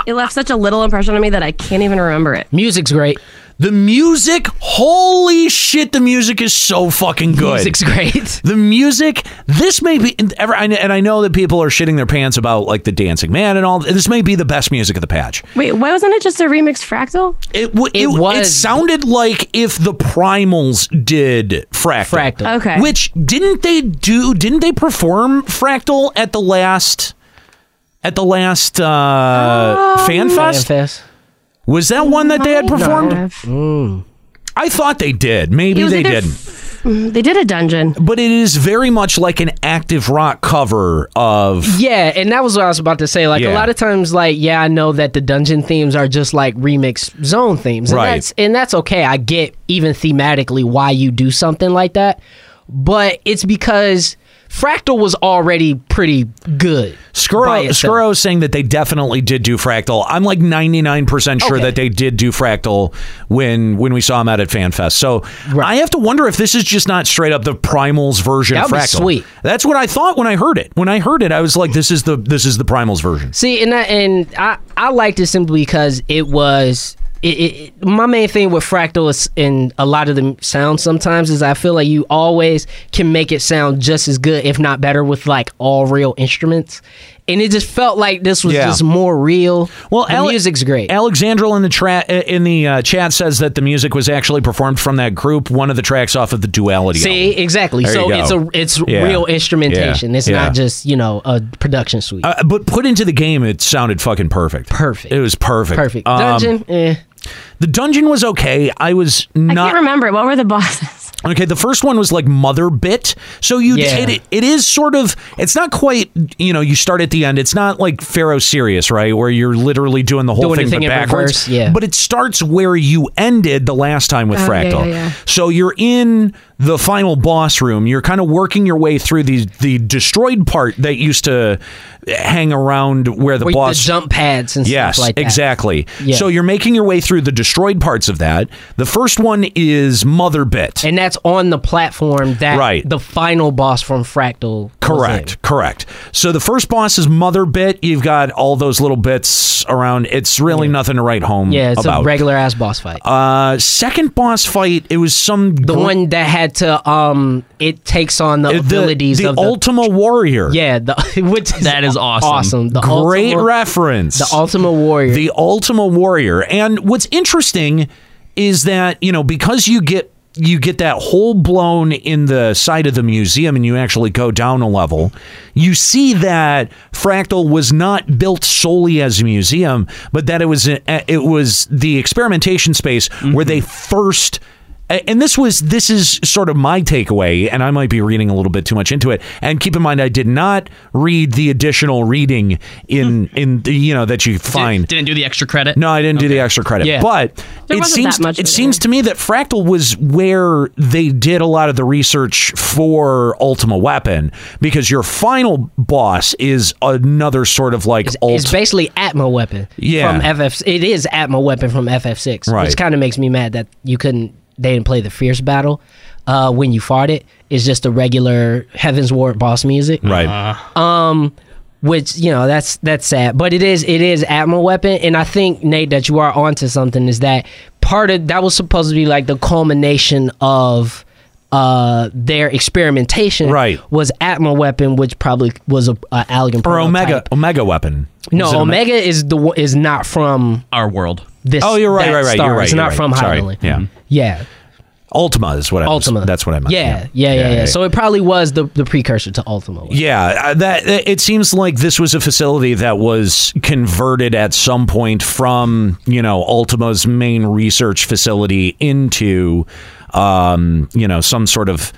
[SPEAKER 2] It left such a little impression on me that I can't even remember it.
[SPEAKER 4] Music's great.
[SPEAKER 3] the music, holy shit! The music is so fucking good.
[SPEAKER 4] Music's great.
[SPEAKER 3] The music, this may be, and ever- and and I know that people are shitting their pants about like the Dancing Man and all. This may be the best music of the patch.
[SPEAKER 2] Wait, why wasn't it just a remix fractal?
[SPEAKER 3] It w- it,
[SPEAKER 4] It was-
[SPEAKER 3] It sounded like if the Primals did Fractal.
[SPEAKER 4] Fractal.
[SPEAKER 2] Okay.
[SPEAKER 3] Which didn't they do? Didn't they perform Fractal at the last? At the last uh,
[SPEAKER 2] Oh,
[SPEAKER 3] fan fest?
[SPEAKER 4] Manifest.
[SPEAKER 3] was that one that they had performed?
[SPEAKER 2] Mm.
[SPEAKER 3] I thought they did. Maybe
[SPEAKER 2] It was
[SPEAKER 3] they
[SPEAKER 2] either
[SPEAKER 3] didn't.
[SPEAKER 2] Mm, They did a dungeon.
[SPEAKER 3] but it is very much like an active rock cover of
[SPEAKER 4] Yeah, and that was what I was about to say. Like
[SPEAKER 3] Yeah.
[SPEAKER 4] a lot of times, like yeah, I know that the dungeon themes are just like remix zone themes, and
[SPEAKER 3] Right.
[SPEAKER 4] that's and that's okay. I get even thematically why you do something like that, but it's because Fractal was already pretty good. by
[SPEAKER 3] Skuro,
[SPEAKER 4] itself.
[SPEAKER 3] Skuro is saying that they definitely did do Fractal. I'm like 99% sure
[SPEAKER 4] Okay.
[SPEAKER 3] that they did do Fractal when when we saw him out at FanFest. So I have to wonder if this is just not straight up the Primals version
[SPEAKER 4] That
[SPEAKER 3] of
[SPEAKER 4] would be
[SPEAKER 3] Fractal.
[SPEAKER 4] sweet.
[SPEAKER 3] That's what I thought when I heard it. When I heard it, I was like this is the this is the Primals version.
[SPEAKER 4] See, and I, and I I liked it simply because it was. It, it, it- my main thing with Fractal is in a lot of the sounds sometimes is I feel like you always can make it sound just as good, if not better, with like all real instruments. And it just felt like this was
[SPEAKER 3] Yeah.
[SPEAKER 4] just more real.
[SPEAKER 3] Well,
[SPEAKER 4] the
[SPEAKER 3] Ale-
[SPEAKER 4] music's great.
[SPEAKER 3] Alexandra in the tra- in the uh, chat says that the music was actually performed from that group, one of the tracks off of the Duality.
[SPEAKER 4] See,
[SPEAKER 3] album.
[SPEAKER 4] exactly.
[SPEAKER 3] There
[SPEAKER 4] so
[SPEAKER 3] you
[SPEAKER 4] it's
[SPEAKER 3] go.
[SPEAKER 4] a it's
[SPEAKER 3] Yeah.
[SPEAKER 4] real instrumentation.
[SPEAKER 3] Yeah.
[SPEAKER 4] It's
[SPEAKER 3] Yeah.
[SPEAKER 4] not just you know a production suite.
[SPEAKER 3] Uh, but put into the game, it sounded fucking perfect.
[SPEAKER 4] Perfect.
[SPEAKER 3] It was perfect.
[SPEAKER 4] Perfect
[SPEAKER 3] Um,
[SPEAKER 4] dungeon. Eh.
[SPEAKER 3] The dungeon was okay. I was
[SPEAKER 2] I
[SPEAKER 3] not
[SPEAKER 2] can't remember it. What were the bosses?
[SPEAKER 3] okay. The first one was like Mother Bit, so you
[SPEAKER 4] Yeah.
[SPEAKER 3] it, it is sort of it's not quite you know you start at the end. It's not like Pharaoh Sirius, right, where you're literally doing the whole
[SPEAKER 4] Doing
[SPEAKER 3] thing
[SPEAKER 4] the
[SPEAKER 3] but
[SPEAKER 4] thing in
[SPEAKER 3] backwards.
[SPEAKER 4] reverse, yeah.
[SPEAKER 3] But it starts where you ended the last time with
[SPEAKER 2] Oh, yeah,
[SPEAKER 3] Fractal.
[SPEAKER 2] yeah, yeah.
[SPEAKER 3] So you're in the final boss room. You're kind of working your way through the the destroyed part that used to hang around where the
[SPEAKER 4] With
[SPEAKER 3] boss
[SPEAKER 4] the jump pads and
[SPEAKER 3] Yes,
[SPEAKER 4] stuff like that.
[SPEAKER 3] exactly.
[SPEAKER 4] Yeah.
[SPEAKER 3] So you're making your way through the destroyed parts of that. The first one is Mother Bit.
[SPEAKER 4] and that's on the platform that
[SPEAKER 3] Right.
[SPEAKER 4] the final boss from Fractal. was
[SPEAKER 3] correct, correct. So the first boss is Mother Bit. You've got all those little bits around. It's really nothing to write home
[SPEAKER 4] in. Yeah, it's
[SPEAKER 3] about.
[SPEAKER 4] a regular ass boss fight.
[SPEAKER 3] uh, second boss fight, it was some
[SPEAKER 4] the one that had to um, it takes on the,
[SPEAKER 3] Uh, the,
[SPEAKER 4] abilities
[SPEAKER 3] the
[SPEAKER 4] of the
[SPEAKER 3] Ultima Warrior.
[SPEAKER 4] yeah, the which is
[SPEAKER 1] That is awesome.
[SPEAKER 4] Awesome. The
[SPEAKER 3] Great
[SPEAKER 4] Ultima,
[SPEAKER 3] reference.
[SPEAKER 4] the Ultima Warrior.
[SPEAKER 3] the Ultima Warrior. And what's interesting is that you know because you get you get that whole blown in the side of the museum and you actually go down a level you see that fractal was not built solely as a museum but that it was a, it was the experimentation space where they first A- And this was this is sort of my takeaway, and I might be reading a little bit too much into it. And keep in mind, I did not read the additional reading in in the, you know that you find.
[SPEAKER 1] Didn't do the extra credit.
[SPEAKER 3] No, I didn't do the extra credit.
[SPEAKER 1] Yeah.
[SPEAKER 3] But
[SPEAKER 1] There
[SPEAKER 3] it
[SPEAKER 1] wasn't
[SPEAKER 3] seems
[SPEAKER 1] that much of
[SPEAKER 3] it
[SPEAKER 1] it
[SPEAKER 3] seems to me that Fractal was where they did a lot of the research for Ultima Weapon because your final boss is another sort of like ult-
[SPEAKER 4] It's basically Atma weapon.
[SPEAKER 3] Yeah.
[SPEAKER 4] From FF it is Atma weapon from FF6,
[SPEAKER 3] Right.
[SPEAKER 4] which kind of makes me mad that you couldn't they didn't play the fierce battle uh, when you fought it. It's just the regular Heaven's Ward boss music.
[SPEAKER 3] Right.
[SPEAKER 4] Um which you know that's that's sad, but it is it is Atma weapon, and I think Nate that you are onto something is that part of that was supposed to be like the culmination of uh their experimentation right was Atma weapon, which probably was a, a Allegan
[SPEAKER 3] or
[SPEAKER 4] prototype.
[SPEAKER 3] Omega Omega weapon.
[SPEAKER 4] No,
[SPEAKER 3] Is it Ome-
[SPEAKER 4] Omega is the one- is not from
[SPEAKER 1] our world.
[SPEAKER 4] This
[SPEAKER 3] Oh, you're right,
[SPEAKER 4] that
[SPEAKER 3] right, right.
[SPEAKER 4] star.
[SPEAKER 3] You're right.
[SPEAKER 4] It's
[SPEAKER 3] you're
[SPEAKER 4] not
[SPEAKER 3] right.
[SPEAKER 4] from
[SPEAKER 3] Sorry.
[SPEAKER 4] Hyderland.
[SPEAKER 3] Yeah.
[SPEAKER 4] Yeah.
[SPEAKER 3] Ultima is what I was-
[SPEAKER 4] Ultima.
[SPEAKER 3] that's what I meant.
[SPEAKER 4] Yeah. Yeah. Yeah. Yeah. So it probably was the the precursor to Ultima.
[SPEAKER 3] Yeah, uh, that it seems like this was a facility that was converted at some point from you know Ultima's main research facility into um, you know some sort of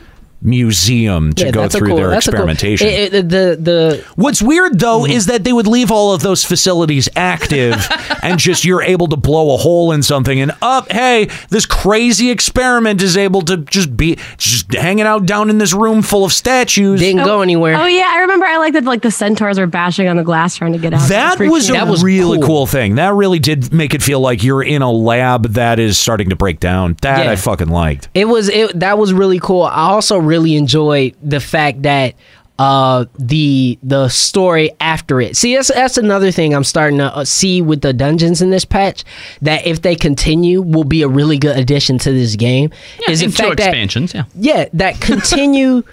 [SPEAKER 3] museum to
[SPEAKER 4] Yeah,
[SPEAKER 3] go
[SPEAKER 4] that's a
[SPEAKER 3] through
[SPEAKER 4] cool-
[SPEAKER 3] their
[SPEAKER 4] that's a cool-
[SPEAKER 3] experimentation.
[SPEAKER 4] it- Mm-hmm. it- the the
[SPEAKER 3] What's weird though is that they would leave all of those facilities active, and just you're able to blow a hole in something, and up, hey, this crazy experiment is able to just be just hanging out down in this room full of statues.
[SPEAKER 4] Didn't go anywhere.
[SPEAKER 2] Oh yeah, I remember. I like that. Like the centaurs were bashing on the glass trying to get out.
[SPEAKER 3] That
[SPEAKER 2] Freaking
[SPEAKER 3] was a
[SPEAKER 2] out.
[SPEAKER 3] really cool. thing. That really did make it feel like you're in a lab that is starting to break down. That
[SPEAKER 4] Yeah.
[SPEAKER 3] I fucking liked.
[SPEAKER 4] It was it that was really cool. I also really enjoyed the fact that uh the the story after it. See, that's that's another thing I'm starting to uh, see with the dungeons in this patch that if they continue will be a really good addition to this game.
[SPEAKER 1] Yeah,
[SPEAKER 4] is
[SPEAKER 1] and
[SPEAKER 4] in
[SPEAKER 1] two
[SPEAKER 4] fact that-
[SPEAKER 1] expansions. yeah.
[SPEAKER 4] yeah, that continue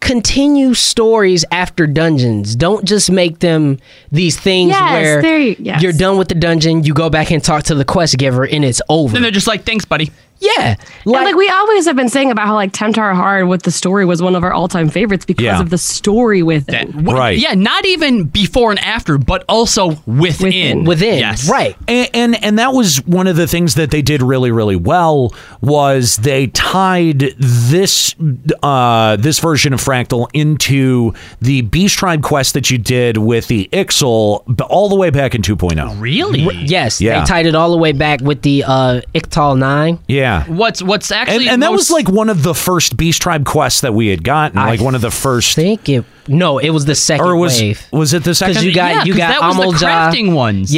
[SPEAKER 4] continue stories after dungeons. Don't just make them these things
[SPEAKER 2] Yes,
[SPEAKER 4] where
[SPEAKER 2] there you- yes.
[SPEAKER 4] are done with the dungeon, you go back and talk to the quest giver and it's over.
[SPEAKER 1] Then they're just like, thanks, buddy.
[SPEAKER 4] Yeah.
[SPEAKER 2] And, Like, we always have been saying about how like Temptar Hard with the story was one of our all time favorites because
[SPEAKER 1] Yeah.
[SPEAKER 2] of the story with it.
[SPEAKER 3] Right.
[SPEAKER 1] Yeah, not even before and after, but also within.
[SPEAKER 4] Within.
[SPEAKER 1] Yes.
[SPEAKER 4] Right.
[SPEAKER 3] And, and and that was one of the things that they did really really well was they tied this uh, this version of Fractal into the Beast Tribe quest that you did with the Ixil b- all the way back in oh. 2.0.
[SPEAKER 1] Really?
[SPEAKER 4] yes,
[SPEAKER 3] Yeah.
[SPEAKER 4] they tied it all the way back with the uh Ictal 9.
[SPEAKER 3] Yeah.
[SPEAKER 1] What's what's
[SPEAKER 3] And,
[SPEAKER 1] actually
[SPEAKER 3] and that
[SPEAKER 1] most-
[SPEAKER 3] was like one of the first Beast Tribe quests that we had gotten, like one of the first. I
[SPEAKER 4] think it no, it was the second
[SPEAKER 3] or was,
[SPEAKER 4] wave.
[SPEAKER 3] Was it the second?
[SPEAKER 4] Because you got you got Amalja. Yeah,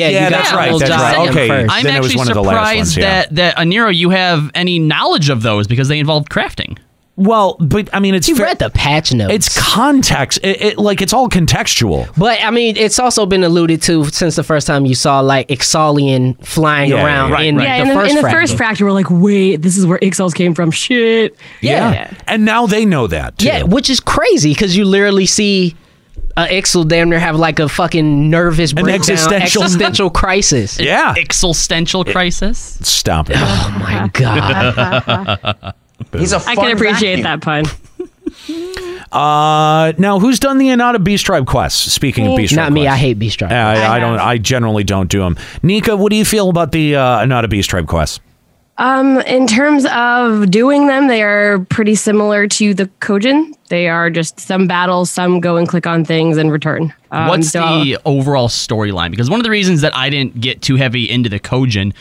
[SPEAKER 4] you got
[SPEAKER 3] that's right.
[SPEAKER 4] Amalja
[SPEAKER 3] That's right.
[SPEAKER 4] in
[SPEAKER 3] Okay,
[SPEAKER 4] first.
[SPEAKER 1] I'm
[SPEAKER 3] then it was
[SPEAKER 1] actually
[SPEAKER 3] one of the last
[SPEAKER 1] surprised
[SPEAKER 3] ones. yeah.
[SPEAKER 1] that that Aniro, you have any knowledge of those because they involved crafting.
[SPEAKER 3] Well, but I mean, it's
[SPEAKER 4] you read the patch notes.
[SPEAKER 3] It's context. It, it like it's all contextual.
[SPEAKER 4] But I mean, it's also been alluded to since the first time you saw like Ixalian flying
[SPEAKER 3] Yeah,
[SPEAKER 4] around
[SPEAKER 3] right,
[SPEAKER 4] in,
[SPEAKER 3] right.
[SPEAKER 2] Yeah,
[SPEAKER 4] the
[SPEAKER 2] in the,
[SPEAKER 4] first
[SPEAKER 2] in the first
[SPEAKER 4] fractal.
[SPEAKER 2] fracture, we're like, wait, this is where Ixels came from. Shit.
[SPEAKER 3] And now they know that. Too.
[SPEAKER 4] Yeah, which is crazy because you literally see uh, Ixel damn near have like a fucking nervous breakdown,
[SPEAKER 3] existential-
[SPEAKER 4] existential crisis.
[SPEAKER 3] Yeah.
[SPEAKER 1] Existential crisis.
[SPEAKER 3] Stop it. Oh
[SPEAKER 4] my God.
[SPEAKER 3] He's a
[SPEAKER 2] I can appreciate that pun.
[SPEAKER 3] Uh, now who's done the Inada Beast Tribe quests? Speaking of
[SPEAKER 4] Me.
[SPEAKER 3] Beast Tribe,
[SPEAKER 4] Eh, Not me, I
[SPEAKER 3] quests.
[SPEAKER 4] hate Beast Tribe.
[SPEAKER 3] Uh, I,
[SPEAKER 2] I
[SPEAKER 3] I don't. I generally don't do them. Nika, what do you feel about the uh, Inada Beast Tribe quests?
[SPEAKER 2] Um, in terms of doing them, they are pretty similar to the Kojin. They are just some battles, some go and click on things and return. Um,
[SPEAKER 1] What's
[SPEAKER 2] so-
[SPEAKER 1] the overall storyline? Because one of the reasons that I didn't get too heavy into the Kojin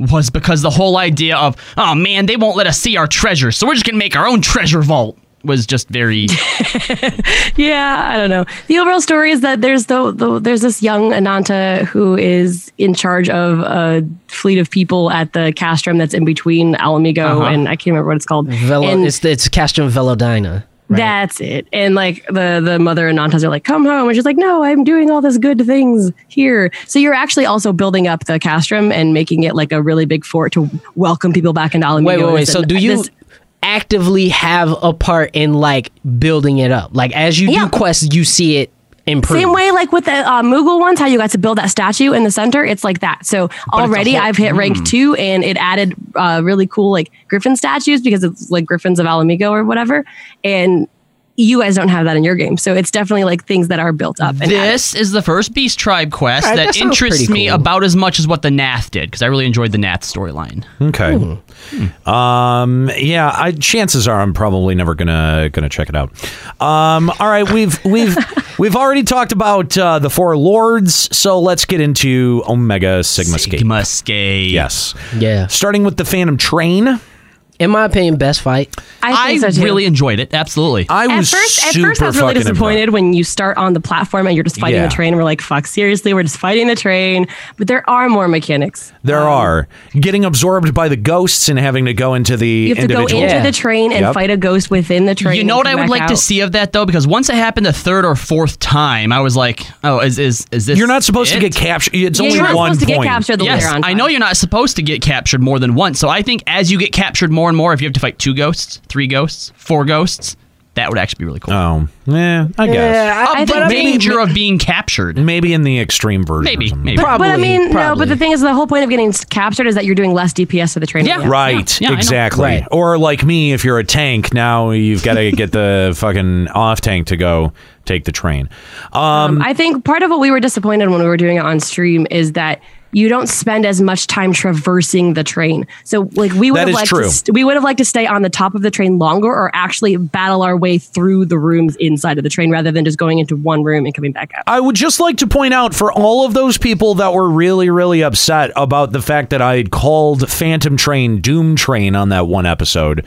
[SPEAKER 1] was because the whole idea of, oh man, they won't let us see our treasure, so we're just gonna make our own treasure vault was just very
[SPEAKER 2] yeah, I don't know. The overall story is that there's the, the there's this young Ananta who is in charge of a fleet of people at the castrum that's in between Alamigo
[SPEAKER 4] Uh-huh.
[SPEAKER 2] and I can't remember what it's called.
[SPEAKER 4] Velo,
[SPEAKER 2] And-
[SPEAKER 4] it's it's Castrum Velodina.
[SPEAKER 2] That's it. And like the the mother and Nantas are like, come home. And she's like, no, I'm doing all this good things here. So you're actually also building up the castrum and making it like a really big fort to welcome people back into Alamigo.
[SPEAKER 4] Wait, wait, wait.
[SPEAKER 2] It's
[SPEAKER 4] So
[SPEAKER 2] an-
[SPEAKER 4] do you
[SPEAKER 2] this-
[SPEAKER 4] actively have a part in like building it up? Like as you do quests, you see it improve.
[SPEAKER 2] Same way, like with the uh, Moogle ones, how you got to build that statue in the center. It's like that. So already,
[SPEAKER 4] whole-
[SPEAKER 2] I've hit rank
[SPEAKER 4] Hmm.
[SPEAKER 2] two, and it added uh, really cool like Griffin statues because it's like Griffins of Alamigo or whatever. And you guys don't have that in your game. So it's definitely like things that are built up. And added.
[SPEAKER 1] This is the first Beast Tribe quest
[SPEAKER 2] Alright,
[SPEAKER 1] that,
[SPEAKER 2] that sounds
[SPEAKER 1] interests
[SPEAKER 2] pretty
[SPEAKER 1] me
[SPEAKER 2] cool.
[SPEAKER 1] about as much as what the Nath did because I really enjoyed the Nath storyline.
[SPEAKER 3] Okay.
[SPEAKER 4] Hmm.
[SPEAKER 3] Um, yeah, I, chances are I'm probably never gonna gonna check it out. Um, all right, we've we've we've already talked about uh, the four lords, so let's get into Omega Sigma Skate. Sigma
[SPEAKER 1] Skate.
[SPEAKER 3] Yes.
[SPEAKER 4] Yeah.
[SPEAKER 3] Starting with the Phantom Train.
[SPEAKER 4] In my opinion, best fight.
[SPEAKER 2] I think so too.
[SPEAKER 1] really enjoyed it. Absolutely.
[SPEAKER 3] I
[SPEAKER 2] at first, at first, I was really disappointed when you start on the platform and you're just fighting
[SPEAKER 3] Yeah.
[SPEAKER 2] the train. We're like, "Fuck, seriously, we're just fighting the train." But there are more mechanics.
[SPEAKER 3] There are getting absorbed by the ghosts and having to go into the
[SPEAKER 2] You have to go
[SPEAKER 3] individual.
[SPEAKER 2] into the train and
[SPEAKER 3] Yep.
[SPEAKER 2] fight a ghost within the train.
[SPEAKER 1] You know
[SPEAKER 2] and
[SPEAKER 1] what I
[SPEAKER 2] come
[SPEAKER 1] would
[SPEAKER 2] back
[SPEAKER 1] like to
[SPEAKER 2] out.
[SPEAKER 1] see of that though, because once it happened the third or fourth time, I was like, "Oh, is is is this?" You're
[SPEAKER 3] not supposed to get captured. It's Yeah, only you're not one supposed to get point. captured the
[SPEAKER 1] yes,
[SPEAKER 3] later on
[SPEAKER 1] I know you're not supposed to get captured more than once. So I think as you get captured more and more, if you have to fight two ghosts, three ghosts, four ghosts, that would actually be really cool.
[SPEAKER 3] Oh, yeah, I guess.
[SPEAKER 2] Yeah, I- I
[SPEAKER 1] of the
[SPEAKER 2] think-
[SPEAKER 1] danger of being captured.
[SPEAKER 3] Maybe in the extreme version.
[SPEAKER 1] Maybe, maybe.
[SPEAKER 2] But, but I mean, no. But the thing is, the whole point of getting captured is that you're doing less DPS to the train. Yeah,
[SPEAKER 3] Right, exactly. Or like me, if you're a tank, now you've got to get the fucking off tank to go take the train. Um,
[SPEAKER 2] I think part of what we were disappointed when we were doing it on stream is that you don't spend as much time traversing the train. So like we would have
[SPEAKER 3] That is
[SPEAKER 2] liked
[SPEAKER 3] true.
[SPEAKER 2] To st- we would have liked to stay on the top of the train longer or actually battle our way through the rooms inside of the train rather than just going into one room and coming back out.
[SPEAKER 3] I would just like to point out for all of those people that were really, really upset about the fact that I had called Phantom Train Doom Train on that one episode.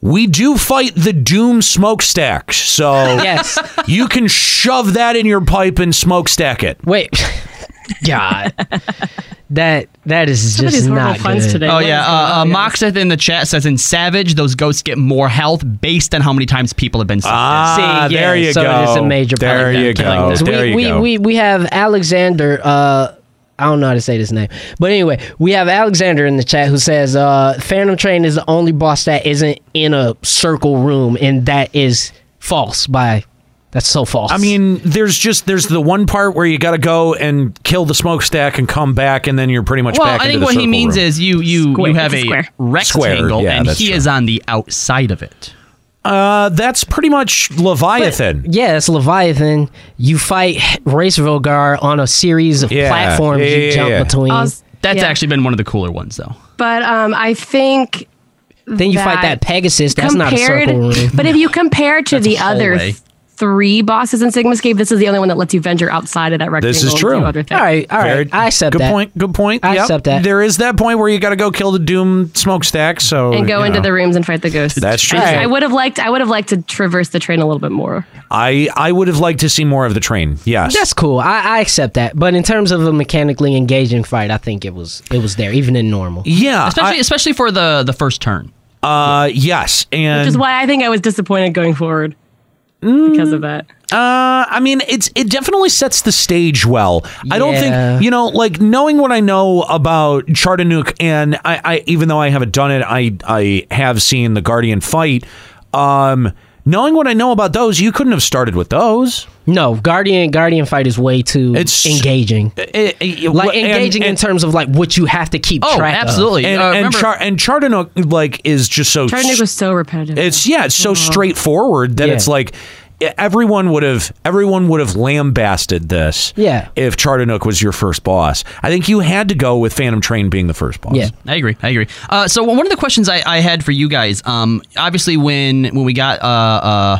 [SPEAKER 3] We do fight the Doom smokestack, so
[SPEAKER 4] Yes.
[SPEAKER 3] you can shove that in your pipe and smokestack it.
[SPEAKER 4] Wait, God, that that is just not good.
[SPEAKER 1] Oh yeah, uh, uh, Moxeth in the chat says in Savage those ghosts get more health based on how many times people have been.
[SPEAKER 3] Ah,
[SPEAKER 1] sucked in.
[SPEAKER 3] there you
[SPEAKER 4] so
[SPEAKER 3] go.
[SPEAKER 4] it's a major
[SPEAKER 3] There
[SPEAKER 4] problem.
[SPEAKER 3] you
[SPEAKER 1] Killing
[SPEAKER 3] go.
[SPEAKER 1] them.
[SPEAKER 3] Oh, There
[SPEAKER 4] we,
[SPEAKER 3] you
[SPEAKER 4] we,
[SPEAKER 3] go.
[SPEAKER 4] we we have Alexander. Uh, I don't know how to say this name, but anyway, we have Alexander in the chat who says uh, Phantom Train is the only boss that isn't in a circle room, and that is false. By that's so false.
[SPEAKER 3] I mean, there's just there's the one part where you got to go and kill the smokestack and come back, and then you're pretty much
[SPEAKER 1] well,
[SPEAKER 3] back
[SPEAKER 1] I
[SPEAKER 3] into
[SPEAKER 1] think
[SPEAKER 3] the
[SPEAKER 1] what he
[SPEAKER 3] circle
[SPEAKER 1] means
[SPEAKER 3] room.
[SPEAKER 1] is you you
[SPEAKER 3] Square.
[SPEAKER 1] you have
[SPEAKER 3] It's a
[SPEAKER 1] a
[SPEAKER 3] square.
[SPEAKER 1] rectangle
[SPEAKER 3] Square, yeah,
[SPEAKER 1] and
[SPEAKER 3] that's
[SPEAKER 1] he
[SPEAKER 3] true.
[SPEAKER 1] is on the outside of it.
[SPEAKER 3] Uh, that's pretty much Leviathan.
[SPEAKER 4] Yeah, it's Leviathan. You fight Race Vulgar on a series of
[SPEAKER 1] Yeah,
[SPEAKER 4] platforms
[SPEAKER 1] yeah,
[SPEAKER 4] you
[SPEAKER 1] yeah,
[SPEAKER 4] jump
[SPEAKER 1] yeah.
[SPEAKER 4] between.
[SPEAKER 2] I was-
[SPEAKER 1] That's
[SPEAKER 2] yeah.
[SPEAKER 1] actually been one of the cooler ones though.
[SPEAKER 2] But um, I think
[SPEAKER 4] Then you fight that Pegasus. That's not a circle room.
[SPEAKER 2] But if you compare to the other
[SPEAKER 4] hallway.
[SPEAKER 2] three bosses in Sigma Scape, this is the only one that lets you venture outside of that rectangle.
[SPEAKER 3] This is
[SPEAKER 2] and do
[SPEAKER 3] true.
[SPEAKER 2] Other things.
[SPEAKER 4] All right, all right.
[SPEAKER 3] Very-
[SPEAKER 4] I accept
[SPEAKER 3] good
[SPEAKER 4] that.
[SPEAKER 3] point. Good point.
[SPEAKER 4] I
[SPEAKER 3] Yep.
[SPEAKER 4] accept that.
[SPEAKER 3] There is that point where you got to go kill the Doom smokestack. So
[SPEAKER 2] and go
[SPEAKER 3] you
[SPEAKER 2] into
[SPEAKER 3] know.
[SPEAKER 2] the rooms and fight the ghosts.
[SPEAKER 3] That's true.
[SPEAKER 2] I, just- I would have liked. I would have liked to traverse the train a little bit more.
[SPEAKER 3] I I would have liked to see more of the train. Yes.
[SPEAKER 4] That's cool. I, I accept that. But in terms of a mechanically engaging fight, I think it was it was there, even in normal.
[SPEAKER 3] Yeah.
[SPEAKER 1] especially especially for the the first turn.
[SPEAKER 3] Uh, yes, and
[SPEAKER 2] Which is why I think I was disappointed going forward because of that.
[SPEAKER 3] Uh, I mean, it's it definitely sets the stage well. I don't
[SPEAKER 4] Yeah.
[SPEAKER 3] think you know, like knowing what I know about Chartanuke, and I, I even though I haven't done it, I I have seen the Guardian fight. Um, knowing what I know about those, you couldn't have started with those.
[SPEAKER 4] No, Guardian Guardian fight is way too engaging. like
[SPEAKER 3] and-
[SPEAKER 4] engaging in
[SPEAKER 3] and-
[SPEAKER 4] terms of like what you have to keep
[SPEAKER 1] Oh,
[SPEAKER 4] track of.
[SPEAKER 1] absolutely.
[SPEAKER 3] And
[SPEAKER 1] Uh,
[SPEAKER 3] and,
[SPEAKER 1] remember-
[SPEAKER 3] Char- and Chartanuke like is just so
[SPEAKER 2] Trident was so repetitive.
[SPEAKER 3] It's yeah, it's so straightforward that
[SPEAKER 4] Yeah.
[SPEAKER 3] it's like e, everyone would have everyone would have lambasted this.
[SPEAKER 4] Yeah.
[SPEAKER 3] If Chartanook was your first boss, I think you had to go with Phantom Train being the first boss.
[SPEAKER 4] Yeah.
[SPEAKER 1] I agree. I agree. Uh, so one of the questions I, I had for you guys, um, obviously when when we got uh, uh,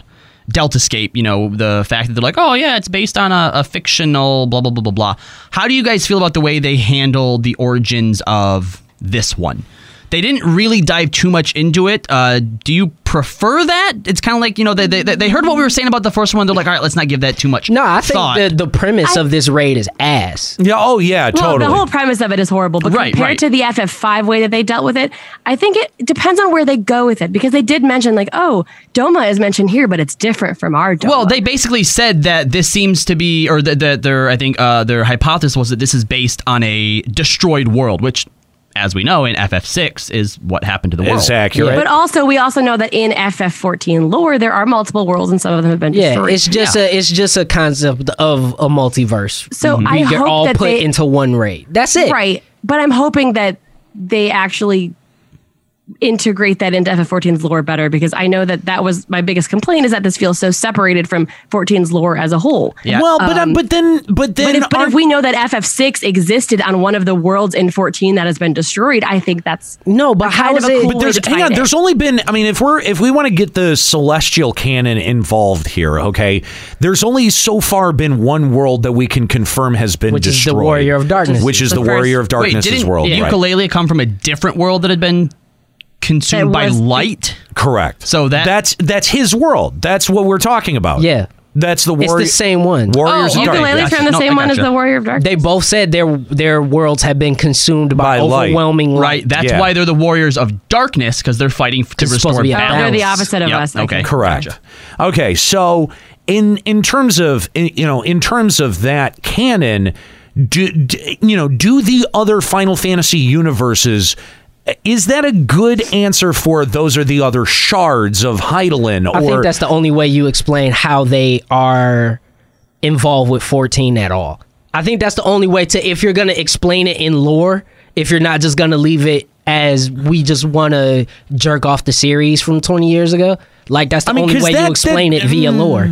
[SPEAKER 1] Delta Escape, you know, the fact that they're like, oh yeah, it's based on a, a fictional blah blah blah blah blah. How do you guys feel about the way they handled the origins of this one? They didn't really dive too much into it. Uh, do you prefer that? It's kind of like you know they, they they heard what we were saying about the first one. They're like, all right, let's not give that too much.
[SPEAKER 4] No, I think
[SPEAKER 1] thought.
[SPEAKER 4] the, the premise of this raid is ass.
[SPEAKER 3] Yeah. Oh yeah.
[SPEAKER 2] well,
[SPEAKER 3] totally.
[SPEAKER 2] the whole premise of it is horrible. But
[SPEAKER 1] Right,
[SPEAKER 2] compared
[SPEAKER 1] right.
[SPEAKER 2] to the FF5 way that they dealt with it, I think it depends on where they go with it because they did mention like, oh, Doma is mentioned here, but it's different from our Doma.
[SPEAKER 1] Well, they basically said that this seems to be, or that that their, I think uh, their hypothesis was that this is based on a destroyed world, which, as we know, in FF6 is what happened to the world.
[SPEAKER 3] Is accurate.
[SPEAKER 2] But also, we also know that in FF14 lore, there are multiple worlds, and some of them have been
[SPEAKER 4] Yeah,
[SPEAKER 2] destroyed.
[SPEAKER 4] it's just a it's just a concept of a multiverse.
[SPEAKER 2] So Mhm. I
[SPEAKER 4] We get
[SPEAKER 2] hope
[SPEAKER 4] Mm-hmm. all
[SPEAKER 2] that
[SPEAKER 4] put
[SPEAKER 2] they-
[SPEAKER 4] into one raid. That's it.
[SPEAKER 2] Right. But I'm hoping that they actually integrate that into FF14's lore better because I know that that was my biggest complaint is that this feels so separated from 14's lore as a whole.
[SPEAKER 3] Well, but uh,
[SPEAKER 2] Um,
[SPEAKER 3] but then but then
[SPEAKER 2] but if, but if
[SPEAKER 3] aren't-
[SPEAKER 2] we know that FF6 existed on one of the worlds in 14 that has been destroyed, I think that's
[SPEAKER 4] no, but
[SPEAKER 2] kind of a cool
[SPEAKER 3] But there's,
[SPEAKER 2] way to
[SPEAKER 3] hang
[SPEAKER 2] tie
[SPEAKER 3] on,
[SPEAKER 2] it.
[SPEAKER 3] there's only been. I mean, if we're if we want to get the celestial canon involved here, okay, there's only so far been one world that we can confirm has been
[SPEAKER 4] Which is the
[SPEAKER 3] destroyed,
[SPEAKER 4] Warrior of Darkness.
[SPEAKER 3] which is the, Warrior of
[SPEAKER 1] Wait,
[SPEAKER 3] Darkness's
[SPEAKER 1] didn't
[SPEAKER 3] world. right.
[SPEAKER 1] ukulele come from a different world that had been consumed
[SPEAKER 2] That
[SPEAKER 1] by
[SPEAKER 2] was-
[SPEAKER 1] light?
[SPEAKER 3] Correct.
[SPEAKER 1] So that-
[SPEAKER 3] that's that's his world. That's what we're talking about.
[SPEAKER 4] Yeah.
[SPEAKER 3] That's the
[SPEAKER 4] It's
[SPEAKER 3] warrior.
[SPEAKER 4] the same one.
[SPEAKER 3] Warriors
[SPEAKER 2] Oh,
[SPEAKER 3] of
[SPEAKER 2] ukulele
[SPEAKER 3] Darkness
[SPEAKER 1] Gotcha.
[SPEAKER 2] from the
[SPEAKER 1] No, I
[SPEAKER 2] same one as
[SPEAKER 1] gotcha.
[SPEAKER 2] the Warrior of Darkness.
[SPEAKER 4] They both said their their worlds have been consumed by,
[SPEAKER 3] By light.
[SPEAKER 4] overwhelming light.
[SPEAKER 1] Right. That's
[SPEAKER 3] Yeah.
[SPEAKER 1] why they're the warriors of darkness because they're fighting f- to
[SPEAKER 4] It's supposed
[SPEAKER 1] restore
[SPEAKER 4] to be a
[SPEAKER 1] balance.
[SPEAKER 4] balance. They're the
[SPEAKER 2] opposite of
[SPEAKER 1] Yep,
[SPEAKER 2] us, I
[SPEAKER 1] Okay.
[SPEAKER 2] think.
[SPEAKER 3] Correct.
[SPEAKER 1] Gotcha.
[SPEAKER 3] Okay, so in in terms of in, you know in terms of that canon, do, d you know do the other Final Fantasy universes? Is that a good answer for those are the other shards of Heidelin? Or
[SPEAKER 4] I think that's the only way you explain how they are involved with 14 at all. I think that's the only way to if you're going to explain it in lore, if you're not just going to leave it as we just want to jerk off the series from 20 years ago. Like that's the
[SPEAKER 3] I mean,
[SPEAKER 4] only
[SPEAKER 3] 'cause
[SPEAKER 4] way
[SPEAKER 3] that- mm.
[SPEAKER 4] you explain
[SPEAKER 3] that-
[SPEAKER 4] it via lore.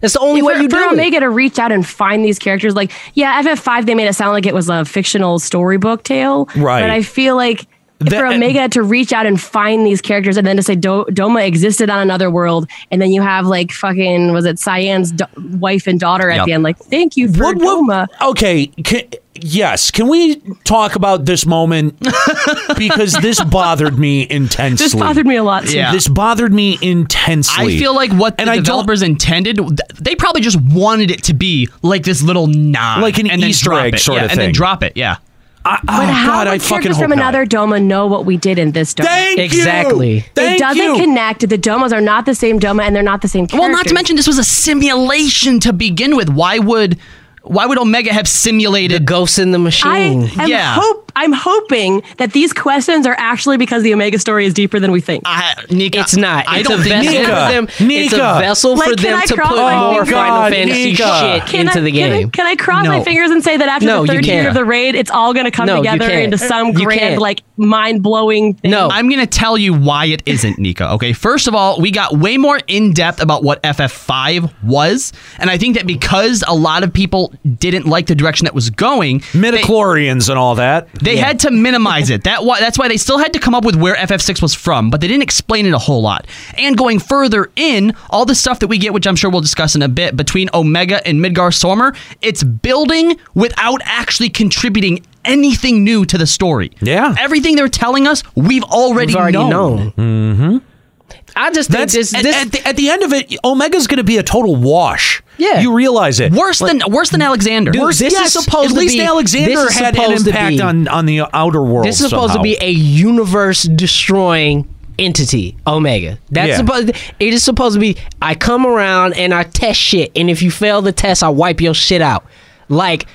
[SPEAKER 4] That's the only
[SPEAKER 2] for,
[SPEAKER 4] way you
[SPEAKER 2] for
[SPEAKER 4] do it.
[SPEAKER 2] Omega to reach out and find these characters, like yeah, FF5, they made it sound like it was a fictional storybook tale,
[SPEAKER 3] Right.
[SPEAKER 2] But I feel like
[SPEAKER 3] That-
[SPEAKER 2] for Omega to reach out and find these characters, and then to say Do- Doma existed on another world, and then you have like fucking was it Cyan's do- wife and daughter at
[SPEAKER 1] Yep.
[SPEAKER 2] the end, like thank you for Doma.
[SPEAKER 3] okay, can, yes. Can we talk about this moment because this bothered me intensely.
[SPEAKER 2] This bothered me a lot. Too.
[SPEAKER 1] Yeah.
[SPEAKER 3] This bothered me intensely.
[SPEAKER 1] I feel like what the
[SPEAKER 3] And I don't-
[SPEAKER 1] developers intended, th- they probably just wanted it to be like this little nod,
[SPEAKER 3] Like an
[SPEAKER 1] and then
[SPEAKER 3] Easter
[SPEAKER 1] drop
[SPEAKER 3] egg
[SPEAKER 1] it.
[SPEAKER 3] sort
[SPEAKER 1] yeah,
[SPEAKER 3] of
[SPEAKER 1] and
[SPEAKER 3] thing.
[SPEAKER 1] then drop it. Yeah.
[SPEAKER 3] I,
[SPEAKER 2] But
[SPEAKER 3] oh,
[SPEAKER 2] how
[SPEAKER 3] God,
[SPEAKER 2] would
[SPEAKER 3] I fucking
[SPEAKER 2] characters
[SPEAKER 3] hope
[SPEAKER 2] from
[SPEAKER 3] not.
[SPEAKER 2] another Doma know what we did in this Doma?
[SPEAKER 3] Thank
[SPEAKER 4] Exactly.
[SPEAKER 3] you.
[SPEAKER 4] It
[SPEAKER 2] it
[SPEAKER 3] Thank
[SPEAKER 2] doesn't
[SPEAKER 3] you.
[SPEAKER 2] connect. The Domas are not the same Doma, and they're not the same character.
[SPEAKER 1] Well, not to mention this was a simulation to begin with. Why would why would Omega have
[SPEAKER 4] the
[SPEAKER 1] simulated?
[SPEAKER 4] ghosts in the
[SPEAKER 2] I
[SPEAKER 4] machine.
[SPEAKER 2] am
[SPEAKER 1] Yeah.
[SPEAKER 2] hope I'm hoping that these questions are actually because the Omega story is deeper than we think.
[SPEAKER 4] Ah,
[SPEAKER 1] I, Nika,
[SPEAKER 4] it's not.
[SPEAKER 1] I
[SPEAKER 4] It's a
[SPEAKER 1] don't think
[SPEAKER 4] vessel
[SPEAKER 3] Nika.
[SPEAKER 4] for them. It's a
[SPEAKER 3] Nika.
[SPEAKER 4] vessel
[SPEAKER 2] Like,
[SPEAKER 4] for
[SPEAKER 2] can
[SPEAKER 4] them
[SPEAKER 2] I
[SPEAKER 4] to put
[SPEAKER 2] cross my
[SPEAKER 4] more
[SPEAKER 3] fingers?
[SPEAKER 4] Final
[SPEAKER 3] God,
[SPEAKER 4] Fantasy
[SPEAKER 3] Nika.
[SPEAKER 4] shit into
[SPEAKER 2] I,
[SPEAKER 4] the
[SPEAKER 2] Can
[SPEAKER 4] game.
[SPEAKER 2] I, can I cross my
[SPEAKER 1] No.
[SPEAKER 2] fingers and say that after
[SPEAKER 4] No, you
[SPEAKER 2] the third
[SPEAKER 4] can't.
[SPEAKER 2] year of the raid, it's all going to come
[SPEAKER 4] No, you
[SPEAKER 2] together
[SPEAKER 4] can't.
[SPEAKER 2] into some
[SPEAKER 4] You
[SPEAKER 2] grand,
[SPEAKER 4] can't.
[SPEAKER 2] like mind blowing thing?
[SPEAKER 4] No.
[SPEAKER 1] I'm going to tell you why it isn't, Nika. Okay. First of all, we got way more in depth about what FF5 was. And I think that because a lot of people didn't like the direction that was going, they,
[SPEAKER 3] midichlorians and all that.
[SPEAKER 1] they had to minimize it. That why, That's why they still had to come up with where FF6 was from, but they didn't explain it a whole lot. And going further in, all the stuff that we get, which I'm sure we'll discuss in a bit, between Omega and Midgar Sormer, it's building without actually contributing anything new to the story.
[SPEAKER 3] Yeah.
[SPEAKER 1] Everything they're telling us, we've already,
[SPEAKER 4] We've already known. Mm-hmm. I just think
[SPEAKER 3] That's
[SPEAKER 4] this,
[SPEAKER 3] at,
[SPEAKER 4] this
[SPEAKER 3] at the, at the end of it. Omega's going to be a total wash.
[SPEAKER 4] Yeah.
[SPEAKER 3] you realize it.
[SPEAKER 1] Worse
[SPEAKER 3] Like,
[SPEAKER 1] than worse than Alexander.
[SPEAKER 3] dude,
[SPEAKER 1] worse
[SPEAKER 3] this
[SPEAKER 4] yes,
[SPEAKER 3] is supposed
[SPEAKER 4] at
[SPEAKER 3] to
[SPEAKER 4] least
[SPEAKER 3] be.
[SPEAKER 4] Alexander
[SPEAKER 3] this is
[SPEAKER 4] had an
[SPEAKER 3] supposed to
[SPEAKER 4] impact
[SPEAKER 3] be-
[SPEAKER 4] on-
[SPEAKER 3] on the outer world.
[SPEAKER 4] This is supposed to
[SPEAKER 3] somehow.
[SPEAKER 4] be a universe destroying entity, Omega. That's
[SPEAKER 3] Yeah.
[SPEAKER 4] supposed it is supposed to be I come around and I test shit and if you fail the test I wipe your shit out. Like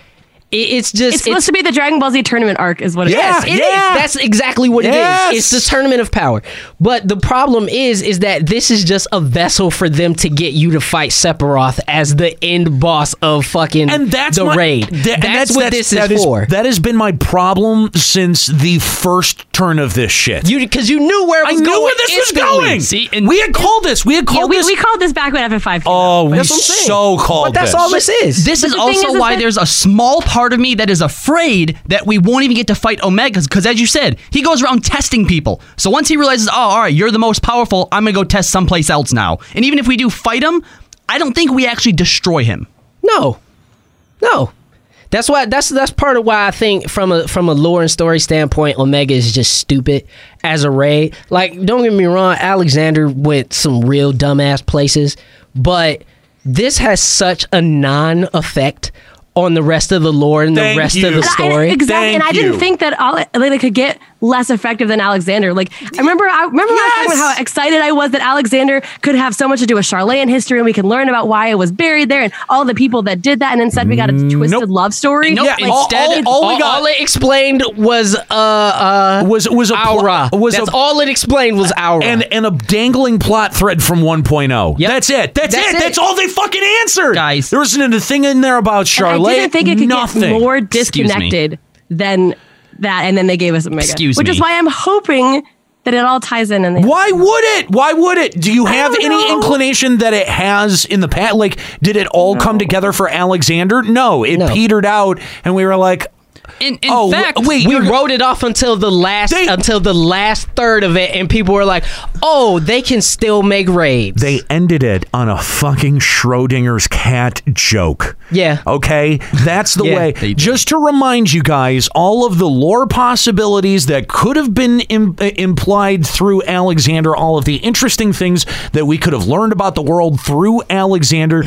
[SPEAKER 4] it, it's just
[SPEAKER 2] It's, supposed to be the Dragon Ball Z tournament arc, is what it is.
[SPEAKER 4] Yes, it is.
[SPEAKER 3] yeah.
[SPEAKER 4] That's exactly what
[SPEAKER 3] Yes.
[SPEAKER 4] it is. It's the tournament of power. But the problem is, is that this is just a vessel for them to get you to fight Sephiroth as the end boss of fucking
[SPEAKER 3] and that's
[SPEAKER 4] the
[SPEAKER 3] my-
[SPEAKER 4] raid.
[SPEAKER 3] tha- and
[SPEAKER 4] that's, what this
[SPEAKER 3] that
[SPEAKER 4] is for.
[SPEAKER 3] That has been my problem since the first turn of this shit.
[SPEAKER 4] you because you knew where it
[SPEAKER 3] I
[SPEAKER 4] was
[SPEAKER 3] knew
[SPEAKER 4] going
[SPEAKER 3] where this was
[SPEAKER 4] instantly.
[SPEAKER 3] going.
[SPEAKER 1] See, and-
[SPEAKER 3] we had called this. We had
[SPEAKER 2] Yeah,
[SPEAKER 3] called
[SPEAKER 2] we,
[SPEAKER 3] this.
[SPEAKER 2] we called this back when FF5 came out.
[SPEAKER 3] oh, we
[SPEAKER 4] That's what I'm saying.
[SPEAKER 3] so called.
[SPEAKER 4] But that's
[SPEAKER 3] this.
[SPEAKER 4] all this is.
[SPEAKER 1] This is
[SPEAKER 2] the thing
[SPEAKER 1] also
[SPEAKER 2] is, is
[SPEAKER 1] why
[SPEAKER 2] that-
[SPEAKER 1] there's a small part of me that is afraid that we won't even get to fight Omega because, as you said, he goes around testing people. So once he realizes, oh, all right, you're the most powerful, I'm gonna go test someplace else now. And even if we do fight him, I don't think we actually destroy him.
[SPEAKER 4] No, no. That's why. That's that's part of why I think from a from a lore and story standpoint, Omega is just stupid as a raid. Like, don't get me wrong, Alexander went some real dumbass places, but this has such a non effect on the rest of the lore and the
[SPEAKER 3] Thank
[SPEAKER 4] rest of
[SPEAKER 3] you.
[SPEAKER 4] the
[SPEAKER 3] And
[SPEAKER 2] And I-
[SPEAKER 4] story.
[SPEAKER 2] exactly. and I
[SPEAKER 3] Thank you.
[SPEAKER 2] didn't think that all, like, they could get less effective than Alexander. Like I remember, I remember I was talking about how excited I was that Alexander could have so much to do with Charlatan history, and we can learn about why it was buried there and all the people that did that. And instead, we got a twisted love story.
[SPEAKER 1] Nope,
[SPEAKER 2] Like,
[SPEAKER 1] instead-
[SPEAKER 2] it's-
[SPEAKER 3] all we
[SPEAKER 4] all,
[SPEAKER 3] got-
[SPEAKER 4] all it explained was uh uh
[SPEAKER 3] Was was a pl-
[SPEAKER 4] aura.
[SPEAKER 3] was
[SPEAKER 4] that's
[SPEAKER 3] a,
[SPEAKER 4] all it explained was aura.
[SPEAKER 3] and and a dangling plot thread from 1.0.
[SPEAKER 4] Yep.
[SPEAKER 3] That's it. That's,
[SPEAKER 4] That's
[SPEAKER 3] it.
[SPEAKER 4] it.
[SPEAKER 3] That's all they fucking answered.
[SPEAKER 1] Guys.
[SPEAKER 3] there wasn't a thing in there about
[SPEAKER 2] and
[SPEAKER 3] Charlotte.
[SPEAKER 2] I didn't think it could
[SPEAKER 3] Nothing.
[SPEAKER 2] get more
[SPEAKER 1] Excuse me.
[SPEAKER 2] disconnected than that. And then they gave us Omega,
[SPEAKER 1] Excuse
[SPEAKER 2] which is
[SPEAKER 1] me.
[SPEAKER 2] why I'm hoping That it all ties in and they
[SPEAKER 3] Why would it? Why would it? Do you have any inclination that it has in the past? Like, did it all come together for Alexander? No, it petered out, and we were like,
[SPEAKER 1] In, in
[SPEAKER 3] Oh,
[SPEAKER 1] fact,
[SPEAKER 3] wait,
[SPEAKER 1] you're-
[SPEAKER 4] we wrote it off until the last until the last third of it, and people were like, "Oh, they can still make raids."
[SPEAKER 3] they ended it on a fucking Schrodinger's cat joke.
[SPEAKER 4] Yeah.
[SPEAKER 3] Okay, that's the
[SPEAKER 4] Yeah.
[SPEAKER 3] way. Just to remind you guys, all of the lore possibilities that could have been Im- uh, implied through Alexander, all of the interesting things that we could have learned about the world through Alexander,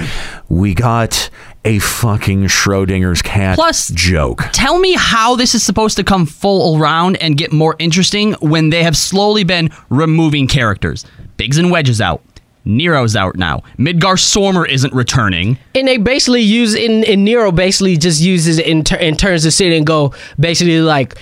[SPEAKER 3] we got a fucking Schrodinger's cat
[SPEAKER 1] Plus-
[SPEAKER 3] joke.
[SPEAKER 1] Tell me how this is supposed to come full around and get more interesting when they have slowly been removing characters. Biggs and Wedges out. Nero's out now. Midgar Sormer isn't returning.
[SPEAKER 4] And they basically use in and Nero basically just uses it in, ter- in terms of sit and go basically like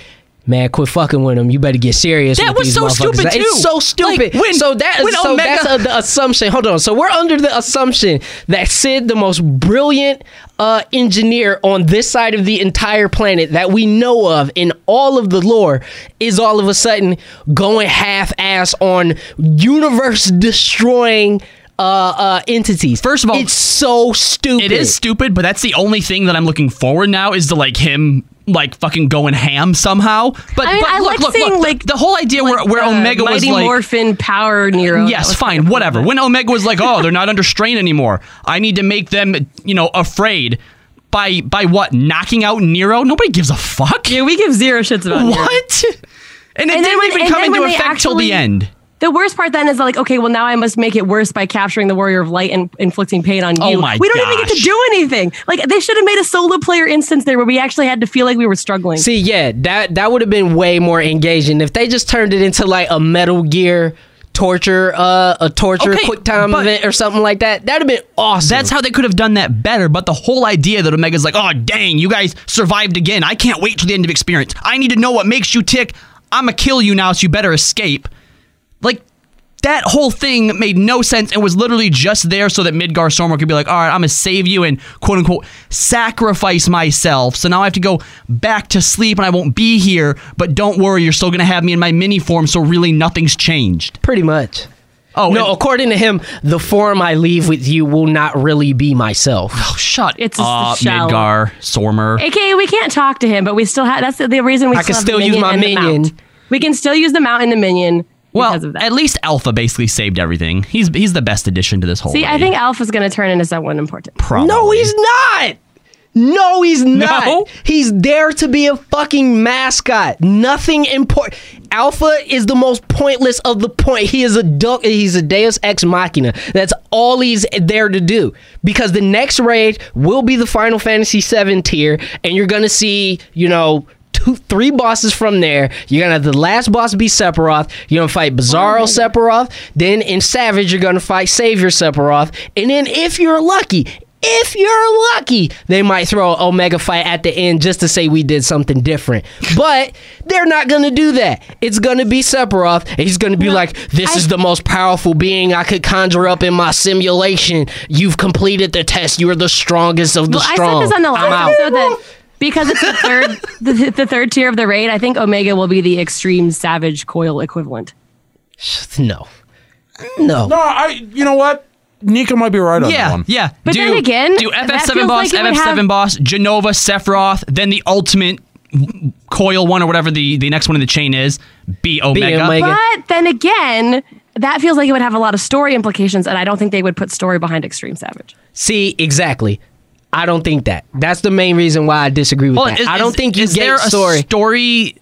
[SPEAKER 4] man quit fucking with him you better get serious
[SPEAKER 1] That
[SPEAKER 4] with
[SPEAKER 1] was
[SPEAKER 4] these
[SPEAKER 1] so
[SPEAKER 4] motherfuckers."
[SPEAKER 1] stupid, too.
[SPEAKER 4] it's so stupid
[SPEAKER 1] Like, when-
[SPEAKER 4] so that
[SPEAKER 1] when
[SPEAKER 4] so
[SPEAKER 1] Omega-
[SPEAKER 4] that's uh the assumption hold on so we're under the assumption that Sid the most brilliant uh, engineer on this side of the entire planet that we know of in all of the lore is all of a sudden going half ass on universe destroying uh, uh, entities
[SPEAKER 1] First of all,
[SPEAKER 4] it's so stupid
[SPEAKER 1] It is stupid, but that's the only thing that I'm looking forward now is to like him like fucking going ham somehow. But,
[SPEAKER 2] I mean,
[SPEAKER 1] but
[SPEAKER 2] I
[SPEAKER 1] look,
[SPEAKER 2] like
[SPEAKER 1] look,
[SPEAKER 2] seeing,
[SPEAKER 1] look,
[SPEAKER 2] like-
[SPEAKER 1] the, the whole idea where, where
[SPEAKER 2] Uh,
[SPEAKER 1] Omega was
[SPEAKER 2] Mighty
[SPEAKER 1] like
[SPEAKER 2] Morphin Power Nero.
[SPEAKER 1] Yes, fine, whatever. When Omega was like, "Oh, they're not under strain anymore. I need to make them, you know, afraid." By by what? Knocking out Nero? Nobody gives a fuck.
[SPEAKER 2] Yeah, we give zero shits about Nero.
[SPEAKER 1] What? And it
[SPEAKER 2] And then
[SPEAKER 1] didn't
[SPEAKER 2] when-
[SPEAKER 1] even
[SPEAKER 2] and
[SPEAKER 1] come
[SPEAKER 2] then
[SPEAKER 1] into
[SPEAKER 2] when they
[SPEAKER 1] effect till
[SPEAKER 2] actually-
[SPEAKER 1] the end.
[SPEAKER 2] The worst part then is like, okay, well now I must make it worse by capturing the Warrior of Light and inflicting pain on
[SPEAKER 1] Oh
[SPEAKER 2] you.
[SPEAKER 1] my
[SPEAKER 2] we don't even get
[SPEAKER 1] gosh.
[SPEAKER 2] to do anything. Like they should have made a solo player instance there where we actually had to feel like we were struggling.
[SPEAKER 4] See, yeah, that that would have been way more engaging if they just turned it into like a Metal Gear torture, uh, a torture
[SPEAKER 1] Okay,
[SPEAKER 4] quick time
[SPEAKER 1] but-
[SPEAKER 4] event or something like that. That'd have been awesome.
[SPEAKER 1] That's how they could have done that better. But the whole idea that Omega's like, oh, dang, you guys survived again. I can't wait till the end of experience. I need to know what makes you tick. I'm going to kill you now, so you better escape. Like, that whole thing made no sense and was literally just there so that Midgar Stormer could be like, all right, I'm going to save you and quote unquote sacrifice myself. So now I have to go back to sleep and I won't be here. But don't worry, you're still going to have me in my mini form, so really nothing's changed.
[SPEAKER 4] pretty much.
[SPEAKER 1] Oh,
[SPEAKER 4] no,
[SPEAKER 1] and-
[SPEAKER 4] according to him, the form I leave with you will not really be myself.
[SPEAKER 1] Oh, shut
[SPEAKER 2] It's just
[SPEAKER 1] up,
[SPEAKER 2] a shell.
[SPEAKER 1] Midgar Stormer.
[SPEAKER 2] AKA, we can't talk to him, but we still have. That's the, the reason we.
[SPEAKER 4] I can
[SPEAKER 2] have
[SPEAKER 4] still
[SPEAKER 2] the
[SPEAKER 4] use
[SPEAKER 2] minion
[SPEAKER 4] my
[SPEAKER 2] and the
[SPEAKER 4] minion.
[SPEAKER 2] mount. We can still use the mount and the minion
[SPEAKER 1] Well,
[SPEAKER 2] because of that.
[SPEAKER 1] at least Alpha basically saved everything. He's he's the best addition to this whole.
[SPEAKER 2] See, I
[SPEAKER 1] raid.
[SPEAKER 2] think Alpha's going to turn into someone important.
[SPEAKER 1] Probably.
[SPEAKER 4] No, he's not. No, he's not.
[SPEAKER 1] No?
[SPEAKER 4] He's there to be a fucking mascot. Nothing important. Alpha is the most pointless of the point. He is a duck. He's a Deus ex machina. That's all he's there to do. Because the next raid will be the Final Fantasy VII tier, and you're gonna see, you know. Two, three bosses from there. You're gonna have the last boss be Sephiroth. You're gonna fight
[SPEAKER 2] Oh
[SPEAKER 4] Bizarro Sephiroth. Then in Savage, you're gonna fight Savior Sephiroth. And then if you're lucky, if you're lucky, they might throw an Omega fight at the end just to say we did something different. But they're not gonna do that. It's gonna be Sephiroth, and he's gonna be like, "This is the most powerful being I could conjure up in my simulation. You've completed the test. You're the strongest of the
[SPEAKER 2] Well,
[SPEAKER 4] strong."
[SPEAKER 2] I said this on the
[SPEAKER 4] I'm out."
[SPEAKER 2] last episode that because it's the third, the, the third tier of the raid. I think Omega will be the extreme savage coil equivalent.
[SPEAKER 4] No, no.
[SPEAKER 3] No, Uh, I. You know what? Nika might be right on that
[SPEAKER 1] Yeah,
[SPEAKER 3] one.
[SPEAKER 1] yeah.
[SPEAKER 2] But
[SPEAKER 1] do,
[SPEAKER 2] then again,
[SPEAKER 1] do
[SPEAKER 2] that
[SPEAKER 1] FF7
[SPEAKER 2] feels
[SPEAKER 1] boss,
[SPEAKER 2] like it would
[SPEAKER 1] FF7
[SPEAKER 2] have-
[SPEAKER 1] boss, Genova, Sephiroth, then the ultimate coil one or whatever the, the next one in the chain is, be Omega.
[SPEAKER 4] Omega.
[SPEAKER 2] But then again, that feels like it would have a lot of story implications, and I don't think they would put story behind extreme savage.
[SPEAKER 4] See, exactly. I don't think that. That's the main reason why I disagree with
[SPEAKER 1] Well,
[SPEAKER 4] that.
[SPEAKER 1] is-
[SPEAKER 4] I don't
[SPEAKER 1] is-
[SPEAKER 4] think you
[SPEAKER 1] is
[SPEAKER 4] get
[SPEAKER 1] there a
[SPEAKER 4] story.
[SPEAKER 1] story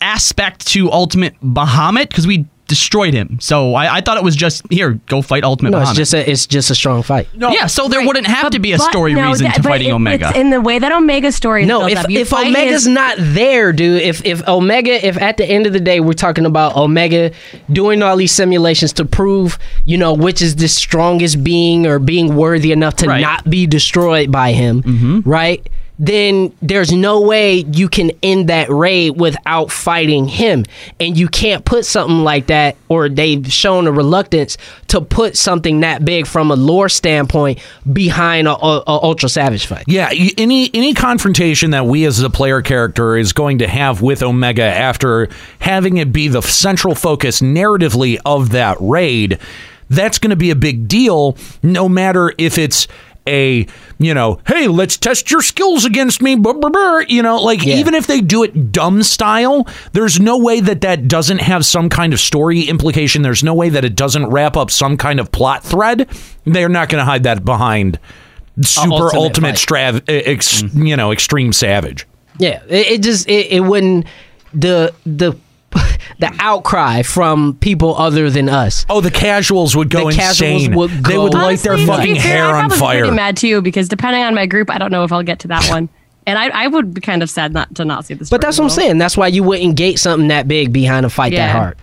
[SPEAKER 1] aspect to Ultimate Bahamut because we destroyed him. So I, I thought it was just here, go fight Ultimate
[SPEAKER 4] no,
[SPEAKER 1] Bahamut.
[SPEAKER 4] it's just a, it's just a strong fight.
[SPEAKER 1] yeah, so there wouldn't have to be a
[SPEAKER 2] But
[SPEAKER 1] story
[SPEAKER 2] no,
[SPEAKER 1] reason
[SPEAKER 2] that-
[SPEAKER 1] to
[SPEAKER 2] but
[SPEAKER 1] fighting
[SPEAKER 2] it-
[SPEAKER 1] Omega.
[SPEAKER 2] It's in the way that Omega's story. is
[SPEAKER 4] No,
[SPEAKER 2] built
[SPEAKER 4] if
[SPEAKER 2] up. You
[SPEAKER 4] if
[SPEAKER 2] fight
[SPEAKER 4] Omega's
[SPEAKER 2] his-
[SPEAKER 4] not there, dude, if if Omega, if at the end of the day we're talking about Omega doing all these simulations to prove, you know, which is the strongest being or being worthy enough to
[SPEAKER 1] Right.
[SPEAKER 4] not be destroyed by him, right? then there's no way you can end that raid without fighting him. And you can't put something like that, or they've shown a reluctance to put something that big from a lore standpoint behind a, a- a Ultra Savage fight.
[SPEAKER 3] Yeah, y- any any confrontation that we as the player character is going to have with Omega after having it be the central focus narratively of that raid, that's going to be a big deal no matter if it's a, you know, hey, let's test your skills against me, blah, blah, blah, you know, like even if they do it dumb style, there's no way that that doesn't have some kind of story implication. There's no way that it doesn't wrap up some kind of plot thread. They're not going to hide that behind super ultimate,
[SPEAKER 4] ultimate
[SPEAKER 3] strav, e, ex, you know, extreme savage.
[SPEAKER 4] Yeah, it, it just it, it wouldn't the the the outcry from people other than us.
[SPEAKER 3] Oh, the casuals would go
[SPEAKER 4] The casuals
[SPEAKER 3] insane.
[SPEAKER 4] would
[SPEAKER 3] They would
[SPEAKER 4] go-
[SPEAKER 3] light their
[SPEAKER 2] Honestly, to be
[SPEAKER 3] fucking
[SPEAKER 2] fair,
[SPEAKER 3] hair
[SPEAKER 2] I
[SPEAKER 3] on
[SPEAKER 2] probably
[SPEAKER 3] fire.
[SPEAKER 2] Pretty mad too because depending on my group, I don't know if I'll get to that one, and I, I would be kind of sad not to not see this.
[SPEAKER 4] But that's what I'm saying. That's why you wouldn't gate something that big behind a fight
[SPEAKER 2] Yeah.
[SPEAKER 4] that hard.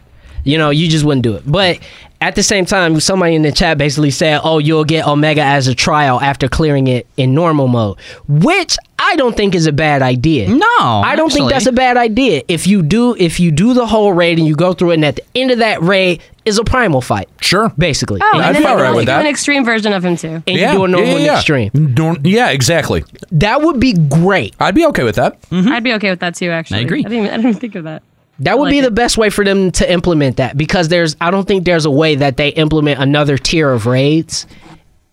[SPEAKER 4] You know, you just wouldn't do it. But at the same time, somebody in the chat basically said, "Oh, you'll get Omega as a trial after clearing it in normal mode," which I don't think is a bad idea. No, I don't think that's a
[SPEAKER 1] actually.
[SPEAKER 4] bad idea. If you do, if you do the whole raid and you go through it, and at the end of that raid is a primal fight,
[SPEAKER 3] Sure.
[SPEAKER 4] basically.
[SPEAKER 2] Oh,
[SPEAKER 4] And
[SPEAKER 2] and
[SPEAKER 3] I'd
[SPEAKER 2] then
[SPEAKER 3] be all
[SPEAKER 2] I
[SPEAKER 3] right
[SPEAKER 2] can
[SPEAKER 3] with
[SPEAKER 2] also do
[SPEAKER 3] that.
[SPEAKER 2] an extreme version of him too.
[SPEAKER 4] and you do a normal and extreme.
[SPEAKER 3] Nor- Mm, yeah, exactly.
[SPEAKER 4] That would be great.
[SPEAKER 3] I'd be okay with that.
[SPEAKER 2] I'd be okay with that too. Actually,
[SPEAKER 1] I agree.
[SPEAKER 2] I didn't, even- I didn't even think of that.
[SPEAKER 4] That would
[SPEAKER 2] like
[SPEAKER 4] be
[SPEAKER 2] it.
[SPEAKER 4] the best way for them to implement that because there's I don't think there's a way that they implement another tier of raids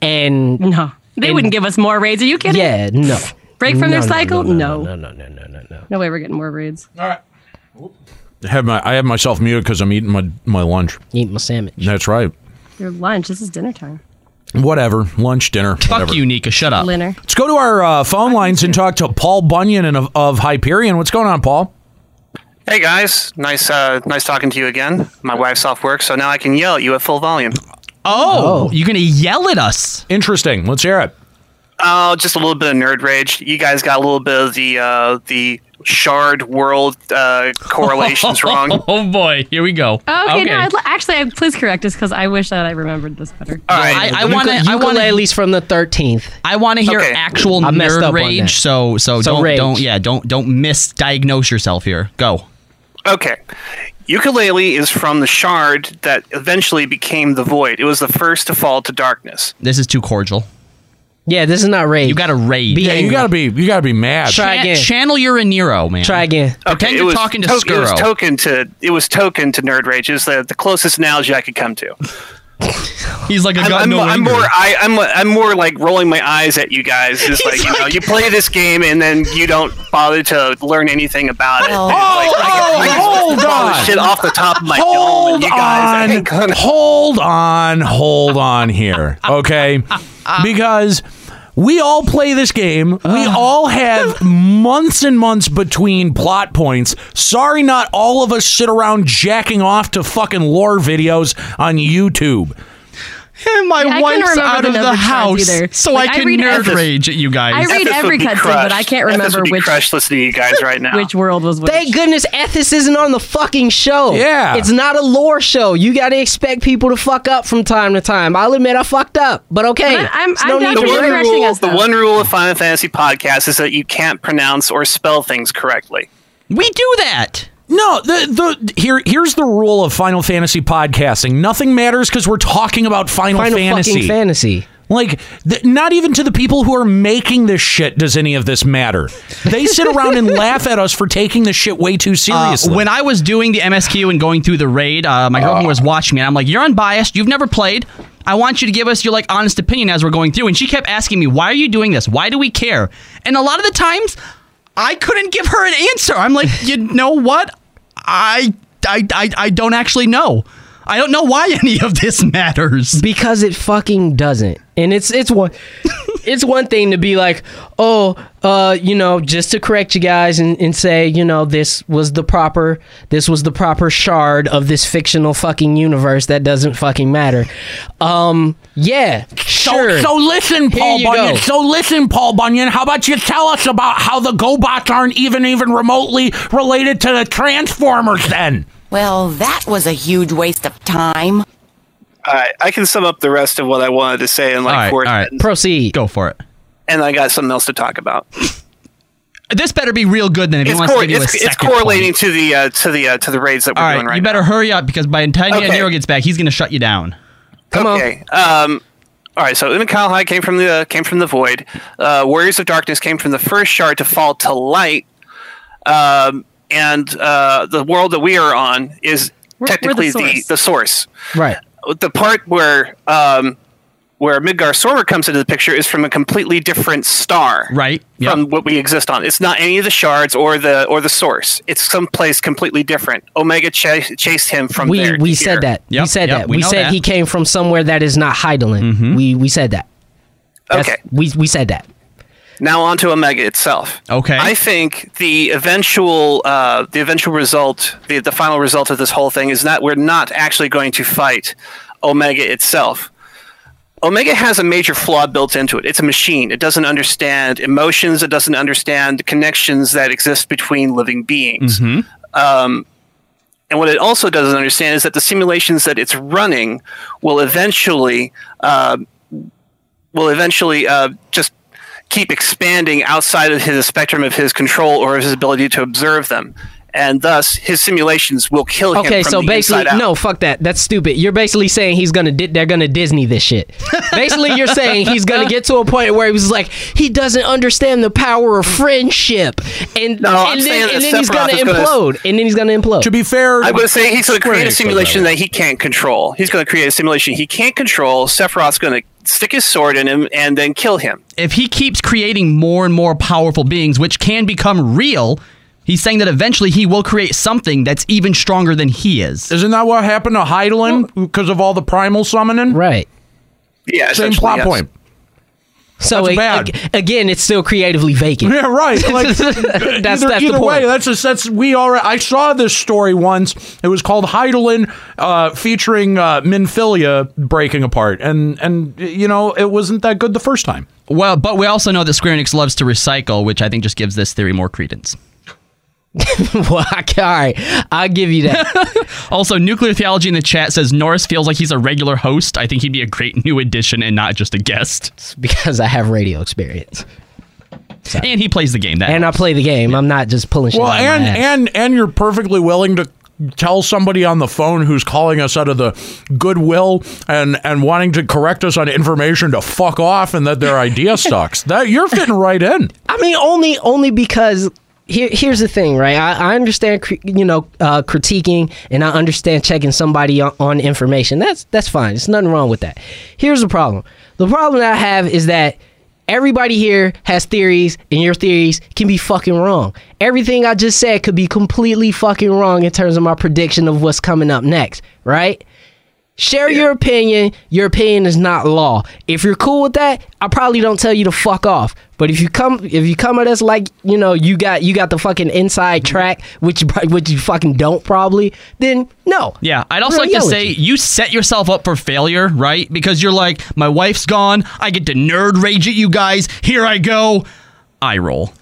[SPEAKER 4] and
[SPEAKER 2] No, they wouldn't give us more raids. Are you kidding?
[SPEAKER 4] yeah, no.
[SPEAKER 2] Break from
[SPEAKER 4] No,
[SPEAKER 2] their
[SPEAKER 4] no,
[SPEAKER 2] cycle?
[SPEAKER 4] No.
[SPEAKER 2] No.
[SPEAKER 4] No, no, no, no, no, no.
[SPEAKER 2] No way we're getting more raids.
[SPEAKER 3] Have my I have myself muted because I'm eating my my lunch.
[SPEAKER 4] Eat my sandwich.
[SPEAKER 3] That's right.
[SPEAKER 2] Your lunch. This is dinner time.
[SPEAKER 3] Whatever, lunch, dinner,
[SPEAKER 1] Fuck
[SPEAKER 3] whatever.
[SPEAKER 1] you, Nika. Shut up.
[SPEAKER 2] Dinner.
[SPEAKER 3] Let's go to our uh, phone lines and talk to Paul Bunyan and of, of Hyperion. What's going on, Paul?
[SPEAKER 11] Hey guys, nice uh, nice talking to you again. My wife's off work, so now I can yell at you at full volume.
[SPEAKER 1] Oh, you're gonna yell at us?
[SPEAKER 3] Interesting. Let's hear it.
[SPEAKER 11] Oh, just a little bit of nerd rage. You guys got a little bit of the uh, the shard world uh, correlations wrong.
[SPEAKER 1] Oh boy, here we go.
[SPEAKER 2] Oh, okay, no. I'd, li- actually, I, please correct us because I wish that I remembered this better.
[SPEAKER 11] All right,
[SPEAKER 1] I want to. I want
[SPEAKER 4] at
[SPEAKER 1] to.
[SPEAKER 4] least from the 13th.
[SPEAKER 1] I want to hear
[SPEAKER 11] Okay.
[SPEAKER 1] actual
[SPEAKER 4] I messed up
[SPEAKER 1] nerd
[SPEAKER 4] on that.
[SPEAKER 1] rage. So so,
[SPEAKER 4] So
[SPEAKER 1] don't
[SPEAKER 4] rage.
[SPEAKER 1] don't yeah don't don't misdiagnose yourself here. Go.
[SPEAKER 11] okay. Ukulele is from the shard that eventually became the void. It was the first to fall to darkness.
[SPEAKER 1] This is too cordial.
[SPEAKER 4] Yeah, this is not raid.
[SPEAKER 1] You got to rage.
[SPEAKER 4] Be
[SPEAKER 3] Yeah, you
[SPEAKER 4] angry.
[SPEAKER 3] gotta be you gotta be mad.
[SPEAKER 4] Try
[SPEAKER 1] Chan-
[SPEAKER 4] again.
[SPEAKER 1] Channel your Nero, man.
[SPEAKER 4] Try again.
[SPEAKER 1] Pretend
[SPEAKER 11] it
[SPEAKER 1] you're
[SPEAKER 11] was
[SPEAKER 1] talking to
[SPEAKER 11] It was
[SPEAKER 1] Skuro.
[SPEAKER 11] token to it was token to nerd rage. It was the, the closest analogy I could come to.
[SPEAKER 1] He's like a
[SPEAKER 11] I'm,
[SPEAKER 1] god
[SPEAKER 11] I'm,
[SPEAKER 1] no
[SPEAKER 11] I'm
[SPEAKER 1] anger.
[SPEAKER 11] more I, I'm I'm more like rolling my eyes at you guys. It's like, you know, you play this game and then you don't bother to learn anything about it. Oh,
[SPEAKER 3] Oh, hold on.
[SPEAKER 11] shit off the top of my dome.
[SPEAKER 3] hold
[SPEAKER 11] and you guys, I
[SPEAKER 3] on,
[SPEAKER 11] ain't gonna-
[SPEAKER 3] hold on, hold on here, okay? Because we all play this game. We all have months and months between plot points. Sorry, not all of us sit around jacking off to fucking lore videos on YouTube.
[SPEAKER 1] And my
[SPEAKER 2] Yeah, I couldn't
[SPEAKER 1] wife's
[SPEAKER 2] remember
[SPEAKER 1] out
[SPEAKER 2] the
[SPEAKER 1] of the
[SPEAKER 2] number of cards
[SPEAKER 1] house,
[SPEAKER 2] either.
[SPEAKER 1] so
[SPEAKER 2] Like,
[SPEAKER 1] I
[SPEAKER 2] I
[SPEAKER 1] can
[SPEAKER 2] read
[SPEAKER 1] nerd
[SPEAKER 2] every-
[SPEAKER 1] rage at you
[SPEAKER 2] I
[SPEAKER 1] guys.
[SPEAKER 2] read
[SPEAKER 11] Ephes
[SPEAKER 2] every
[SPEAKER 11] would be
[SPEAKER 2] cutscene, but I
[SPEAKER 11] crushed.
[SPEAKER 2] can't
[SPEAKER 11] Ephes
[SPEAKER 2] remember
[SPEAKER 11] would be
[SPEAKER 2] which
[SPEAKER 11] crushed listening to you guys right now.
[SPEAKER 2] which world was which.
[SPEAKER 4] Thank goodness Ethis isn't on the fucking show.
[SPEAKER 3] Yeah.
[SPEAKER 4] It's not a lore show. You got to expect people to fuck up from time to time. I'll admit I fucked up, but okay.
[SPEAKER 2] But I'm-
[SPEAKER 4] It's
[SPEAKER 2] I'm
[SPEAKER 4] no
[SPEAKER 2] down
[SPEAKER 4] need
[SPEAKER 11] the
[SPEAKER 4] to
[SPEAKER 2] for
[SPEAKER 11] one
[SPEAKER 4] worry.
[SPEAKER 2] correcting
[SPEAKER 11] rule,
[SPEAKER 2] us,
[SPEAKER 11] the
[SPEAKER 2] though.
[SPEAKER 11] one rule of Final Fantasy podcasts is that you can't pronounce or spell things correctly.
[SPEAKER 1] we do that.
[SPEAKER 3] No, the the here here's the rule of Final Fantasy podcasting. Nothing matters because we're talking about Final,
[SPEAKER 4] Final fucking fantasy.
[SPEAKER 3] Like, th- not even to the people who are making this shit does any of this matter. They sit around and laugh at us for taking this shit way too
[SPEAKER 1] Uh,
[SPEAKER 3] seriously.
[SPEAKER 1] when I was doing the MSQ and going through the raid, uh, my girlfriend
[SPEAKER 11] Ah.
[SPEAKER 1] was watching me, and I'm like, "You're unbiased. You've never played. I want you to give us your like honest opinion as we're going through." And she kept asking me, "Why are you doing this? Why do we care?" And a lot of the times, I couldn't give her an answer. I'm like, "You know what? I I I, I don't actually know. I don't know why any of this matters."
[SPEAKER 4] because it fucking doesn't and it's it's one it's one thing to be like oh uh you know just to correct you guys and, and say you know this was the proper this was the proper shard of this fictional fucking universe that doesn't fucking matter um yeah sure
[SPEAKER 3] So listen, Paul
[SPEAKER 4] you
[SPEAKER 3] Bunyan.
[SPEAKER 4] go.
[SPEAKER 3] So listen, Paul Bunyan. How about you tell us about how the GoBots aren't even even remotely related to the Transformers? Then
[SPEAKER 6] Well, that was a huge waste of time.
[SPEAKER 11] All right, I can sum up the rest of what I wanted to say in like
[SPEAKER 1] All right,
[SPEAKER 11] four
[SPEAKER 1] all right.
[SPEAKER 11] sentences.
[SPEAKER 4] proceed
[SPEAKER 1] Go for it.
[SPEAKER 11] and I got something else to talk about.
[SPEAKER 1] This better be real good then. If
[SPEAKER 11] It's,
[SPEAKER 1] he wants
[SPEAKER 11] cor-
[SPEAKER 1] to give you a
[SPEAKER 11] it's, it's
[SPEAKER 1] second
[SPEAKER 11] correlating
[SPEAKER 1] point.
[SPEAKER 11] to the uh, to the uh, to the raids that we're
[SPEAKER 1] All right,
[SPEAKER 11] doing right
[SPEAKER 1] you better hurry up because by the time
[SPEAKER 11] Okay.
[SPEAKER 1] Nero gets back, he's going to shut you down.
[SPEAKER 11] okay. Um, all right. So Unikal High came from the uh, came from the void. Uh, Warriors of Darkness came from the first shard to fall to light. Um, and uh, the world that we are on is
[SPEAKER 4] We're- we're the
[SPEAKER 11] technically the,
[SPEAKER 4] source.
[SPEAKER 11] the source.
[SPEAKER 4] Right.
[SPEAKER 11] The part where um, where Midgar Sormer comes into the picture is from a completely different star.
[SPEAKER 1] Right.
[SPEAKER 11] From what we exist on. It's not any of the shards or the or the source. It's someplace completely different. Omega ch- chased him from
[SPEAKER 4] we
[SPEAKER 11] there. to
[SPEAKER 4] we
[SPEAKER 11] here.
[SPEAKER 4] said that. we said
[SPEAKER 11] yep,
[SPEAKER 4] that.
[SPEAKER 11] we
[SPEAKER 4] We,
[SPEAKER 11] know
[SPEAKER 4] said
[SPEAKER 11] that. Mm-hmm.
[SPEAKER 4] he came from somewhere that is not Heidelin. We we said that.
[SPEAKER 11] Okay.
[SPEAKER 4] We we said that.
[SPEAKER 11] Now on to Omega itself.
[SPEAKER 1] Okay.
[SPEAKER 11] I think the eventual uh, the eventual result, the, the final result of this whole thing is that we're not actually going to fight Omega itself. Omega has a major flaw built into it. It's a machine. It doesn't understand emotions. It doesn't understand the connections that exist between living beings. Um, and what it also doesn't understand is that the simulations that it's running will eventually uh, will eventually uh, just keep expanding outside of his spectrum of his control or of his ability to observe them, and thus his simulations will kill him.
[SPEAKER 4] Okay,
[SPEAKER 11] from
[SPEAKER 4] so
[SPEAKER 11] the
[SPEAKER 4] basically,
[SPEAKER 11] inside out.
[SPEAKER 4] no, fuck that. That's stupid. You're basically saying he's gonna di- they're gonna Disney this shit. basically, you're saying he's gonna get to a point where he was like he doesn't understand the power of friendship, and
[SPEAKER 11] No, I'm
[SPEAKER 4] and
[SPEAKER 11] saying
[SPEAKER 4] then,
[SPEAKER 11] that
[SPEAKER 4] and then he's
[SPEAKER 11] Sephiroth
[SPEAKER 4] gonna
[SPEAKER 11] is gonna-
[SPEAKER 4] implode, and then he's gonna implode.
[SPEAKER 3] To be fair,
[SPEAKER 11] I would say he's going to create a simulation that he can't control. He's going to create a simulation he can't control. Sephiroth's going to stick his sword in him and then kill him.
[SPEAKER 1] If he keeps creating more and more powerful beings, which can become real, he's saying that eventually he will create something that's even stronger than he is.
[SPEAKER 3] Isn't that what happened to Heidelin because of all the primal summoning?
[SPEAKER 4] Right.
[SPEAKER 11] Yeah.
[SPEAKER 3] Same
[SPEAKER 4] essentially,
[SPEAKER 3] plot
[SPEAKER 4] yes.
[SPEAKER 3] point.
[SPEAKER 4] So
[SPEAKER 3] That's
[SPEAKER 4] a-
[SPEAKER 3] bad.
[SPEAKER 4] ag- again, it's still creatively vacant.
[SPEAKER 3] Yeah, right. Like,
[SPEAKER 4] that's
[SPEAKER 3] either,
[SPEAKER 4] that's the
[SPEAKER 3] either way.
[SPEAKER 4] point.
[SPEAKER 3] That's just, that's we already. I saw this story once. It was called Heidelin, uh, featuring uh, Minfilia breaking apart, and and you know it wasn't that good the first time.
[SPEAKER 1] Well, but we also know that Square Enix loves to recycle, which I think just gives this theory more credence.
[SPEAKER 4] well, I, ca- all right, I'll give you that.
[SPEAKER 1] also, Nuclear Theology in the chat says Norris feels like he's a regular host. I think he'd be a great new addition and not just a guest.
[SPEAKER 4] because I have radio experience
[SPEAKER 1] And he plays the game. That
[SPEAKER 4] and I play the game. I'm not just pulling shit.
[SPEAKER 3] Well,
[SPEAKER 4] out of my
[SPEAKER 3] and
[SPEAKER 4] ass.
[SPEAKER 3] and and you're perfectly willing to tell somebody on the phone who's calling us out of the goodwill and and wanting to correct us on information to fuck off and that their idea sucks. That you're fitting right in.
[SPEAKER 4] I mean, only only because here, here's the thing, right? I, I understand, cri- you know, uh, critiquing, and I understand checking somebody on, on information. That's that's fine. There's nothing wrong with that. Here's the problem. The problem that I have is that everybody here has theories, and your theories can be fucking wrong. Everything I just said could be completely fucking wrong in terms of my prediction of what's coming up next, right? Share your opinion. Your opinion is not law. If you're cool with that, I probably don't tell you to fuck off. But if you come, if you come at us like you know you got you got the fucking inside track, which you prob- which you fucking don't probably, then no.
[SPEAKER 1] Yeah, I'd also
[SPEAKER 4] We're
[SPEAKER 1] like to
[SPEAKER 4] yelling.
[SPEAKER 1] say you set yourself up for failure, right? Because you're like, my wife's gone. I get to nerd rage at you guys. Here I go. I roll.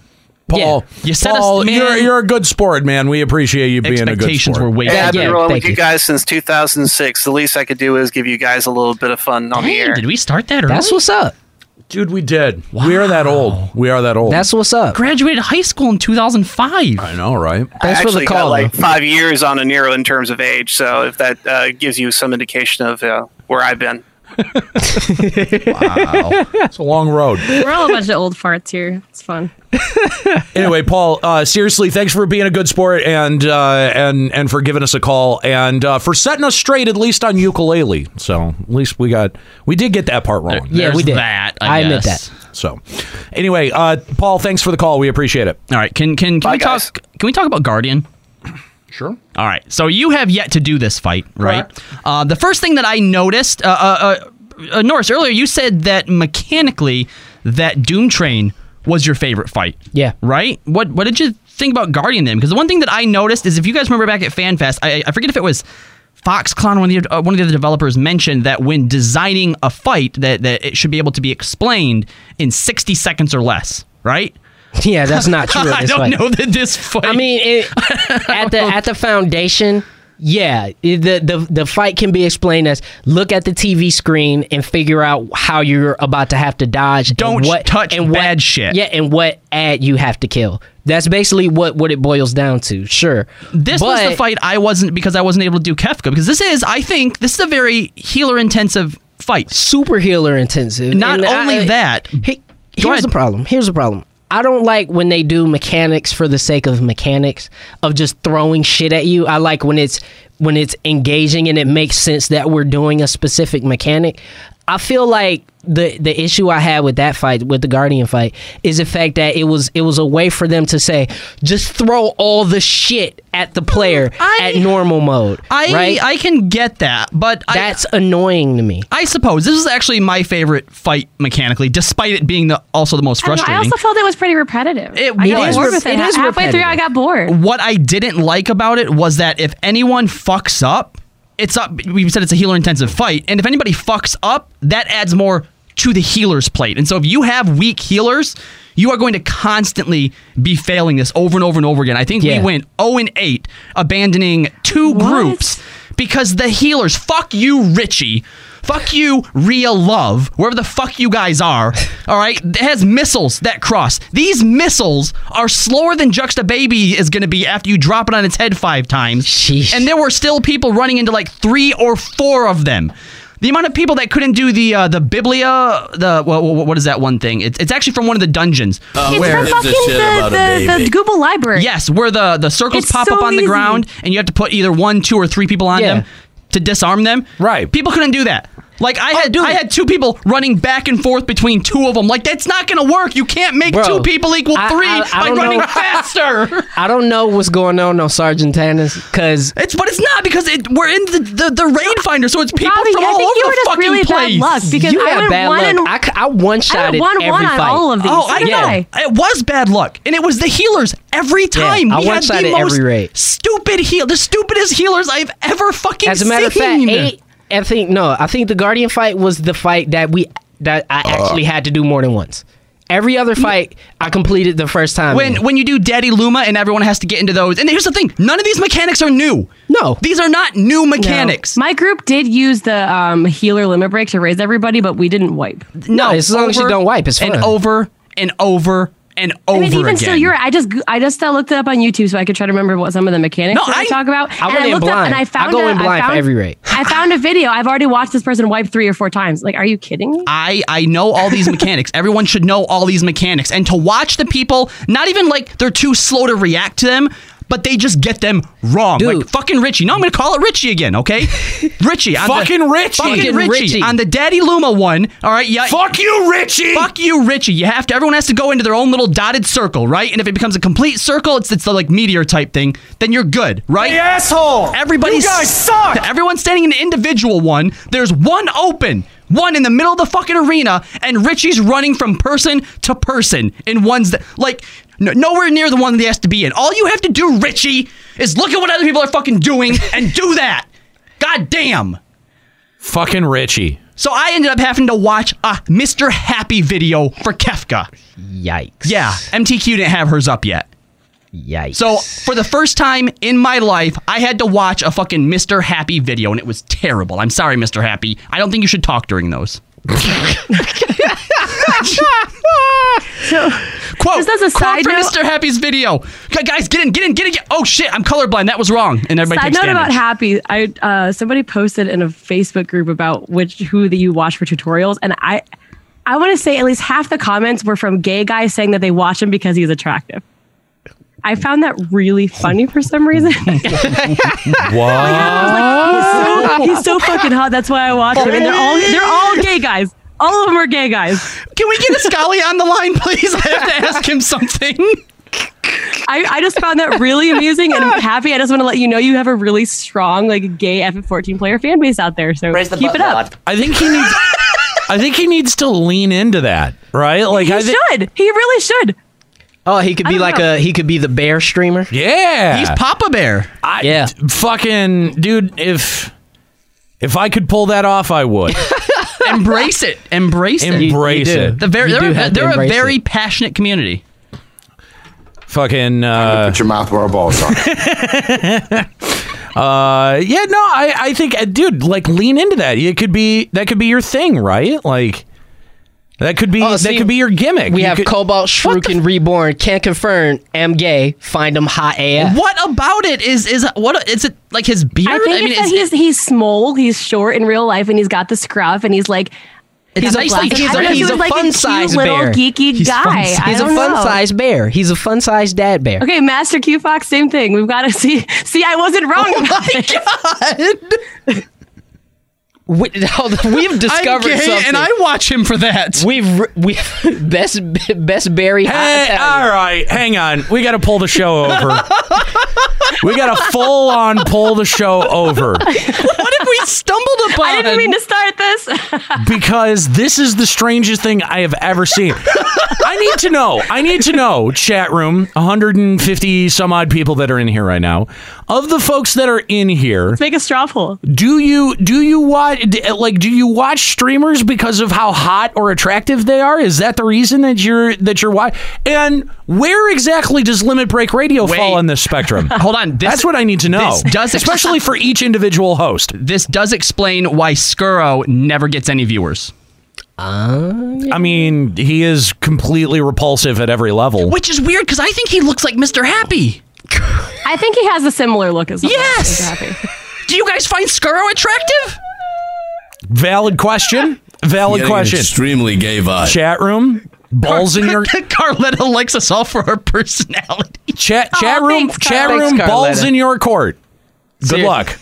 [SPEAKER 3] Paul,
[SPEAKER 1] You said us-
[SPEAKER 3] Paul,
[SPEAKER 1] man.
[SPEAKER 3] you're you're a good sport, man. We appreciate you being a good
[SPEAKER 1] Expectations
[SPEAKER 3] sport.
[SPEAKER 1] were way
[SPEAKER 11] Yeah, I've been
[SPEAKER 1] Yeah,
[SPEAKER 11] rolling
[SPEAKER 1] thank
[SPEAKER 11] with you,
[SPEAKER 1] you.
[SPEAKER 11] guys since 2006. The least I could do is give you guys a little bit of fun on the air.
[SPEAKER 1] Did we start that early?
[SPEAKER 4] That's what's up.
[SPEAKER 3] Dude, we did. We are that old. We are that old.
[SPEAKER 4] That's what's up.
[SPEAKER 1] Graduated high school in 2005.
[SPEAKER 3] I know, right?
[SPEAKER 11] I
[SPEAKER 4] Thanks for
[SPEAKER 11] actually
[SPEAKER 4] the call.
[SPEAKER 11] got like
[SPEAKER 4] though.
[SPEAKER 11] five years on a Nero in terms of age, so if that uh, gives you some indication of uh, where I've been.
[SPEAKER 3] It's a long road.
[SPEAKER 2] We're all a bunch of old farts here. It's fun.
[SPEAKER 3] anyway, Paul, uh, seriously, thanks for being a good sport and uh, and and for giving us a call and uh, for setting us straight at least on ukulele. So at least we got we did get that part wrong.
[SPEAKER 4] yeah,
[SPEAKER 1] There's
[SPEAKER 4] we did.
[SPEAKER 1] that, I
[SPEAKER 4] I, admit
[SPEAKER 1] guess.
[SPEAKER 4] that.
[SPEAKER 3] So anyway, uh, Paul, thanks for the call. We appreciate it.
[SPEAKER 1] All right, can can, can we
[SPEAKER 11] guys.
[SPEAKER 1] talk? Can we talk about Guardian?
[SPEAKER 3] Sure.
[SPEAKER 1] All right. So you have yet to do this fight, right? Uh, the first thing that I noticed, uh, uh, uh, uh, Norris, earlier you said that mechanically, that Doom Train was your favorite fight.
[SPEAKER 4] Yeah.
[SPEAKER 1] Right. What What did you think about Guardian then? Because the one thing that I noticed is if you guys remember back at FanFest, I, I forget if it was. Foxconn, one of the uh, one of the other developers, mentioned that when designing a fight, that, that it should be able to be explained in sixty seconds or less, right?
[SPEAKER 4] Yeah, that's not true. in
[SPEAKER 1] I
[SPEAKER 4] this
[SPEAKER 1] don't
[SPEAKER 4] fight.
[SPEAKER 1] know that this fight.
[SPEAKER 4] I mean, it, at the at the foundation Yeah, it- the, the the fight can be explained as look at the TV screen and figure out how you're about to have to dodge. Don't what, touch and bad shit. Yeah, and what ad you have to kill. That's basically what what it boils down to. Sure,
[SPEAKER 1] This was the
[SPEAKER 4] But-
[SPEAKER 1] fight I wasn't because I wasn't able to do Kefka because this is I think this is a very healer intensive fight.
[SPEAKER 4] Super healer intensive.
[SPEAKER 1] Not
[SPEAKER 4] And uh,
[SPEAKER 1] only
[SPEAKER 4] I-
[SPEAKER 1] that.
[SPEAKER 4] He, here's the problem. Here's the problem. I don't like when they do mechanics for the sake of mechanics of just throwing shit at you. I like when it's when it's engaging and it makes sense that we're doing a specific mechanic. I feel like the the issue I had with that fight with the Guardian fight is the fact that it was it was a way for them to say just throw all the shit at the player at normal mode.
[SPEAKER 1] I
[SPEAKER 4] right?
[SPEAKER 1] I can get that, but
[SPEAKER 4] that's annoying to me.
[SPEAKER 1] I suppose this is actually my favorite fight mechanically, despite it being the also the most
[SPEAKER 2] I, don't know, I
[SPEAKER 1] frustrating.
[SPEAKER 2] also felt it was pretty repetitive. It I got
[SPEAKER 1] was.
[SPEAKER 2] bored
[SPEAKER 1] It
[SPEAKER 2] with it.
[SPEAKER 1] is
[SPEAKER 2] Halfway through, I got bored.
[SPEAKER 1] What I didn't like about it was that if anyone fucks up, it's up. We said it's a healer intensive fight, and if anybody fucks up, that adds more to the healer's plate. And so if you have weak healers, you are going to constantly be failing this over and over and over again. I think
[SPEAKER 4] Yeah.
[SPEAKER 1] we went 0 and 8, abandoning two groups because the healers, fuck you, Richie. Fuck you, real love, wherever the fuck you guys are. All right, it has missiles that cross. These missiles are slower than Juxta Baby is going to be after you drop it on its head five times. And there were still people running into like three or four of them. The amount of people that couldn't do the uh, the Biblia, the wha- wha- what is that one thing? It's, it's actually from one of the dungeons.
[SPEAKER 2] Oh, It's where- from fucking the- the- the Google Library.
[SPEAKER 1] Yes, where the, the circles
[SPEAKER 2] It's
[SPEAKER 1] pop
[SPEAKER 2] so
[SPEAKER 1] up on
[SPEAKER 2] easy.
[SPEAKER 1] the ground and you have to put either one, two, or three people on them to disarm them. Right. People couldn't do that. Like
[SPEAKER 4] Oh,
[SPEAKER 1] I had, I had two people running back and forth between two of them. Like that's not gonna work. You can't make
[SPEAKER 4] Bro,
[SPEAKER 1] two people equal
[SPEAKER 4] I-
[SPEAKER 1] three
[SPEAKER 4] I- I
[SPEAKER 1] by
[SPEAKER 4] don't
[SPEAKER 1] running
[SPEAKER 4] know.
[SPEAKER 1] faster.
[SPEAKER 4] I don't know what's going on on Sergeant Tannis because
[SPEAKER 1] it's but it's not because it, we're in the, the the raid finder, so it's people
[SPEAKER 2] Robbie,
[SPEAKER 1] from
[SPEAKER 2] I
[SPEAKER 1] all
[SPEAKER 2] think
[SPEAKER 1] over
[SPEAKER 2] you were
[SPEAKER 1] the
[SPEAKER 2] just
[SPEAKER 1] fucking
[SPEAKER 2] really bad
[SPEAKER 1] place.
[SPEAKER 2] luck because
[SPEAKER 4] you
[SPEAKER 2] I
[SPEAKER 4] had
[SPEAKER 2] went
[SPEAKER 4] bad
[SPEAKER 2] one
[SPEAKER 4] luck.
[SPEAKER 2] and-
[SPEAKER 4] I, c- I one shot
[SPEAKER 2] one
[SPEAKER 4] every
[SPEAKER 2] one on
[SPEAKER 4] fight.
[SPEAKER 2] all of these.
[SPEAKER 1] Oh, I
[SPEAKER 2] Yeah.
[SPEAKER 1] know. It was bad luck, and it was the healers every time.
[SPEAKER 4] I
[SPEAKER 1] we had
[SPEAKER 4] one-sided
[SPEAKER 1] the most
[SPEAKER 4] every rate.
[SPEAKER 1] stupid heal, the stupidest healers I've ever fucking.
[SPEAKER 4] As a matter
[SPEAKER 1] seen.
[SPEAKER 4] of fact, eight, I think no, I think the Guardian fight was the fight that we that I actually had to do more than once. Every other fight I completed the first time.
[SPEAKER 1] when when you do Daddy Luma and everyone has to get into those. And here's the thing: none of these mechanics are new.
[SPEAKER 4] No,
[SPEAKER 1] these are not new mechanics.
[SPEAKER 2] My group did use the um, healer limit break to raise everybody, but we didn't wipe.
[SPEAKER 1] No,
[SPEAKER 4] as long as you
[SPEAKER 1] over
[SPEAKER 4] don't wipe, it's
[SPEAKER 1] and
[SPEAKER 4] fine.
[SPEAKER 1] over and over and over
[SPEAKER 2] I mean, even
[SPEAKER 1] again.
[SPEAKER 2] still, you're. right. I just I just uh, looked it up on YouTube so I could try to remember what some of the mechanics
[SPEAKER 1] No,
[SPEAKER 2] were
[SPEAKER 1] I-
[SPEAKER 2] I talk about.
[SPEAKER 4] I
[SPEAKER 2] and
[SPEAKER 4] went in
[SPEAKER 2] looked up
[SPEAKER 4] blind.
[SPEAKER 2] and I
[SPEAKER 4] I
[SPEAKER 2] found
[SPEAKER 4] go
[SPEAKER 2] a-
[SPEAKER 4] in blind for
[SPEAKER 2] found,
[SPEAKER 4] every rate.
[SPEAKER 2] I found a video. I've already watched this person wipe three or four times. Like, are you kidding me?
[SPEAKER 1] I, I know all these mechanics. Everyone should know all these mechanics. And to watch the people, not even like they're too slow to react to them, but they just get them wrong. Like fucking Richie. No, I'm gonna call it Richie again, okay? Richie. on the-
[SPEAKER 3] Fucking Richie.
[SPEAKER 1] Fucking
[SPEAKER 3] Fucking
[SPEAKER 1] Richie.
[SPEAKER 3] Richie.
[SPEAKER 1] On the Daddy Luma one. All right, yeah.
[SPEAKER 3] Fuck you, Richie.
[SPEAKER 1] Fuck you, Richie. You have to everyone has to go into their own little dotted circle, right? And if it becomes a complete circle, it's it's the like meteor type thing, then you're good, right?
[SPEAKER 5] Hey, asshole!
[SPEAKER 1] Everybody's
[SPEAKER 5] You guys suck!
[SPEAKER 1] Everyone's standing in an individual one. There's one open, one in the middle of the fucking arena, and Richie's running from person to person in ones that like n- nowhere near the one that he has to be in. All you have to do, Richie, is look at what other people are fucking doing and do that. God damn.
[SPEAKER 3] Fucking Richie.
[SPEAKER 1] So I ended up having to watch a Mr. Happy video for Kefka.
[SPEAKER 4] Yikes.
[SPEAKER 1] Yeah, MTQ didn't have hers up yet.
[SPEAKER 4] Yikes.
[SPEAKER 1] So for the first time in my life, I had to watch a fucking Mr. Happy video, and it was terrible. I'm sorry, Mr. Happy. I don't think you should talk during those.
[SPEAKER 2] So,
[SPEAKER 1] Quote,
[SPEAKER 2] Just as a
[SPEAKER 1] quote
[SPEAKER 2] side
[SPEAKER 1] from
[SPEAKER 2] note-
[SPEAKER 1] Mr. Happy's video. Gu- Guys, get in, get in, get in. Get, oh shit, I'm colorblind. That was wrong. And everybody
[SPEAKER 2] Side
[SPEAKER 1] takes
[SPEAKER 2] note about
[SPEAKER 1] damage.
[SPEAKER 2] Happy, I uh, somebody posted in a Facebook group about which who that you watch for tutorials, and I I want to say at least half the comments were from gay guys saying that they watch him because he's attractive. I found that really funny for some reason.
[SPEAKER 3] What?
[SPEAKER 2] he's, so, he's so fucking hot. That's why I watch him. And they're all they're all gay guys. All of them are gay guys.
[SPEAKER 1] Can we get a Scully on the line, please? I have to ask him something.
[SPEAKER 2] I, I just found that really amusing and I'm happy. I just want to let you know you have a really strong like gay F14 player fan base out there. So keep it up.
[SPEAKER 3] I think he needs. I think he needs to lean into that, right? Like I
[SPEAKER 2] He
[SPEAKER 3] think.
[SPEAKER 2] should. He really should.
[SPEAKER 4] oh, he could
[SPEAKER 2] I
[SPEAKER 4] be
[SPEAKER 2] don't
[SPEAKER 4] like
[SPEAKER 2] know.
[SPEAKER 4] a he could be the bear streamer.
[SPEAKER 3] Yeah.
[SPEAKER 1] He's Papa Bear.
[SPEAKER 3] I,
[SPEAKER 4] Yeah.
[SPEAKER 3] Fucking dude, if if I could pull that off, I would.
[SPEAKER 1] Embrace it. Embrace it.
[SPEAKER 3] Embrace
[SPEAKER 4] You- you do.
[SPEAKER 3] it.
[SPEAKER 1] The very,
[SPEAKER 4] You
[SPEAKER 1] they're,
[SPEAKER 4] do
[SPEAKER 1] a-
[SPEAKER 4] have to
[SPEAKER 1] they're a
[SPEAKER 4] embrace
[SPEAKER 1] very passionate community.
[SPEAKER 3] Fucking uh,
[SPEAKER 12] Put your mouth where our balls are.
[SPEAKER 3] Uh, yeah, no, I, I think, uh, dude, like lean into that. It could be that could be your thing, right? Like that could be that could be your gimmick.
[SPEAKER 4] Oh, We
[SPEAKER 3] You
[SPEAKER 4] have
[SPEAKER 3] could-
[SPEAKER 4] Cobalt Shuriken Reborn. Can't confirm. Am gay. Find him hot AF.
[SPEAKER 1] What about it? Is is what is it like his beard?
[SPEAKER 2] I think it's that he's he's small, he's short in real life, and he's got the scruff, and he's like.
[SPEAKER 4] He's
[SPEAKER 2] got
[SPEAKER 4] a
[SPEAKER 2] the
[SPEAKER 4] nice-
[SPEAKER 2] glasses. I
[SPEAKER 4] he's a-
[SPEAKER 2] don't know, he
[SPEAKER 4] he's
[SPEAKER 2] was
[SPEAKER 4] a
[SPEAKER 2] like
[SPEAKER 4] fun
[SPEAKER 2] cute
[SPEAKER 4] size
[SPEAKER 2] little
[SPEAKER 4] bear.
[SPEAKER 2] geeky
[SPEAKER 4] He's
[SPEAKER 2] guy.
[SPEAKER 4] fun-
[SPEAKER 2] I
[SPEAKER 4] He's a
[SPEAKER 2] don't
[SPEAKER 4] fun
[SPEAKER 2] know.
[SPEAKER 4] size bear. He's a fun size dad bear.
[SPEAKER 2] Okay, Master Q Fox, same thing. We've got to see. See, I wasn't wrong. Oh my god!
[SPEAKER 4] We, have discovered
[SPEAKER 1] gay
[SPEAKER 4] something,
[SPEAKER 1] and I
[SPEAKER 4] watch him for that. We've re- we best best Barry. hot
[SPEAKER 3] Hey,
[SPEAKER 4] Italian.
[SPEAKER 3] all right, hang on. We got to pull the show over. we got to full on pull the show over
[SPEAKER 1] what if we stumbled upon?
[SPEAKER 2] I didn't mean to start this.
[SPEAKER 3] because this is the strangest thing I have ever seen. I need to know. I need to know, chat room, 150 some odd people that are in here right now. Of the folks that are in here,
[SPEAKER 2] Make a straw poll.
[SPEAKER 3] do you do you watch like do you watch streamers because of how hot or attractive they are? Is that the reason that you're that you're watching? And where exactly does Limit Break Radio fall on this spectrum?
[SPEAKER 1] Hold on, this-
[SPEAKER 3] that's what I need to know.
[SPEAKER 1] this does-
[SPEAKER 3] especially for each individual host.
[SPEAKER 1] This does explain why Skuro never gets any viewers.
[SPEAKER 3] I mean, he is completely repulsive at every level.
[SPEAKER 1] Which is weird because I think he looks like Mr. Happy.
[SPEAKER 2] I think he has a similar look as well.
[SPEAKER 1] Yes! Do you guys find Skuro attractive?
[SPEAKER 3] Valid question. Valid
[SPEAKER 5] Getting
[SPEAKER 3] question.
[SPEAKER 5] Extremely gay vibe.
[SPEAKER 3] Chat room. Balls in your
[SPEAKER 1] Carletta likes us all for our personality.
[SPEAKER 3] chat chat
[SPEAKER 1] Aw,
[SPEAKER 3] room
[SPEAKER 1] Oh, thanks,
[SPEAKER 3] chat
[SPEAKER 1] Carletta.
[SPEAKER 3] room.
[SPEAKER 1] Thanks,
[SPEAKER 3] Balls
[SPEAKER 1] Carletta.
[SPEAKER 3] in your court. Good
[SPEAKER 1] Seriously.
[SPEAKER 3] luck.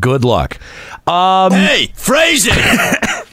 [SPEAKER 3] Good luck. Um,
[SPEAKER 5] hey, phrase it.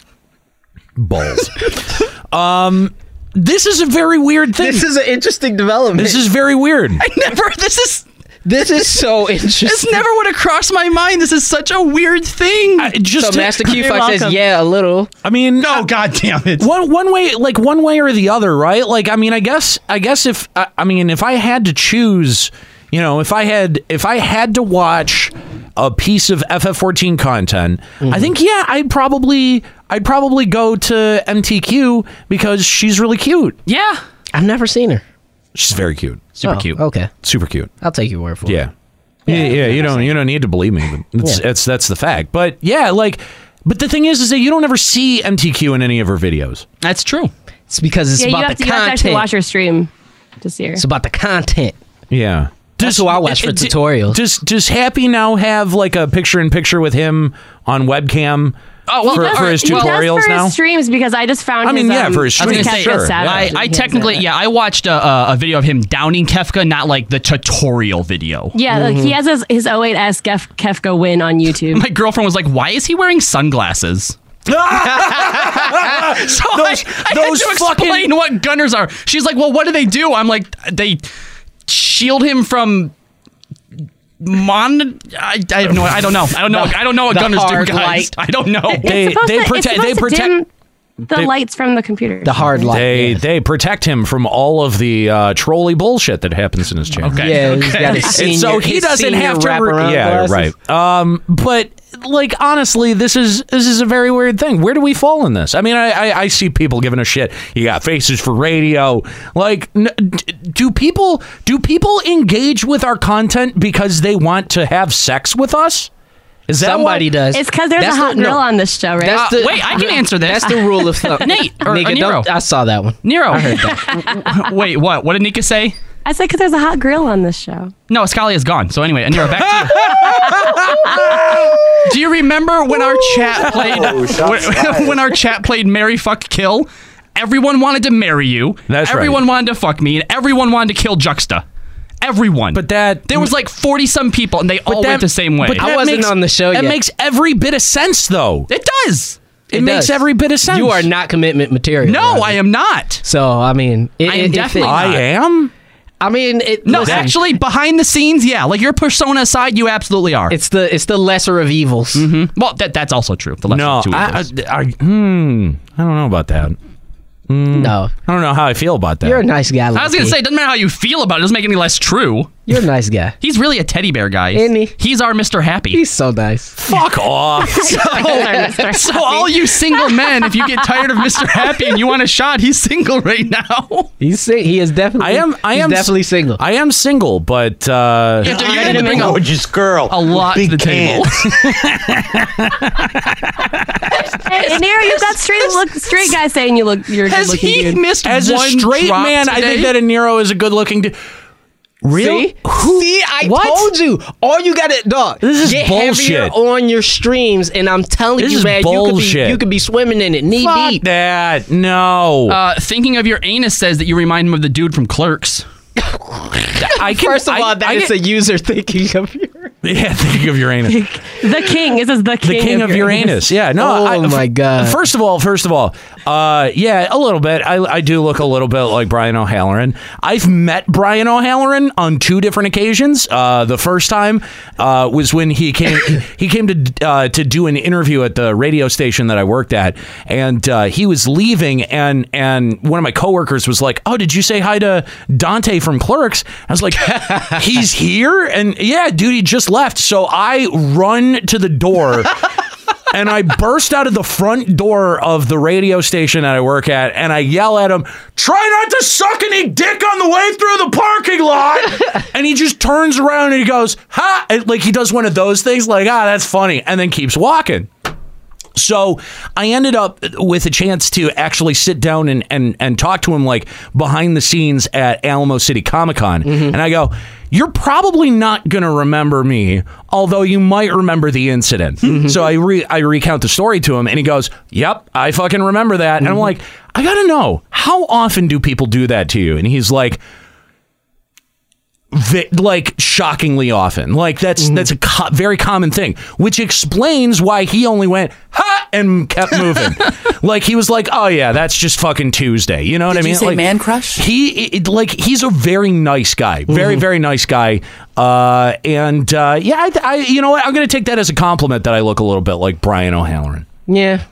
[SPEAKER 3] balls. um, this is a very weird thing.
[SPEAKER 4] This is an interesting development.
[SPEAKER 3] This is very weird.
[SPEAKER 1] I never. This is.
[SPEAKER 4] This is so
[SPEAKER 1] This
[SPEAKER 4] interesting.
[SPEAKER 1] never would have crossed my mind. This is such a weird thing.
[SPEAKER 3] I, just
[SPEAKER 4] so
[SPEAKER 3] to-
[SPEAKER 4] Master Q Fox says, "Yeah, a little."
[SPEAKER 3] I mean,
[SPEAKER 1] no, god damn it.
[SPEAKER 3] one one way like one way or the other right like i mean i guess i guess if I, I mean if i had to choose you know if i had if i had to watch a piece of ff14 content i think yeah i'd probably i'd probably go to mtq because she's really cute
[SPEAKER 1] Yeah.
[SPEAKER 4] I've never seen her.
[SPEAKER 3] she's very cute
[SPEAKER 1] Super
[SPEAKER 4] Oh,
[SPEAKER 1] cute.
[SPEAKER 4] Okay,
[SPEAKER 3] super cute
[SPEAKER 4] I'll take your word for it.
[SPEAKER 3] yeah. Yeah, yeah, you don't you don't need to believe me. But it's,
[SPEAKER 4] Yeah.
[SPEAKER 3] it's that's the fact. But yeah, like but the thing is is that you don't ever see MTQ in any of her videos.
[SPEAKER 1] That's true.
[SPEAKER 4] It's because it's
[SPEAKER 2] Yeah, you
[SPEAKER 4] about
[SPEAKER 2] have,
[SPEAKER 4] the
[SPEAKER 2] to, you have to actually
[SPEAKER 4] content.
[SPEAKER 2] watch her stream to see her.
[SPEAKER 4] it's about the content.
[SPEAKER 3] Yeah.
[SPEAKER 4] That's who I watch for
[SPEAKER 3] d-
[SPEAKER 4] tutorials.
[SPEAKER 3] Does does Happy now have like a picture in picture with him on webcam
[SPEAKER 1] Oh, well,
[SPEAKER 3] for,
[SPEAKER 1] that's-
[SPEAKER 3] for his
[SPEAKER 1] well,
[SPEAKER 2] Just
[SPEAKER 3] tutorials
[SPEAKER 2] for
[SPEAKER 3] now?
[SPEAKER 2] his streams because I just found.
[SPEAKER 3] I mean,
[SPEAKER 2] his,
[SPEAKER 3] yeah,
[SPEAKER 2] um,
[SPEAKER 3] for his
[SPEAKER 1] I was gonna
[SPEAKER 3] streams,
[SPEAKER 1] say,
[SPEAKER 2] Kefka
[SPEAKER 3] sure. yeah.
[SPEAKER 1] I,
[SPEAKER 2] Savage.
[SPEAKER 1] I technically, yeah, I watched a, a a video of him downing Kefka, not like the tutorial video.
[SPEAKER 2] Yeah, like,
[SPEAKER 3] Mm-hmm.
[SPEAKER 2] he has his, his 08S Kef, Kefka win on YouTube.
[SPEAKER 1] My girlfriend was like, "Why is he wearing sunglasses?" So I-
[SPEAKER 3] Those-
[SPEAKER 1] I,
[SPEAKER 3] those
[SPEAKER 1] had to
[SPEAKER 3] fucking-
[SPEAKER 1] explain what gunners are. She's like, "Well, what do they do?" I'm like, "They shield him from." Mon, I, I have no, I don't know, I don't know, I don't know what
[SPEAKER 4] the
[SPEAKER 1] gunners do,
[SPEAKER 4] hard
[SPEAKER 1] guys.
[SPEAKER 4] light.
[SPEAKER 1] I don't know.
[SPEAKER 3] They-
[SPEAKER 2] it's supposed
[SPEAKER 3] they
[SPEAKER 2] to,
[SPEAKER 3] protect-
[SPEAKER 2] It's supposed
[SPEAKER 3] they
[SPEAKER 2] to
[SPEAKER 3] protect-
[SPEAKER 2] dim the
[SPEAKER 3] they-
[SPEAKER 2] lights from the computer.
[SPEAKER 4] The hard light.
[SPEAKER 3] They
[SPEAKER 4] yeah.
[SPEAKER 3] they protect him from all of the uh, trolley bullshit that happens in his channel.
[SPEAKER 1] Okay.
[SPEAKER 4] Yeah, he's got his
[SPEAKER 3] And
[SPEAKER 4] senior,
[SPEAKER 3] so he
[SPEAKER 4] his
[SPEAKER 3] doesn't
[SPEAKER 4] senior
[SPEAKER 3] have to.
[SPEAKER 4] wraparound
[SPEAKER 3] yeah,
[SPEAKER 4] glasses.
[SPEAKER 3] right. Um, but like honestly, this is this is a very weird thing. Where do we fall in this? I mean, I I, I see people giving a shit. You got faces for radio. Like, n- d- do people do people engage with our content because they want to have sex with us? Is that
[SPEAKER 4] Somebody
[SPEAKER 3] what-
[SPEAKER 4] does.
[SPEAKER 2] It's because there's
[SPEAKER 4] That's
[SPEAKER 2] a
[SPEAKER 4] the-
[SPEAKER 2] hot
[SPEAKER 4] no,
[SPEAKER 2] girl on this show, right?
[SPEAKER 4] That's the,
[SPEAKER 1] Wait, I can answer this.
[SPEAKER 4] That's the rule of thumb.
[SPEAKER 1] Nate, or- or
[SPEAKER 4] Nigga,
[SPEAKER 1] Nero.
[SPEAKER 4] don't, I saw that one.
[SPEAKER 1] Nero, wait, what? What did Nika say?
[SPEAKER 2] I said because there's a hot girl on this show.
[SPEAKER 1] No, Scalia is gone. So anyway, Nero, back to you. Do you remember when our
[SPEAKER 3] Oh,
[SPEAKER 1] chat played when, when our chat played Mary Fuck Kill? Everyone wanted to marry you.
[SPEAKER 3] That's right.
[SPEAKER 1] everyone wanted to fuck me, and everyone wanted to kill Juxta. Everyone.
[SPEAKER 3] But that-
[SPEAKER 1] there was like forty some people, and they all
[SPEAKER 3] that-
[SPEAKER 1] went the same way.
[SPEAKER 3] but
[SPEAKER 4] I
[SPEAKER 3] that
[SPEAKER 4] wasn't
[SPEAKER 3] makes-
[SPEAKER 4] on the show
[SPEAKER 3] That
[SPEAKER 4] yet.
[SPEAKER 3] makes every bit of sense, though.
[SPEAKER 1] it does.
[SPEAKER 3] It, makes
[SPEAKER 4] does.
[SPEAKER 3] every bit of sense.
[SPEAKER 4] You are not commitment material.
[SPEAKER 1] No,
[SPEAKER 4] Roger.
[SPEAKER 1] I am not.
[SPEAKER 4] So I mean, it,
[SPEAKER 1] I am
[SPEAKER 4] it- if it-
[SPEAKER 1] definitely
[SPEAKER 3] I
[SPEAKER 1] not.
[SPEAKER 3] am.
[SPEAKER 4] I mean, it,
[SPEAKER 1] No,
[SPEAKER 4] listen,
[SPEAKER 1] actually, behind the scenes, yeah. Like your persona aside, you absolutely are.
[SPEAKER 4] it's the it's the lesser of evils.
[SPEAKER 3] Mm-hmm.
[SPEAKER 1] Mhm. Well, that that's also true. The lesser
[SPEAKER 3] No,
[SPEAKER 1] of two
[SPEAKER 3] I,
[SPEAKER 1] evils.
[SPEAKER 3] I, I, hmm, I don't know about that.
[SPEAKER 4] No,
[SPEAKER 3] I don't know how I feel about that.
[SPEAKER 4] you're a nice guy.
[SPEAKER 1] I was gonna
[SPEAKER 4] Loki.
[SPEAKER 1] say, it doesn't matter how you feel about it, it doesn't make it any less true.
[SPEAKER 4] You're a nice guy.
[SPEAKER 1] He's really a teddy bear guy.
[SPEAKER 4] Isn't he?
[SPEAKER 1] He's our Mr. Happy.
[SPEAKER 4] He's so nice.
[SPEAKER 3] Fuck off.
[SPEAKER 1] so,
[SPEAKER 2] Mr.
[SPEAKER 1] so
[SPEAKER 2] Happy.
[SPEAKER 1] all you single men, if you get tired of Mr. Happy and you want a shot, he's single right now.
[SPEAKER 4] He's sing- he is definitely.
[SPEAKER 3] I am. I
[SPEAKER 4] he's
[SPEAKER 3] am
[SPEAKER 4] definitely single.
[SPEAKER 3] I am single, but uh,
[SPEAKER 1] You're going to bring a,
[SPEAKER 12] Gorgeous girl.
[SPEAKER 1] a lot to the table.
[SPEAKER 2] Hey, and there you've got straight look, straight guy saying you look you're a
[SPEAKER 1] Has
[SPEAKER 2] good-looking
[SPEAKER 1] he
[SPEAKER 2] dude.
[SPEAKER 1] missed
[SPEAKER 3] as a
[SPEAKER 1] one
[SPEAKER 3] straight
[SPEAKER 1] drop
[SPEAKER 3] man, I
[SPEAKER 1] today?
[SPEAKER 3] think that Aniro is a good-looking. dude.
[SPEAKER 4] See? See, I told you. All you got to dog.
[SPEAKER 3] This is
[SPEAKER 4] get heavier
[SPEAKER 3] bullshit.
[SPEAKER 4] on your streams, and I'm telling
[SPEAKER 3] This
[SPEAKER 4] you,
[SPEAKER 3] is
[SPEAKER 4] man, you could
[SPEAKER 3] bullshit.
[SPEAKER 4] be you could be swimming in it knee
[SPEAKER 3] Fuck
[SPEAKER 4] deep.
[SPEAKER 3] that. No.
[SPEAKER 1] Uh, thinking of your anus says that you remind him of the dude from Clerks.
[SPEAKER 3] I can,
[SPEAKER 4] First of all, that is
[SPEAKER 3] get-
[SPEAKER 4] a user thinking of your.
[SPEAKER 3] yeah. Think of your anus.
[SPEAKER 2] The king. This is the king.
[SPEAKER 3] the king of Uranus. Yeah. No.
[SPEAKER 4] Oh
[SPEAKER 3] I-
[SPEAKER 4] my God.
[SPEAKER 3] First of all, first of all, uh, yeah, a little bit. I, I do look a little bit like Brian O'Halloran. I've met Brian O'Halloran on two different occasions. Uh, the first time uh, was when he came he came to uh, to do an interview at the radio station that I worked at, and uh, he was leaving, and and one of my coworkers was like, "Oh, did you say hi to Dante from Clerks?" I was like, "He's here," and yeah, dude, he just left. So I run to the door. and I burst out of the front door of the radio station that I work at, and I yell at him, "Try not to suck any dick on the way through the parking lot!" and he just turns around and he goes, "Ha!" And, like he does one of those things, like, "Ah, that's funny," and then keeps walking. So I ended up with a chance to actually sit down and and, and talk to him like behind the scenes at Alamo City Comic Con, and I go. You're probably not going to remember me, although you might remember the incident. So I re- I recount the story to him, and he goes, "Yep, I fucking remember that." And I'm like, "I gotta know how often do people do that to you?" And he's like, vi- like shockingly often. Like that's
[SPEAKER 6] Mm-hmm.
[SPEAKER 3] that's a co- very common thing, which explains why he only went ha and kept moving. like he was like, oh yeah, that's just fucking Tuesday. You know what
[SPEAKER 6] Did
[SPEAKER 3] I
[SPEAKER 6] you
[SPEAKER 3] mean?
[SPEAKER 6] say
[SPEAKER 3] like
[SPEAKER 6] man crush? Mm-hmm.
[SPEAKER 3] He it, like he's a very nice guy, very very nice guy. Uh, and uh, yeah, I, I you know what? I'm gonna take that as a compliment that I look a little bit like Brian O'Halloran.
[SPEAKER 4] Yeah.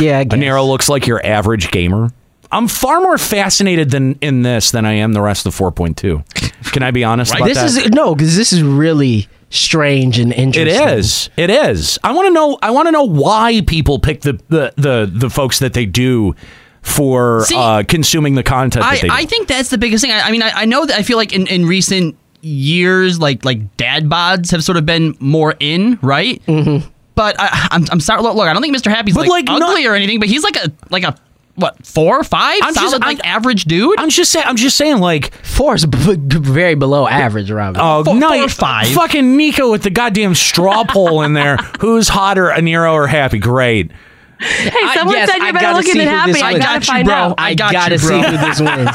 [SPEAKER 4] Yeah, I guess.
[SPEAKER 3] Nero looks like your average gamer. I'm far more fascinated than in this than I am the rest of 4.2. Can I be honest about
[SPEAKER 4] this
[SPEAKER 3] that?
[SPEAKER 4] is no, because this is really strange and
[SPEAKER 3] It
[SPEAKER 4] interesting.
[SPEAKER 3] is. It is. I want to know. I want to know why people pick the the the, the folks that they do for
[SPEAKER 1] See,
[SPEAKER 3] uh, consuming the content. that
[SPEAKER 1] I,
[SPEAKER 3] they
[SPEAKER 1] I
[SPEAKER 3] do.
[SPEAKER 1] think that's the biggest thing. I, I mean, I, I know that I feel like in, in recent years, like like dad bods have sort of been more in, right? Mm-hmm. But I, I'm I'm sorry. Look, look, I don't think Mr. Happy's
[SPEAKER 3] But,
[SPEAKER 1] like,
[SPEAKER 3] like,
[SPEAKER 1] ugly
[SPEAKER 3] not-
[SPEAKER 1] or anything, but he's like a like a what four or five
[SPEAKER 3] I'm just-
[SPEAKER 1] solid like
[SPEAKER 3] I'm-
[SPEAKER 1] average dude.
[SPEAKER 3] I'm just saying. I'm just saying. Like,
[SPEAKER 4] Four is b- b- very below average, Robin.
[SPEAKER 3] oh
[SPEAKER 1] Four-
[SPEAKER 3] no,
[SPEAKER 1] four or five.
[SPEAKER 3] Fucking Nico with the goddamn straw pole in there. Who's hotter, Aniro or Happy? Great.
[SPEAKER 2] Hey, someone
[SPEAKER 4] yes,
[SPEAKER 2] said
[SPEAKER 4] I
[SPEAKER 2] you're better
[SPEAKER 4] gotta see
[SPEAKER 2] looking than
[SPEAKER 4] who
[SPEAKER 2] happy.
[SPEAKER 4] this
[SPEAKER 2] I
[SPEAKER 4] is.
[SPEAKER 1] I
[SPEAKER 2] gotta
[SPEAKER 1] got you,
[SPEAKER 2] find
[SPEAKER 1] bro.
[SPEAKER 2] out.
[SPEAKER 1] I
[SPEAKER 4] I,
[SPEAKER 1] got
[SPEAKER 4] gotta
[SPEAKER 1] you,
[SPEAKER 4] see
[SPEAKER 1] bro.
[SPEAKER 4] who this wins.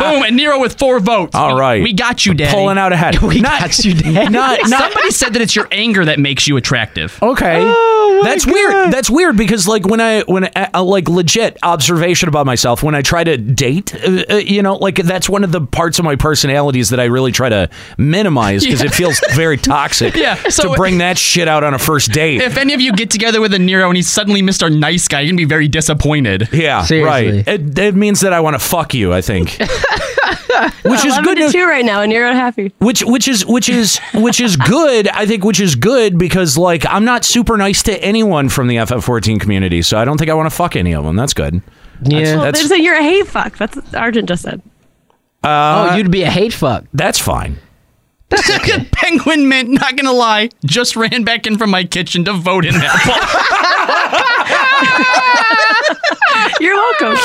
[SPEAKER 1] Boom, and Nero with four votes.
[SPEAKER 3] All
[SPEAKER 1] We-
[SPEAKER 3] right.
[SPEAKER 1] we got you, Daddy.
[SPEAKER 3] Pulling out ahead.
[SPEAKER 4] We
[SPEAKER 3] not,
[SPEAKER 4] got you, Daddy.
[SPEAKER 3] Not, not,
[SPEAKER 1] Somebody said that it's your anger that makes you attractive.
[SPEAKER 3] Okay.
[SPEAKER 1] Oh,
[SPEAKER 3] That's weird. That's weird because like when I when I, uh, like legit observation about myself when I try to date, uh, uh, you know, like that's one of the parts of my personalities that I really try to minimize because it feels very toxic
[SPEAKER 1] Yeah, so-
[SPEAKER 3] to bring that shit out on a first date.
[SPEAKER 1] If any of you get together with a Nero and he's suddenly Mr. Nice Guy, you're gonna be very disappointed.
[SPEAKER 3] yeah,
[SPEAKER 4] Seriously.
[SPEAKER 3] right. It, it means that I want to fuck you, I think. Which is
[SPEAKER 2] Eleven
[SPEAKER 3] good
[SPEAKER 2] to
[SPEAKER 3] news.
[SPEAKER 2] two right now, and you're unhappy.
[SPEAKER 3] which which is which is which is good i think which is good because like i'm not super nice to anyone from the ff14 community so i don't think i want to fuck any of them that's good
[SPEAKER 4] Yeah.
[SPEAKER 2] Well,
[SPEAKER 3] that's-
[SPEAKER 2] they said you're a hate fuck. That's what Argent just said.
[SPEAKER 4] oh, you'd be a hate fuck.
[SPEAKER 3] that's fine
[SPEAKER 1] Penguin Mint, not gonna lie, just ran back in from my kitchen to vote in that poll.
[SPEAKER 2] You're welcome.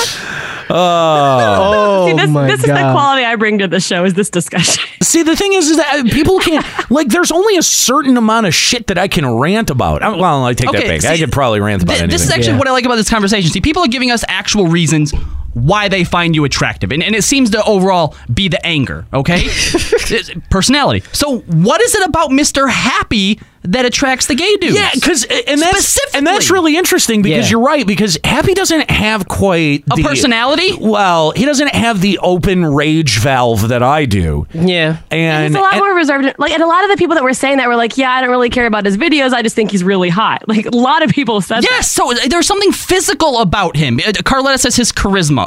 [SPEAKER 4] Oh,
[SPEAKER 2] See, this
[SPEAKER 4] my
[SPEAKER 2] this is
[SPEAKER 4] God.
[SPEAKER 2] the quality I bring to the show. Is this discussion?
[SPEAKER 3] see the thing is is that uh, people can't like there's only a certain amount of shit that i can rant about I, well i take that
[SPEAKER 1] Okay,
[SPEAKER 3] back i
[SPEAKER 1] see,
[SPEAKER 3] could probably rant about
[SPEAKER 1] Th-
[SPEAKER 3] anything
[SPEAKER 1] this is actually
[SPEAKER 4] Yeah.
[SPEAKER 1] what I like about this conversation. See, people are giving us actual reasons why they find you attractive, and, and it seems to overall be the anger, okay? It's Personality. So, what is it about Mr. Happy that attracts the gay dudes?
[SPEAKER 3] yeah, because and that's and that's
[SPEAKER 1] Specifically.
[SPEAKER 3] really interesting because
[SPEAKER 4] Yeah.
[SPEAKER 3] you're right because Happy doesn't have quite
[SPEAKER 1] A
[SPEAKER 3] the-
[SPEAKER 1] personality?
[SPEAKER 3] Well, he doesn't have the open rage valve that I do,
[SPEAKER 4] Yeah.
[SPEAKER 3] and
[SPEAKER 2] he's a lot
[SPEAKER 3] and-
[SPEAKER 2] more reserved. Like, and a lot of the people that were saying that were like, "Yeah, I don't really care about his videos. I just think he's really hot." Like, a lot of people said. that.
[SPEAKER 1] Yes, so there's something physical about him. Uh, Carletta says his charisma.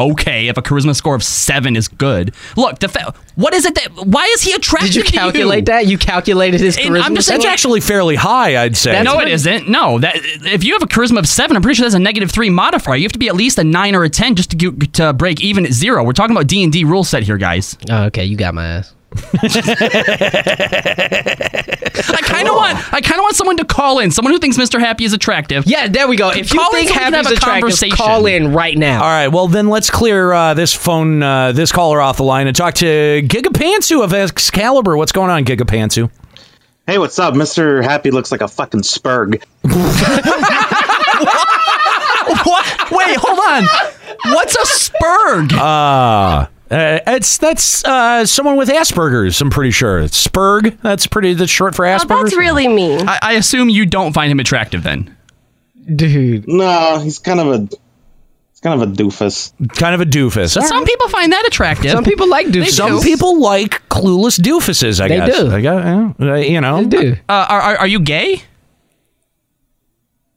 [SPEAKER 1] okay if a charisma score of seven is good. Look, the fa- what is it that? Why is he attracted?
[SPEAKER 4] Did you
[SPEAKER 1] to
[SPEAKER 4] calculate that? You calculated his
[SPEAKER 1] And
[SPEAKER 4] charisma?
[SPEAKER 1] I'm just
[SPEAKER 4] score?
[SPEAKER 1] saying,
[SPEAKER 3] actually fairly high, I'd say.
[SPEAKER 1] no, it isn't. No, that if you have a charisma of seven, I'm pretty sure that's a negative three modifier. You have to be at least a nine or a ten just to get, to break even at zero. We're talking about D and D rule set here, guys.
[SPEAKER 4] Oh, okay, you got my ass.
[SPEAKER 1] I kind of want I kind of want someone to call in, someone who thinks Mr. Happy is attractive.
[SPEAKER 4] Yeah, there we go. If you
[SPEAKER 1] Call in
[SPEAKER 4] think
[SPEAKER 1] so we can
[SPEAKER 4] Happy's
[SPEAKER 1] have a
[SPEAKER 4] attractive,
[SPEAKER 1] conversation.
[SPEAKER 4] call in right now.
[SPEAKER 3] All right, well then let's clear uh, this phone, uh, this caller off the line, and talk to Gigapantsu of Excalibur. What's going on, Gigapantsu?
[SPEAKER 12] Hey, what's up? Mr. Happy looks like a fucking spurg.
[SPEAKER 1] what? Wait, hold on. What's a spurg?
[SPEAKER 3] Uh, uh, it's that's uh, someone with Asperger's. I'm pretty sure it's Spurg. That's pretty. That's short for Asperger's.
[SPEAKER 2] That's really mean.
[SPEAKER 1] I, I assume you don't find him attractive then.
[SPEAKER 4] Dude.
[SPEAKER 12] No, he's kind of a he's kind of a doofus.
[SPEAKER 3] Kind of a doofus.
[SPEAKER 1] So some people find that attractive.
[SPEAKER 4] Some people like
[SPEAKER 1] They
[SPEAKER 4] doofuses.
[SPEAKER 3] Some people like clueless doofuses. I
[SPEAKER 4] They
[SPEAKER 3] guess
[SPEAKER 4] do.
[SPEAKER 3] I guess, yeah, uh, you know.
[SPEAKER 4] They do.
[SPEAKER 1] Uh, are, are, are you gay?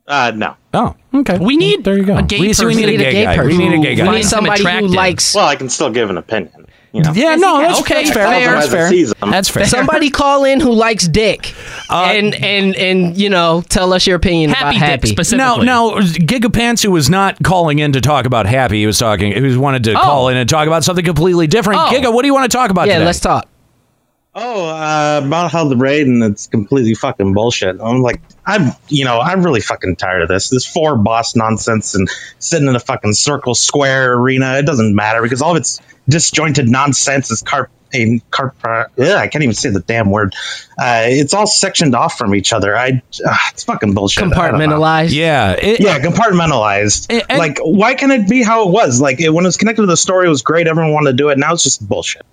[SPEAKER 12] Uh, no.
[SPEAKER 3] Oh, okay.
[SPEAKER 1] We need
[SPEAKER 3] there you go.
[SPEAKER 1] a gay
[SPEAKER 3] we, so we
[SPEAKER 1] person.
[SPEAKER 3] need a gay, guy. We need a gay
[SPEAKER 1] who
[SPEAKER 3] guy.
[SPEAKER 1] finds him
[SPEAKER 4] somebody who
[SPEAKER 1] attractive.
[SPEAKER 4] likes-
[SPEAKER 12] Well, I can still give an opinion. You know.
[SPEAKER 3] Yeah, no, that's,
[SPEAKER 1] Okay,
[SPEAKER 3] that's fair.
[SPEAKER 1] fair.
[SPEAKER 3] That's
[SPEAKER 12] Otherwise it
[SPEAKER 3] fair.
[SPEAKER 12] sees 'em.
[SPEAKER 3] That's fair. Uh,
[SPEAKER 4] Somebody call in who likes dick, and and and you know, tell us your opinion
[SPEAKER 1] Happy
[SPEAKER 4] about
[SPEAKER 1] dick
[SPEAKER 4] Happy.
[SPEAKER 3] No,
[SPEAKER 1] specifically.
[SPEAKER 3] no. Gigapantsu was not calling in to talk about Happy. He was talking. He was wanted to
[SPEAKER 1] Oh.
[SPEAKER 3] call in and talk about something completely different.
[SPEAKER 1] Oh.
[SPEAKER 3] Giga, what do you want to talk about
[SPEAKER 4] yeah,
[SPEAKER 3] today?
[SPEAKER 4] let's talk.
[SPEAKER 12] Oh, uh, about how the raid and it's completely fucking bullshit. I'm like, I'm, you know, I'm really fucking tired of this. This four boss nonsense and sitting in a fucking circle square arena. It doesn't matter because all of its disjointed nonsense is carp. And carp, yeah, I can't even say the damn word. Uh, it's all sectioned off from each other. I, uh, it's fucking bullshit. I don't know.
[SPEAKER 4] Compartmentalized.
[SPEAKER 3] yeah, it-
[SPEAKER 12] yeah, compartmentalized.
[SPEAKER 3] And- and-
[SPEAKER 12] like, why can't it be how it was? Like, it, when it was connected to the story, it was great. Everyone wanted to do it. Now it's just bullshit.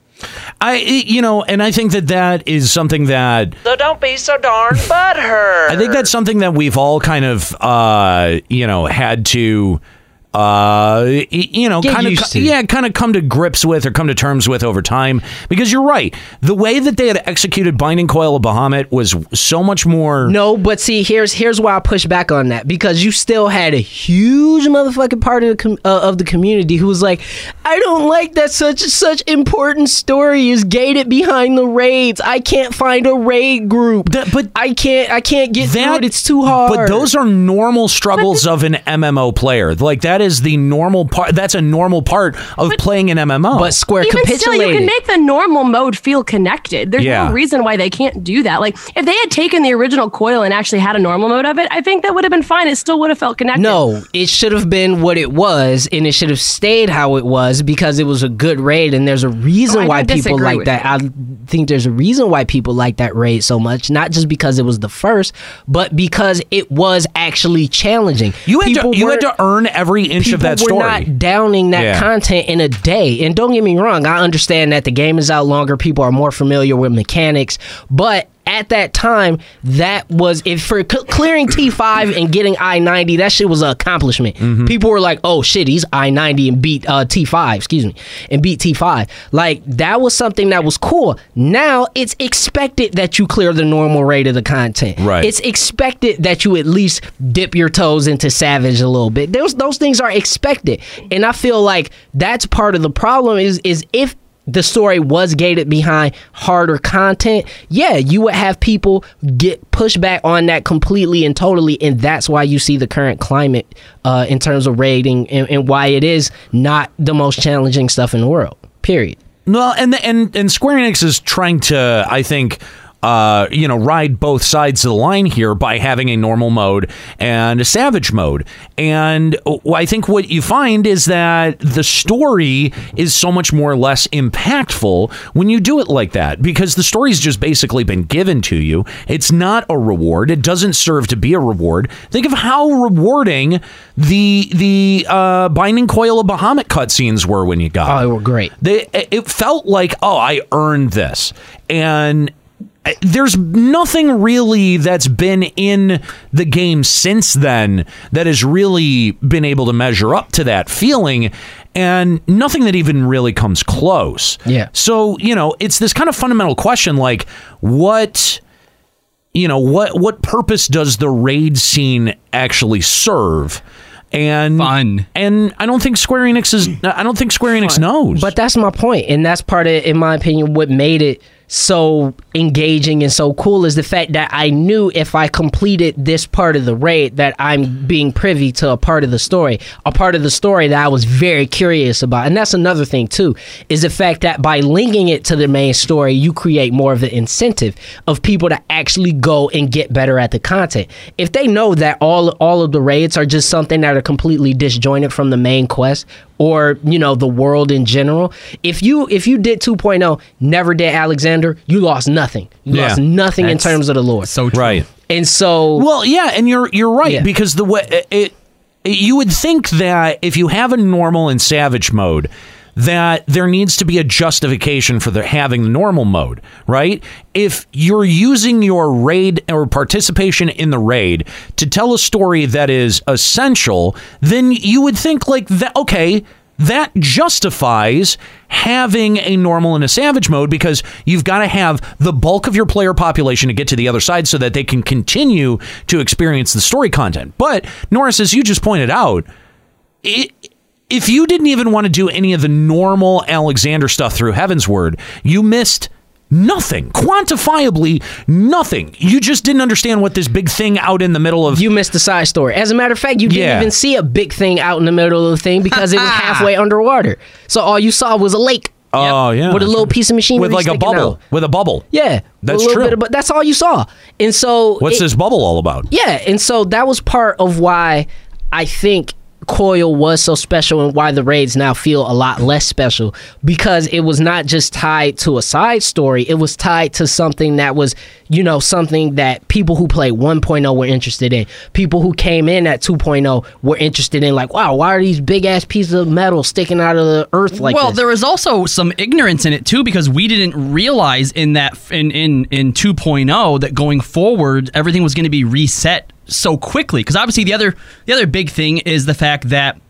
[SPEAKER 3] I, you know, and I think that that is something that
[SPEAKER 13] So don't be so darn butthurt.
[SPEAKER 3] I think that's something that we've all kind of, uh, you know, had to, uh, y- you know,
[SPEAKER 4] Get
[SPEAKER 3] kind
[SPEAKER 4] used
[SPEAKER 3] of,
[SPEAKER 4] to.
[SPEAKER 3] yeah, kind of come to grips with or come to terms with over time. Because you're right, the way that they had executed Binding Coil of Bahamut was so much more.
[SPEAKER 4] No, but see, here's here's why I push back on that because you still had a huge motherfucking part of the com- uh, of the community who was like, I don't like that such such important story is gated behind the raids. I can't find a raid group.
[SPEAKER 3] That- but
[SPEAKER 4] I can't I can't get through
[SPEAKER 3] That-
[SPEAKER 4] it. It's too hard.
[SPEAKER 3] But those are normal struggles of an MMO player. Like that is the normal part. That's a normal part of playing an MMO.
[SPEAKER 4] but Square
[SPEAKER 2] Even still,
[SPEAKER 4] capitulated.
[SPEAKER 2] you can make the normal mode feel connected. There's
[SPEAKER 3] Yeah.
[SPEAKER 2] no reason why they can't do that. Like, if they had taken the original coil and actually had a normal mode of it, I think that would have been fine. It still would have felt connected.
[SPEAKER 4] No, it should have been what it was, and it should have stayed how it was because it was a good raid, and there's a
[SPEAKER 2] Oh,
[SPEAKER 4] reason
[SPEAKER 2] I
[SPEAKER 4] why
[SPEAKER 2] don't
[SPEAKER 4] people
[SPEAKER 2] disagree
[SPEAKER 4] like
[SPEAKER 2] with
[SPEAKER 4] that. I think there's a reason why people like that raid so much, not just because it was the first, but because it was actually challenging.
[SPEAKER 3] you had
[SPEAKER 4] People
[SPEAKER 3] to you had
[SPEAKER 4] weren't-
[SPEAKER 3] to earn every inch of
[SPEAKER 4] people
[SPEAKER 3] that story.
[SPEAKER 4] were not downing that
[SPEAKER 3] Yeah.
[SPEAKER 4] content in a day. And don't get me wrong, I understand that the game is out longer, people are more familiar with mechanics, but at that time, that was if for c- clearing T5 and getting I90, that shit was an accomplishment.
[SPEAKER 3] Mm-hmm.
[SPEAKER 4] People were like, "Oh shit, he's I90 and beat uh, T5, excuse me, and beat T5." Like that was something that was cool. Now it's expected that you clear the normal rate of the content.
[SPEAKER 3] Right.
[SPEAKER 4] It's expected that you at least dip your toes into savage a little bit. Those those things are expected, and I feel like that's part of the problem. Is is if the story was gated behind harder content, yeah, you would have people get pushback on that completely and totally, and that's why you see the current climate uh, in terms of rating and, and why it is not the most challenging stuff in the world. Period.
[SPEAKER 3] Well, and and and Square Enix is trying to, I think, uh, you know, ride both sides of the line here by having a normal mode and a savage mode. And uh, I think what you find is that the story is so much more or less impactful when you do it like that because the story's just basically been given to you. It's not a reward. It doesn't serve to be a reward. Think of how rewarding the the uh, Binding Coil of Bahamut cutscenes were when you got.
[SPEAKER 4] Oh,
[SPEAKER 3] it.
[SPEAKER 4] they were great.
[SPEAKER 3] They it felt like, oh, I earned this, and uh, there's nothing really that's been in the game since then that has really been able to measure up to that feeling, and nothing that even really comes close.
[SPEAKER 4] Yeah.
[SPEAKER 3] So you know, it's this kind of fundamental question, like what you know what what purpose does the raid scene actually serve and fun. And I don't think Square Enix is. I don't think Square Enix knows.
[SPEAKER 4] But that's my point, and that's part of, in my opinion, what made it so engaging and so cool is the fact that I knew if I completed this part of the raid that I'm being privy to a part of the story, a part of the story that I was very curious about. And that's another thing too, is the fact that by linking it to the main story, you create more of the incentive of people to actually go and get better at the content. If they know that all all of the raids are just something that are completely disjointed from the main quest or you know the world in general if you if you did 2.0 never did alexander you lost nothing you
[SPEAKER 3] Yeah.
[SPEAKER 4] lost nothing in
[SPEAKER 3] That's
[SPEAKER 4] terms of the lore so
[SPEAKER 3] right
[SPEAKER 4] and so
[SPEAKER 3] well yeah and you're you're right because the way it, it you would think that if you have a normal and savage mode that there needs to be a justification for the having the normal mode, right? If you're using your raid or participation in the raid to tell a story that is essential, then you would think like that okay, that justifies having a normal and a savage mode because you've got to have the bulk of your player population to get to the other side so that they can continue to experience the story content. But Norris, as you just pointed out, it, if you didn't even want to do any of the normal Alexander stuff through Heaven's Word, you missed nothing quantifiably nothing you just didn't understand what this big thing out in the middle of
[SPEAKER 4] you missed the side story as a matter of fact you didn't
[SPEAKER 3] Yeah.
[SPEAKER 4] even see a big thing out in the middle of the thing because it was halfway underwater so all you saw was a lake
[SPEAKER 3] oh yeah
[SPEAKER 4] With a little piece of machinery
[SPEAKER 3] with like a
[SPEAKER 4] sticking
[SPEAKER 3] bubble
[SPEAKER 4] out.
[SPEAKER 3] with a bubble
[SPEAKER 4] yeah
[SPEAKER 3] That's
[SPEAKER 4] a little
[SPEAKER 3] true.
[SPEAKER 4] bit of- but that's all you saw and so
[SPEAKER 3] what's
[SPEAKER 4] it-
[SPEAKER 3] this bubble all about
[SPEAKER 4] Yeah, and so that was part of why I think Coil was so special and why the raids now feel a lot less special because it was not just tied to a side story, it was tied to something that was, you know, something that people who played 1.0 were interested in. People who came in at 2.0 were interested in like, wow, why are these big ass pieces of metal sticking out of the earth like
[SPEAKER 1] well,
[SPEAKER 4] this?
[SPEAKER 1] there was also some ignorance in it too because we didn't realize in that in in in 2.0 that going forward everything was going to be reset so quickly because obviously the other the other big thing is the fact that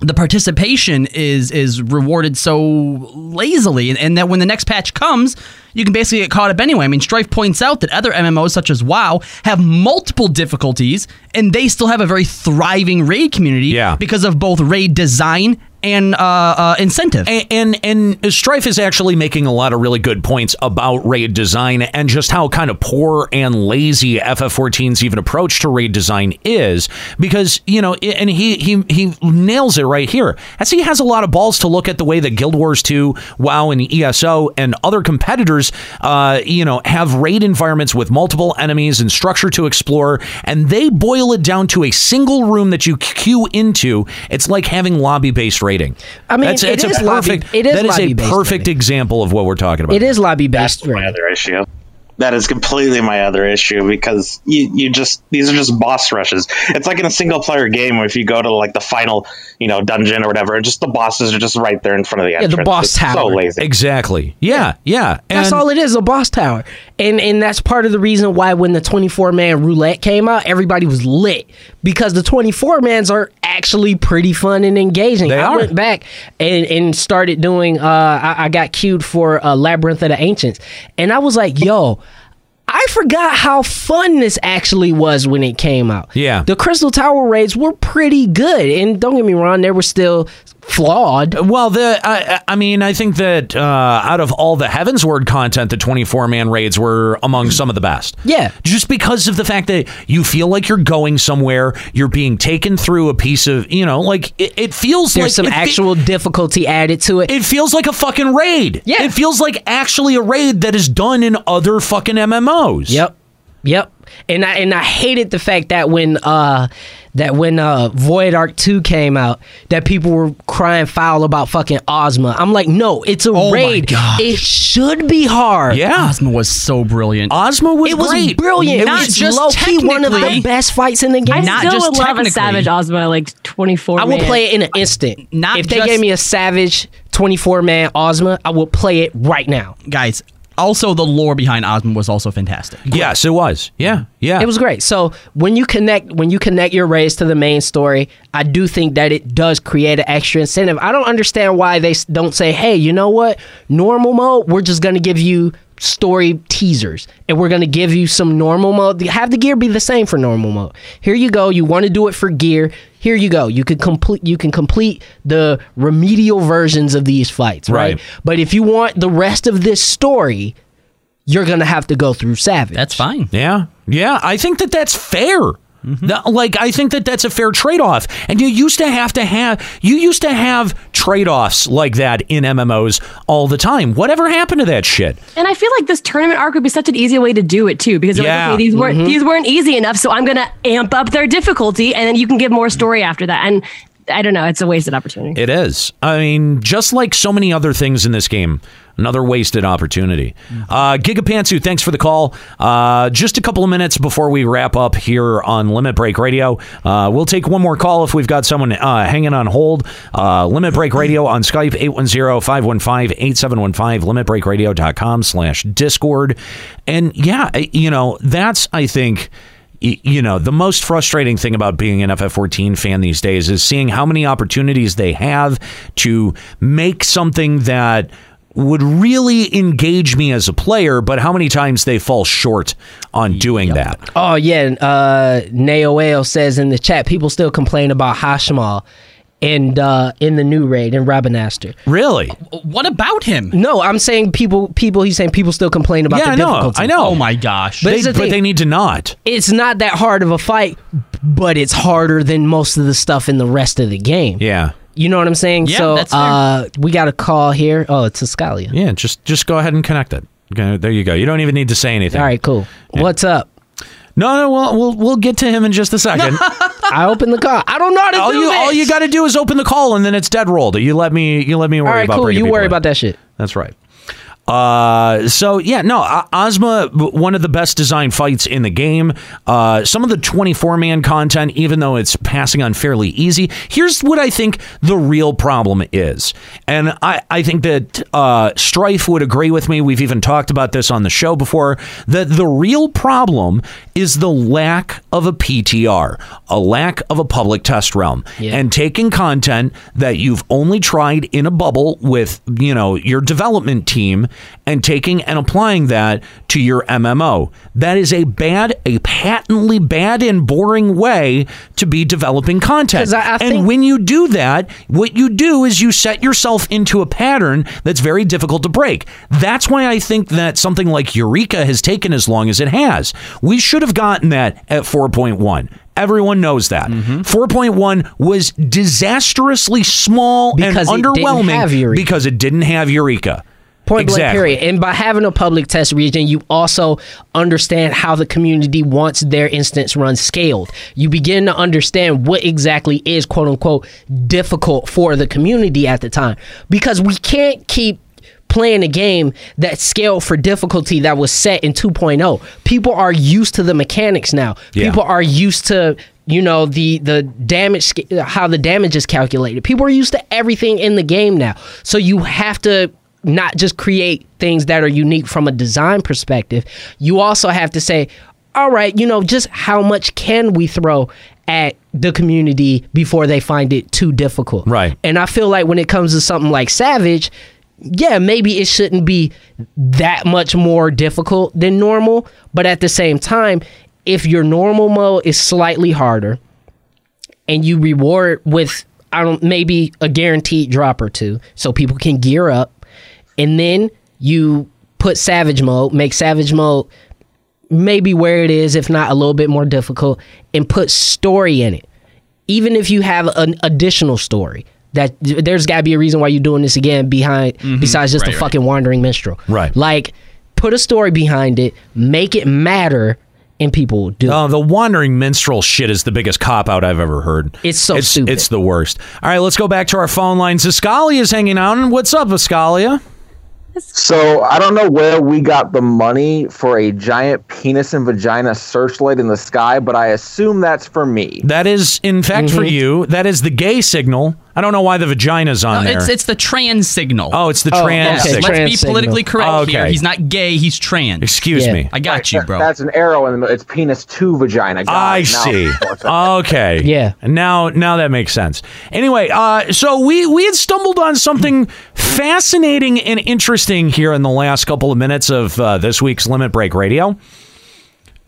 [SPEAKER 1] the participation is is rewarded so lazily and, and that when the next patch comes you can basically get caught up anyway. I mean, Strife points out that other MMOs such as WoW have multiple difficulties and they still have a very thriving raid community yeah. because of both raid design and uh, uh, incentive.
[SPEAKER 3] A- And, and Strife is actually making a lot of really good points about raid design and just how kind of poor and lazy FF14's even approach to raid design is because you know i- and he he he nails it right here. As he has a lot of balls to look at the way that Guild Wars 2, WoW and ESO and other competitors uh, you know have raid environments with multiple enemies and structure to explore and they boil it down to a single room that you queue into. It's like having lobby-based raiding.
[SPEAKER 4] I mean,
[SPEAKER 3] That's-
[SPEAKER 4] it
[SPEAKER 3] that's a
[SPEAKER 4] is lobby-
[SPEAKER 3] perfect.
[SPEAKER 4] it is
[SPEAKER 3] that is a
[SPEAKER 4] lobby-based
[SPEAKER 3] perfect example of what we're talking about.
[SPEAKER 4] it is lobby based.
[SPEAKER 12] my other issue. That is completely my other issue because you, you just these are just boss rushes. It's like in a single player game if you go to like the final you know dungeon or whatever, just the bosses are just right there in front of the entrance. it's So lazy.
[SPEAKER 3] Exactly. Yeah, yeah.
[SPEAKER 4] That's all it is, a boss tower. And and that's part of the reason why when the 24 man roulette came out, everybody was lit because the 24 mans are actually pretty fun and engaging. I
[SPEAKER 3] are.
[SPEAKER 4] went back and, and started doing uh I, I got queued for uh, Labyrinth of the Ancients and I was like, "Yo, I forgot how fun this actually was when it came out.
[SPEAKER 3] Yeah.
[SPEAKER 4] The Crystal Tower raids were pretty good. And don't get me wrong, they were still flawed.
[SPEAKER 3] Well, the I, I mean, I think that uh, out of all the Heaven's Word content, the 24 man raids were among some of the best.
[SPEAKER 4] Yeah.
[SPEAKER 3] Just because of the fact that you feel like you're going somewhere, you're being taken through a piece of, you know, like it, it feels
[SPEAKER 4] There's some
[SPEAKER 3] like it fe-
[SPEAKER 4] actual difficulty added to it.
[SPEAKER 3] It feels like a fucking raid. Yeah. It feels like actually a raid that is done in other fucking MMOs.
[SPEAKER 4] Yep. Yep. And I and I hated the fact that when uh that when uh Void Arc 2 came out that people were crying foul about fucking Ozma. I'm like, "No, it's a
[SPEAKER 1] Oh my
[SPEAKER 4] raid.
[SPEAKER 1] gosh.
[SPEAKER 4] It should be hard."
[SPEAKER 3] Yeah.
[SPEAKER 1] Ozma was so brilliant.
[SPEAKER 3] Ozma
[SPEAKER 4] It was brilliant.
[SPEAKER 1] It was just
[SPEAKER 4] low-key one of the
[SPEAKER 1] technically-
[SPEAKER 4] best fights in the game.
[SPEAKER 2] I still
[SPEAKER 1] just
[SPEAKER 2] would love a
[SPEAKER 1] technically.
[SPEAKER 2] Savage Ozma like 24.
[SPEAKER 4] I will
[SPEAKER 2] man.
[SPEAKER 4] play it in an instant.
[SPEAKER 1] Not
[SPEAKER 4] if they
[SPEAKER 1] just-
[SPEAKER 4] gave me a savage 24 man Ozma, I will play it right now.
[SPEAKER 1] Guys, also the lore behind Ozma was also fantastic.
[SPEAKER 3] Yes, it was. Yeah, yeah.
[SPEAKER 4] It was great. So when you connect when you connect your race to the main story, I do think that it does create an extra incentive. I don't understand why they s- don't say, "Hey, you know what? Normal mode, we're just going to give you story teasers and we're going to give you some normal mode have the gear be the same for normal mode here you go you want to do it for gear here you go you can complete you can complete the remedial versions of these fights right,
[SPEAKER 3] Right.
[SPEAKER 4] but if you want the rest of this story you're going to have to go through savage that's
[SPEAKER 1] fine
[SPEAKER 3] Yeah. Yeah. I think that that's fair. That- like I think that that's a fair trade-off, and you used to have to have you used to have trade-offs like that in MMOs all the time. Whatever happened to that shit?
[SPEAKER 2] And I feel like this tournament arc would be such an easy way to do it too, because they're
[SPEAKER 3] Yeah.
[SPEAKER 2] like, okay, these weren't
[SPEAKER 3] Mhm.
[SPEAKER 2] these weren't easy enough, so I'm gonna amp up their difficulty, and then you can give more story after that. And I don't know, it's a wasted opportunity.
[SPEAKER 3] It is. I mean, just like so many other things in this game, another wasted opportunity. Uh, Gigapantsu, thanks for the call. Uh, just a couple of minutes before we wrap up here on Limit Break Radio. Uh, we'll take one more call if we've got someone uh, hanging on hold. Uh, Limit Break Radio on Skype, 810-515-8715, limitbreakradio.com slash Discord. And yeah, I- you know, that's, I think y- you know, the most frustrating thing about being an FF14 fan these days is seeing how many opportunities they have to make something that would really engage me as a player, but how many times they fall short on doing that.
[SPEAKER 4] Oh yeah, and, uh, Naoel says in the chat, people still complain about Hashimal and uh, in the new raid and Rabinaster.
[SPEAKER 3] Really?
[SPEAKER 1] What about him?
[SPEAKER 4] No, I'm saying people. People. He's saying people still complain about
[SPEAKER 3] yeah,
[SPEAKER 4] the
[SPEAKER 3] I know.
[SPEAKER 4] difficulty.
[SPEAKER 3] I know.
[SPEAKER 1] Oh my gosh.
[SPEAKER 4] But it's the
[SPEAKER 3] but
[SPEAKER 4] thing.
[SPEAKER 3] they need to not.
[SPEAKER 4] It's not that hard of a fight, but it's harder than most of the stuff in the rest of the game.
[SPEAKER 3] Yeah.
[SPEAKER 4] You know what I'm saying?
[SPEAKER 3] Yeah,
[SPEAKER 4] so
[SPEAKER 3] that's fair.
[SPEAKER 4] uh we got a call here. Oh, it's Ascalia.
[SPEAKER 3] Yeah, just just go ahead and connect it. Okay, there you go. You don't even need to say anything.
[SPEAKER 4] All right, cool. What's up?
[SPEAKER 3] No, no, we'll we'll, we'll get to him in just a second.
[SPEAKER 4] I open the call. I don't know how to
[SPEAKER 3] all
[SPEAKER 4] do
[SPEAKER 3] you,
[SPEAKER 4] this.
[SPEAKER 3] All you got to do is open the call, and then it's dead rolled. You let me. You let me worry
[SPEAKER 4] All right,
[SPEAKER 3] about.
[SPEAKER 4] cool.
[SPEAKER 3] bringing
[SPEAKER 4] You
[SPEAKER 3] people
[SPEAKER 4] worry
[SPEAKER 3] in.
[SPEAKER 4] about that shit.
[SPEAKER 3] That's right. Uh, so yeah, no, O- Ozma, w- one of the best designed fights in the game. Uh, some of the 24 man content, even though it's passing on fairly easy. Here's what I think the real problem is. And I, I think that, uh, Strife would agree with me. We've even talked about this on the show before that the real problem is the lack of a PTR, a lack of a public test realm
[SPEAKER 5] Yeah.
[SPEAKER 3] and taking content that you've only tried in a bubble with, you know, your development team and taking and applying that to your MMO. That is a bad, a patently bad and boring way to be developing content.
[SPEAKER 4] 'Cause I- I
[SPEAKER 3] and
[SPEAKER 4] think-
[SPEAKER 3] when you do that, what you do is you set yourself into a pattern that's very difficult to break. That's why I think that something like Eureka has taken as long as it has. We should have gotten that at 4.1. Everyone knows that.
[SPEAKER 4] Mm-hmm.
[SPEAKER 3] 4.1 was disastrously small
[SPEAKER 4] Because it
[SPEAKER 3] and
[SPEAKER 4] didn't have
[SPEAKER 3] underwhelming
[SPEAKER 4] Eureka.
[SPEAKER 3] because it didn't have Eureka.
[SPEAKER 4] Point blank,
[SPEAKER 3] Exactly.
[SPEAKER 4] period. And by having a public test region, you also understand how the community wants their instance run scaled. You begin to understand what exactly is quote unquote difficult for the community at the time. Because we can't keep playing a game that scaled for difficulty that was set in 2.0. People are used to the mechanics now.
[SPEAKER 14] Yeah.
[SPEAKER 4] People are used to you know the the damage sca- how the damage is calculated. People are used to everything in the game now. So you have to not just create things that are unique from a design perspective. You also have to say, all right, you know, just how much can we throw at the community before they find it too difficult? Right. And I feel like when it comes to something like Savage, yeah, maybe it shouldn't be that much more difficult than normal, but at the same time, if your normal mode is slightly harder and you reward with I don't maybe a guaranteed drop or two so people can gear up and then you put savage mode, make savage mode maybe where it is if not a little bit more difficult and put story in it. Even if you have an additional story that there's got to be a reason why you're doing this again behind besides just
[SPEAKER 14] Mm-hmm. Right,
[SPEAKER 4] the
[SPEAKER 14] right.
[SPEAKER 4] fucking wandering minstrel.
[SPEAKER 3] Right.
[SPEAKER 4] Like put a story behind it, make it matter and people will do it.
[SPEAKER 3] Oh, the wandering minstrel shit is the biggest cop out I've ever heard. It's so it's, stupid. It's the worst. All right, let's go back to our phone lines. Ascalia is hanging out. And what's up, Ascalia?
[SPEAKER 15] So I don't know where we got the money for a giant penis and vagina searchlight in the sky, but I assume that's for me.
[SPEAKER 3] Mm-hmm. That is, in fact, for you, that is the gay signal I don't know why the vagina's on
[SPEAKER 1] No,
[SPEAKER 3] there.
[SPEAKER 1] it's it's the trans signal.
[SPEAKER 3] Oh, it's the
[SPEAKER 1] Yes,
[SPEAKER 3] trans signal.
[SPEAKER 1] Let's
[SPEAKER 3] Trans
[SPEAKER 1] be
[SPEAKER 3] signal.
[SPEAKER 1] politically correct
[SPEAKER 3] Oh,
[SPEAKER 1] here.
[SPEAKER 3] okay.
[SPEAKER 1] He's not gay. He's trans.
[SPEAKER 3] Excuse Yeah. me.
[SPEAKER 1] I got you, bro.
[SPEAKER 15] That's an arrow in the middle. It's penis to vagina. Got
[SPEAKER 3] I
[SPEAKER 15] it. Now-
[SPEAKER 3] see. okay. Yeah. Now, now that makes sense. Anyway, uh, so we we had stumbled on something fascinating and interesting here in the last couple of minutes of uh, this week's Limit Break Radio,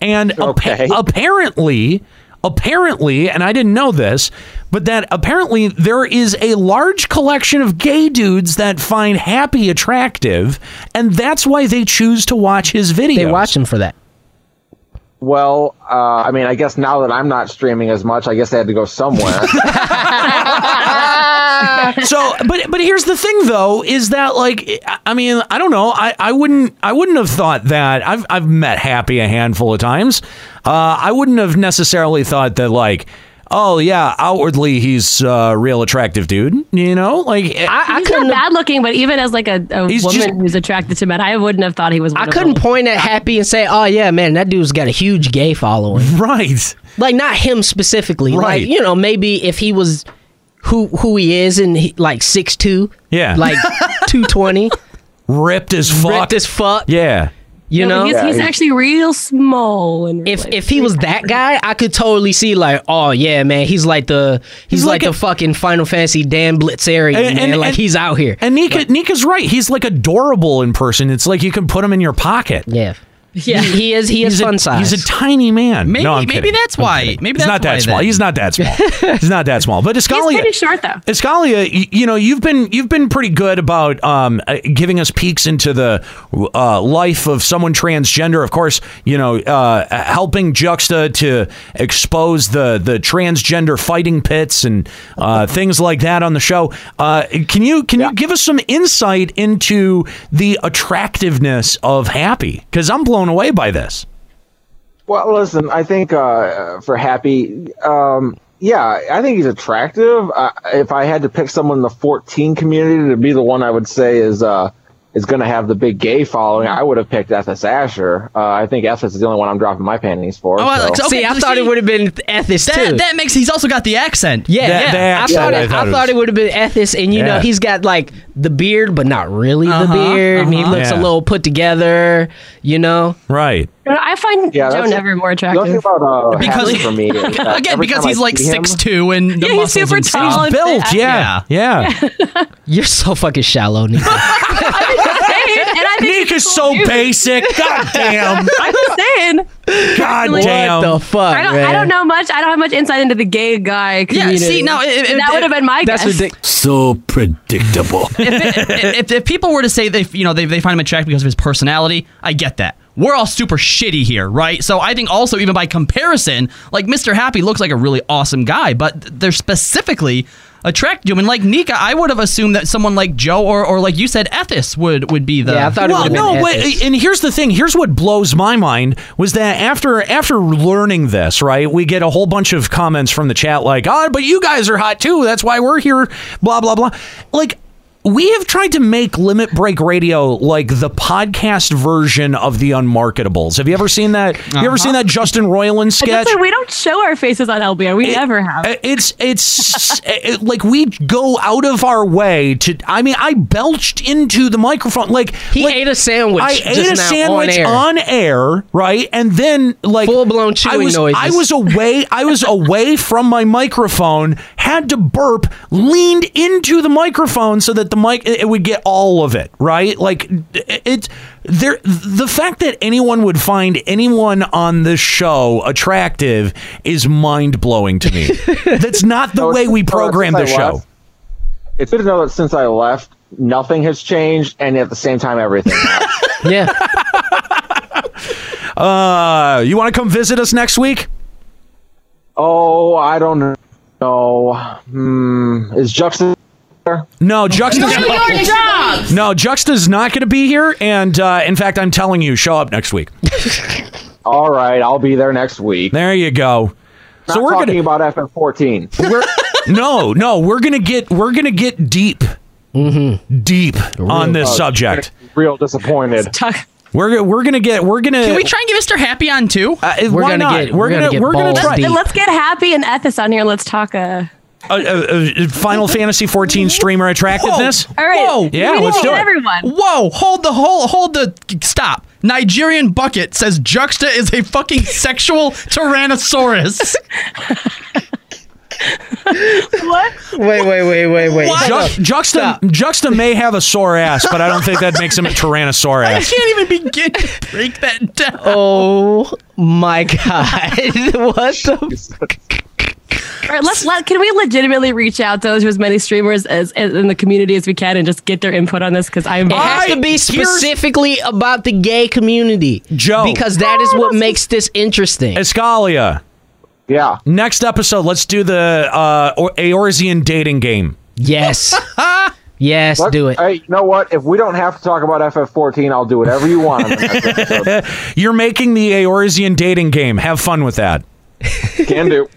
[SPEAKER 3] and appa- apparently, apparently, and I didn't know this, but that apparently there is a large collection of gay dudes that find Happy attractive, and that's why they choose to watch his videos. They watch
[SPEAKER 4] him for that.
[SPEAKER 15] Well, uh, I mean, I guess now that I'm not streaming as much, I guess I had to go somewhere.
[SPEAKER 3] so but but here's the thing though is that like I- i mean i don't know i, I wouldn't i wouldn't have thought that i've i've met happy a handful of times uh, i wouldn't have necessarily thought that like oh yeah outwardly he's uh, a real attractive dude you know like eh,
[SPEAKER 2] I, he's not bad looking, but even as like a, a woman
[SPEAKER 3] He's just-
[SPEAKER 2] who's attracted to men, I wouldn't have thought he was.
[SPEAKER 4] I couldn't point at Happy and say, "Oh yeah, man, that dude's got a huge gay following."
[SPEAKER 3] Right.
[SPEAKER 4] Like not him specifically.
[SPEAKER 3] Mm-hmm. Right.
[SPEAKER 4] Like you know, maybe if he was who who he is and he, like six two.
[SPEAKER 3] Yeah.
[SPEAKER 4] Like two twenty.
[SPEAKER 3] Ripped as fuck.
[SPEAKER 4] Ripped as fuck.
[SPEAKER 3] yeah
[SPEAKER 4] You
[SPEAKER 2] No,
[SPEAKER 4] know,
[SPEAKER 2] he's, he's actually real small. And
[SPEAKER 4] If if he was that guy, I could totally see like, oh yeah, man, he's like the he's, like, the fucking Final Fantasy Dan Blitzeri, man. like he's out here.
[SPEAKER 3] and nika nika's right he's like adorable in person it's like you can put him in your pocket
[SPEAKER 4] yeah Yeah, he, he is. He is
[SPEAKER 3] He's a-
[SPEAKER 4] fun size.
[SPEAKER 3] he's a tiny man.
[SPEAKER 4] Maybe-
[SPEAKER 3] no, I'm
[SPEAKER 4] maybe
[SPEAKER 3] kidding.
[SPEAKER 4] that's
[SPEAKER 3] I'm
[SPEAKER 4] why-
[SPEAKER 3] kidding.
[SPEAKER 4] maybe
[SPEAKER 3] he's
[SPEAKER 4] that's
[SPEAKER 3] not that
[SPEAKER 4] why
[SPEAKER 3] small.
[SPEAKER 4] then.
[SPEAKER 3] He's not that small. he's not that small. But Escalia,
[SPEAKER 2] he's pretty short though.
[SPEAKER 3] Escalia, y- you know, you've been you've been pretty good about um, uh, giving us peeks into the uh, life of someone transgender. Of course, you know, uh, helping Juxta to expose the the transgender fighting pits and uh, things like that on the show. Uh, can you can you give us some insight into the attractiveness of Happy? Because I'm blown away by this.
[SPEAKER 15] Well, listen, I think uh, for Happy, um, yeah, I think he's attractive. Uh, if I had to pick someone in the 14 community to be the one I would say is uh, is going to have the big gay following, I would have picked Ethis Asher. Uh, I think Ethis is the only one I'm dropping my panties for.
[SPEAKER 1] Oh, I
[SPEAKER 15] so.
[SPEAKER 1] like- okay,
[SPEAKER 4] See, I
[SPEAKER 1] so
[SPEAKER 4] thought
[SPEAKER 1] she-
[SPEAKER 4] it would have been Ethis
[SPEAKER 1] that,
[SPEAKER 4] too.
[SPEAKER 1] that makes. He's also got the accent.
[SPEAKER 4] yeah, yeah. I thought
[SPEAKER 1] yeah,
[SPEAKER 4] it. I thought, it, would have been Ethis, and you know,
[SPEAKER 1] Yeah.
[SPEAKER 4] he's got like the beard, but not really
[SPEAKER 1] Uh-huh,
[SPEAKER 4] the beard. and He
[SPEAKER 1] uh-huh.
[SPEAKER 4] looks
[SPEAKER 1] Yeah.
[SPEAKER 4] a little put together. You know,
[SPEAKER 3] right?
[SPEAKER 2] I find
[SPEAKER 4] Yeah,
[SPEAKER 2] Joe
[SPEAKER 4] that's-
[SPEAKER 2] Never more attractive.
[SPEAKER 4] Because-
[SPEAKER 15] uh, for me is that
[SPEAKER 1] again,
[SPEAKER 15] every
[SPEAKER 1] because
[SPEAKER 15] time
[SPEAKER 1] he's
[SPEAKER 15] I
[SPEAKER 1] like
[SPEAKER 15] see him-
[SPEAKER 1] six two and the
[SPEAKER 2] Yeah, he's
[SPEAKER 1] muscles
[SPEAKER 2] super
[SPEAKER 1] and stuff.
[SPEAKER 2] tall He's and built, fat.
[SPEAKER 4] uh,
[SPEAKER 3] yeah, yeah.
[SPEAKER 4] You're so fucking shallow, Nick.
[SPEAKER 2] I'm just saying, and I think
[SPEAKER 3] Nika's so basic. God damn.
[SPEAKER 2] I'm just saying.
[SPEAKER 3] God
[SPEAKER 2] Like,
[SPEAKER 3] damn.
[SPEAKER 4] What the fuck,
[SPEAKER 2] I don't, I don't know much. I don't have much insight into the gay guy
[SPEAKER 1] Yeah,
[SPEAKER 2] community.
[SPEAKER 1] see, no, it- it-
[SPEAKER 2] that
[SPEAKER 1] it-
[SPEAKER 2] would have been my guess.
[SPEAKER 14] So predictable.
[SPEAKER 1] if, it- if, if people were to say they you know they, they find him attractive because of his personality, I get that. We're all super shitty here, right? So I think also even by comparison, like Mr. Happy looks like a really awesome guy, but they're specifically attracted to him. And like Nika, I would have assumed that someone like Joe or, or like you said, Ethis would would be the.
[SPEAKER 3] well, no, but, and here's the thing. Here's what blows my mind was that after after learning this, right, we get a whole bunch of comments from the chat like, "Ah, but you guys are hot too. That's why we're here." Blah blah blah. Like. We have tried to make Limit Break Radio like the podcast version of the Unmarketables. Have you ever seen that? You ever seen
[SPEAKER 4] Uh-huh.
[SPEAKER 3] that Justin Roiland
[SPEAKER 2] But
[SPEAKER 3] sketch?
[SPEAKER 2] that's why we don't show our faces on LBR. We never have.
[SPEAKER 3] Uh, It's it's it, like we go out of our way to. I mean, I belched into the microphone like he
[SPEAKER 4] ate a sandwich.
[SPEAKER 3] I
[SPEAKER 4] just
[SPEAKER 3] ate
[SPEAKER 4] now
[SPEAKER 3] a
[SPEAKER 4] on
[SPEAKER 3] sandwich
[SPEAKER 4] air.
[SPEAKER 3] on air. right? And then like full
[SPEAKER 4] blown
[SPEAKER 3] I
[SPEAKER 4] chewing
[SPEAKER 3] was
[SPEAKER 4] noises.
[SPEAKER 3] I was away. I was away from my microphone. Had to burp. Leaned into the microphone so that the mic it, it would get all of it. Right? Like it. There, the fact that anyone would find anyone on this show attractive is mind blowing to me. That's not the
[SPEAKER 15] So
[SPEAKER 3] way
[SPEAKER 15] it's-
[SPEAKER 3] we
[SPEAKER 15] so it's
[SPEAKER 3] program the
[SPEAKER 15] just like
[SPEAKER 3] show.
[SPEAKER 15] left. It's good to know that since I left, nothing has changed, and at the same time, everything. has.
[SPEAKER 4] yeah.
[SPEAKER 3] Uh, you want to come visit us next week?
[SPEAKER 15] Oh, I don't know. Hmm. Is Juxta there?
[SPEAKER 3] No, Juxta's
[SPEAKER 15] Do your jobs!
[SPEAKER 3] No, Juxta's not going to be here. And uh, in fact, I'm telling you, show up next week.
[SPEAKER 15] All right, I'll be there next week.
[SPEAKER 3] There you go.
[SPEAKER 15] so we're talking about FM14.
[SPEAKER 3] We're, no, no, we're gonna get we're gonna get deep,
[SPEAKER 1] Mm-hmm.
[SPEAKER 3] deep on this
[SPEAKER 15] Oh,
[SPEAKER 3] subject.
[SPEAKER 15] Real disappointed.
[SPEAKER 3] We're we're gonna get we're gonna.
[SPEAKER 1] Can we try and get Mr. Happy on too?
[SPEAKER 3] Uh, why not? we're, gonna, we're gonna try.
[SPEAKER 2] Let's, let's get happy and Ethis on here. Let's talk. Uh,
[SPEAKER 3] Uh, uh, uh, Final Fantasy 14 streamer attractiveness.
[SPEAKER 1] Whoa. All right. Whoa.
[SPEAKER 3] Yeah, let's do it.
[SPEAKER 1] Whoa. Hold the whole. Hold the. Stop. Nigerian bucket says Juxta is a fucking sexual tyrannosaurus.
[SPEAKER 13] what?
[SPEAKER 16] Wait, wait, wait, wait, wait.
[SPEAKER 3] Ju- Juxta Juxta may have a sore ass, but I don't think that makes him a
[SPEAKER 1] I
[SPEAKER 3] Tyrannosaurus.
[SPEAKER 1] can't even begin to break that down.
[SPEAKER 4] Oh my god! what the?
[SPEAKER 2] All right, let's let, can we legitimately reach out to as many streamers as, as in the community as we can and just get their input on this because I'm
[SPEAKER 4] It has to be specifically about the gay community,
[SPEAKER 3] Joe.
[SPEAKER 4] because that is what makes this interesting.
[SPEAKER 3] Escalia.
[SPEAKER 15] Yeah.
[SPEAKER 3] Next episode, let's do the uh, or- Aorzean dating game.
[SPEAKER 4] Yes. yes,
[SPEAKER 15] Let-
[SPEAKER 4] do it.
[SPEAKER 15] Hey, you know what? If we don't have to talk about FF14, I'll do whatever you want. on the next episode.
[SPEAKER 3] You're making the Aorzean dating game. Have fun with that.
[SPEAKER 15] Can do.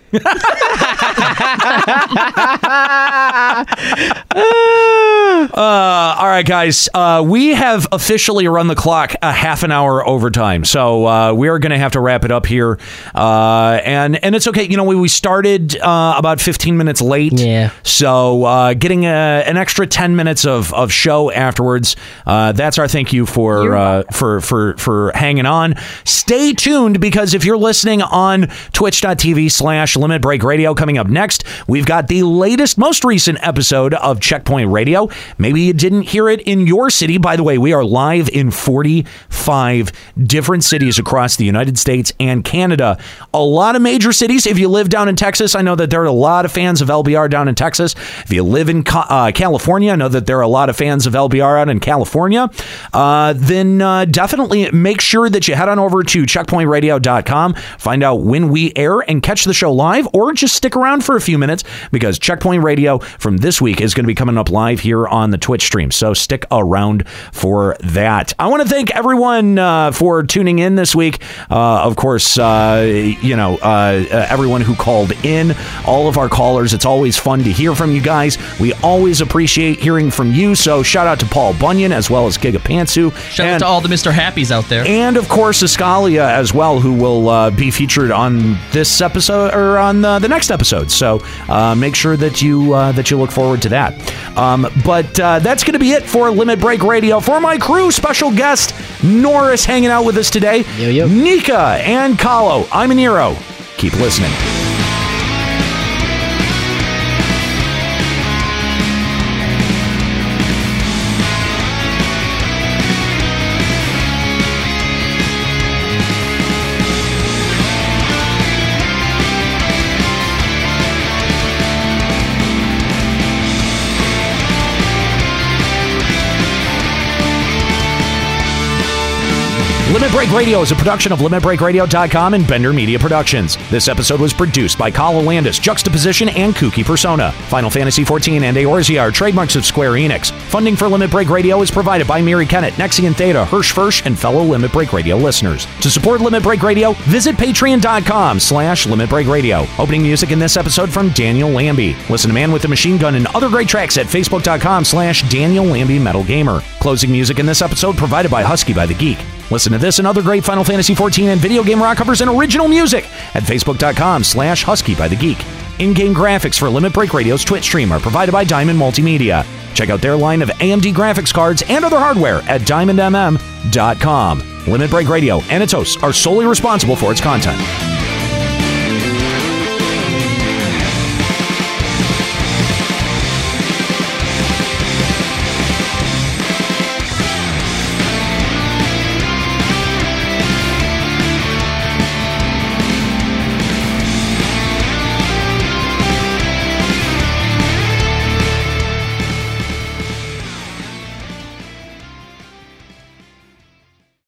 [SPEAKER 3] Uh, all right, guys. Uh, we have officially run the clock a half an hour overtime, so uh, we are going to have to wrap it up here. Uh, and and it's okay. You know, we we started uh, about fifteen minutes late. Yeah. So uh, getting a, an extra ten minutes of, of show afterwards. Uh, that's our thank you for uh, for for for hanging on. Stay tuned because if you're listening on twitch.tv slash limit break radio coming up next, we've got the latest, most recent episode of Checkpoint Radio. Maybe you didn't hear it in your city. By the way, we are live in 45 different cities across the United States and Canada. A lot of major cities. If you live down in Texas, I know that there are a lot of fans of LBR down in Texas. If you live in Ca- uh, California, I know that there are a lot of fans of LBR out in California. Uh, then uh, definitely make sure that you head on over to checkpointradio.com, find out when we air and catch the show live, or just stick around for a few minutes because Checkpoint Radio from this week is going to be coming up live here on the Twitch stream. So stick around for that. I want to thank everyone uh, for tuning in this week. Uh, of course, uh, you know, uh, uh, everyone who called in, all of our callers. It's always fun to hear from you guys. We always appreciate hearing from you. So shout out to Paul Bunyan as well as Gigapantsu.
[SPEAKER 1] Shout out to all the Mr. Happies out there.
[SPEAKER 3] And of course, Escalia as well, who will uh, be featured on this episode or on the, the next episode. So uh, make sure that you uh, that you look forward to that. Um, but uh, that's going to be it for Limit Break Radio. For my crew, special guest Norris hanging out with us today. Nika and Kahlo. I'm an hero. Keep listening. Limit Break Radio is a production of LimitBreakRadio.com and Bender Media Productions. This episode was produced by Kyle Landis, Juxtaposition, and Kooky Persona. Final Fantasy XIV and Eorzea are trademarks of Square Enix. Funding for Limit Break Radio is provided by Mary Kennett, Nexian Theta, Hirsch Firsch, and fellow Limit Break Radio listeners. To support Limit Break Radio, visit patreon.com slash Limit Break Radio. Opening music in this episode from Daniel Lambie. Listen to Man with the Machine Gun and other great tracks at facebook.com slash Daniel Lambie Metal Gamer. Closing music in this episode provided by Husky by the Geek. Listen to this and other great Final Fantasy XIV and video game rock covers and original music at facebook.com slash husky by the geek. In-game graphics for Limit Break Radio's Twitch stream are provided by Diamond Multimedia. Check out their line of AMD graphics cards and other hardware at diamondmm.com. Limit Break Radio and its hosts are solely responsible for its content.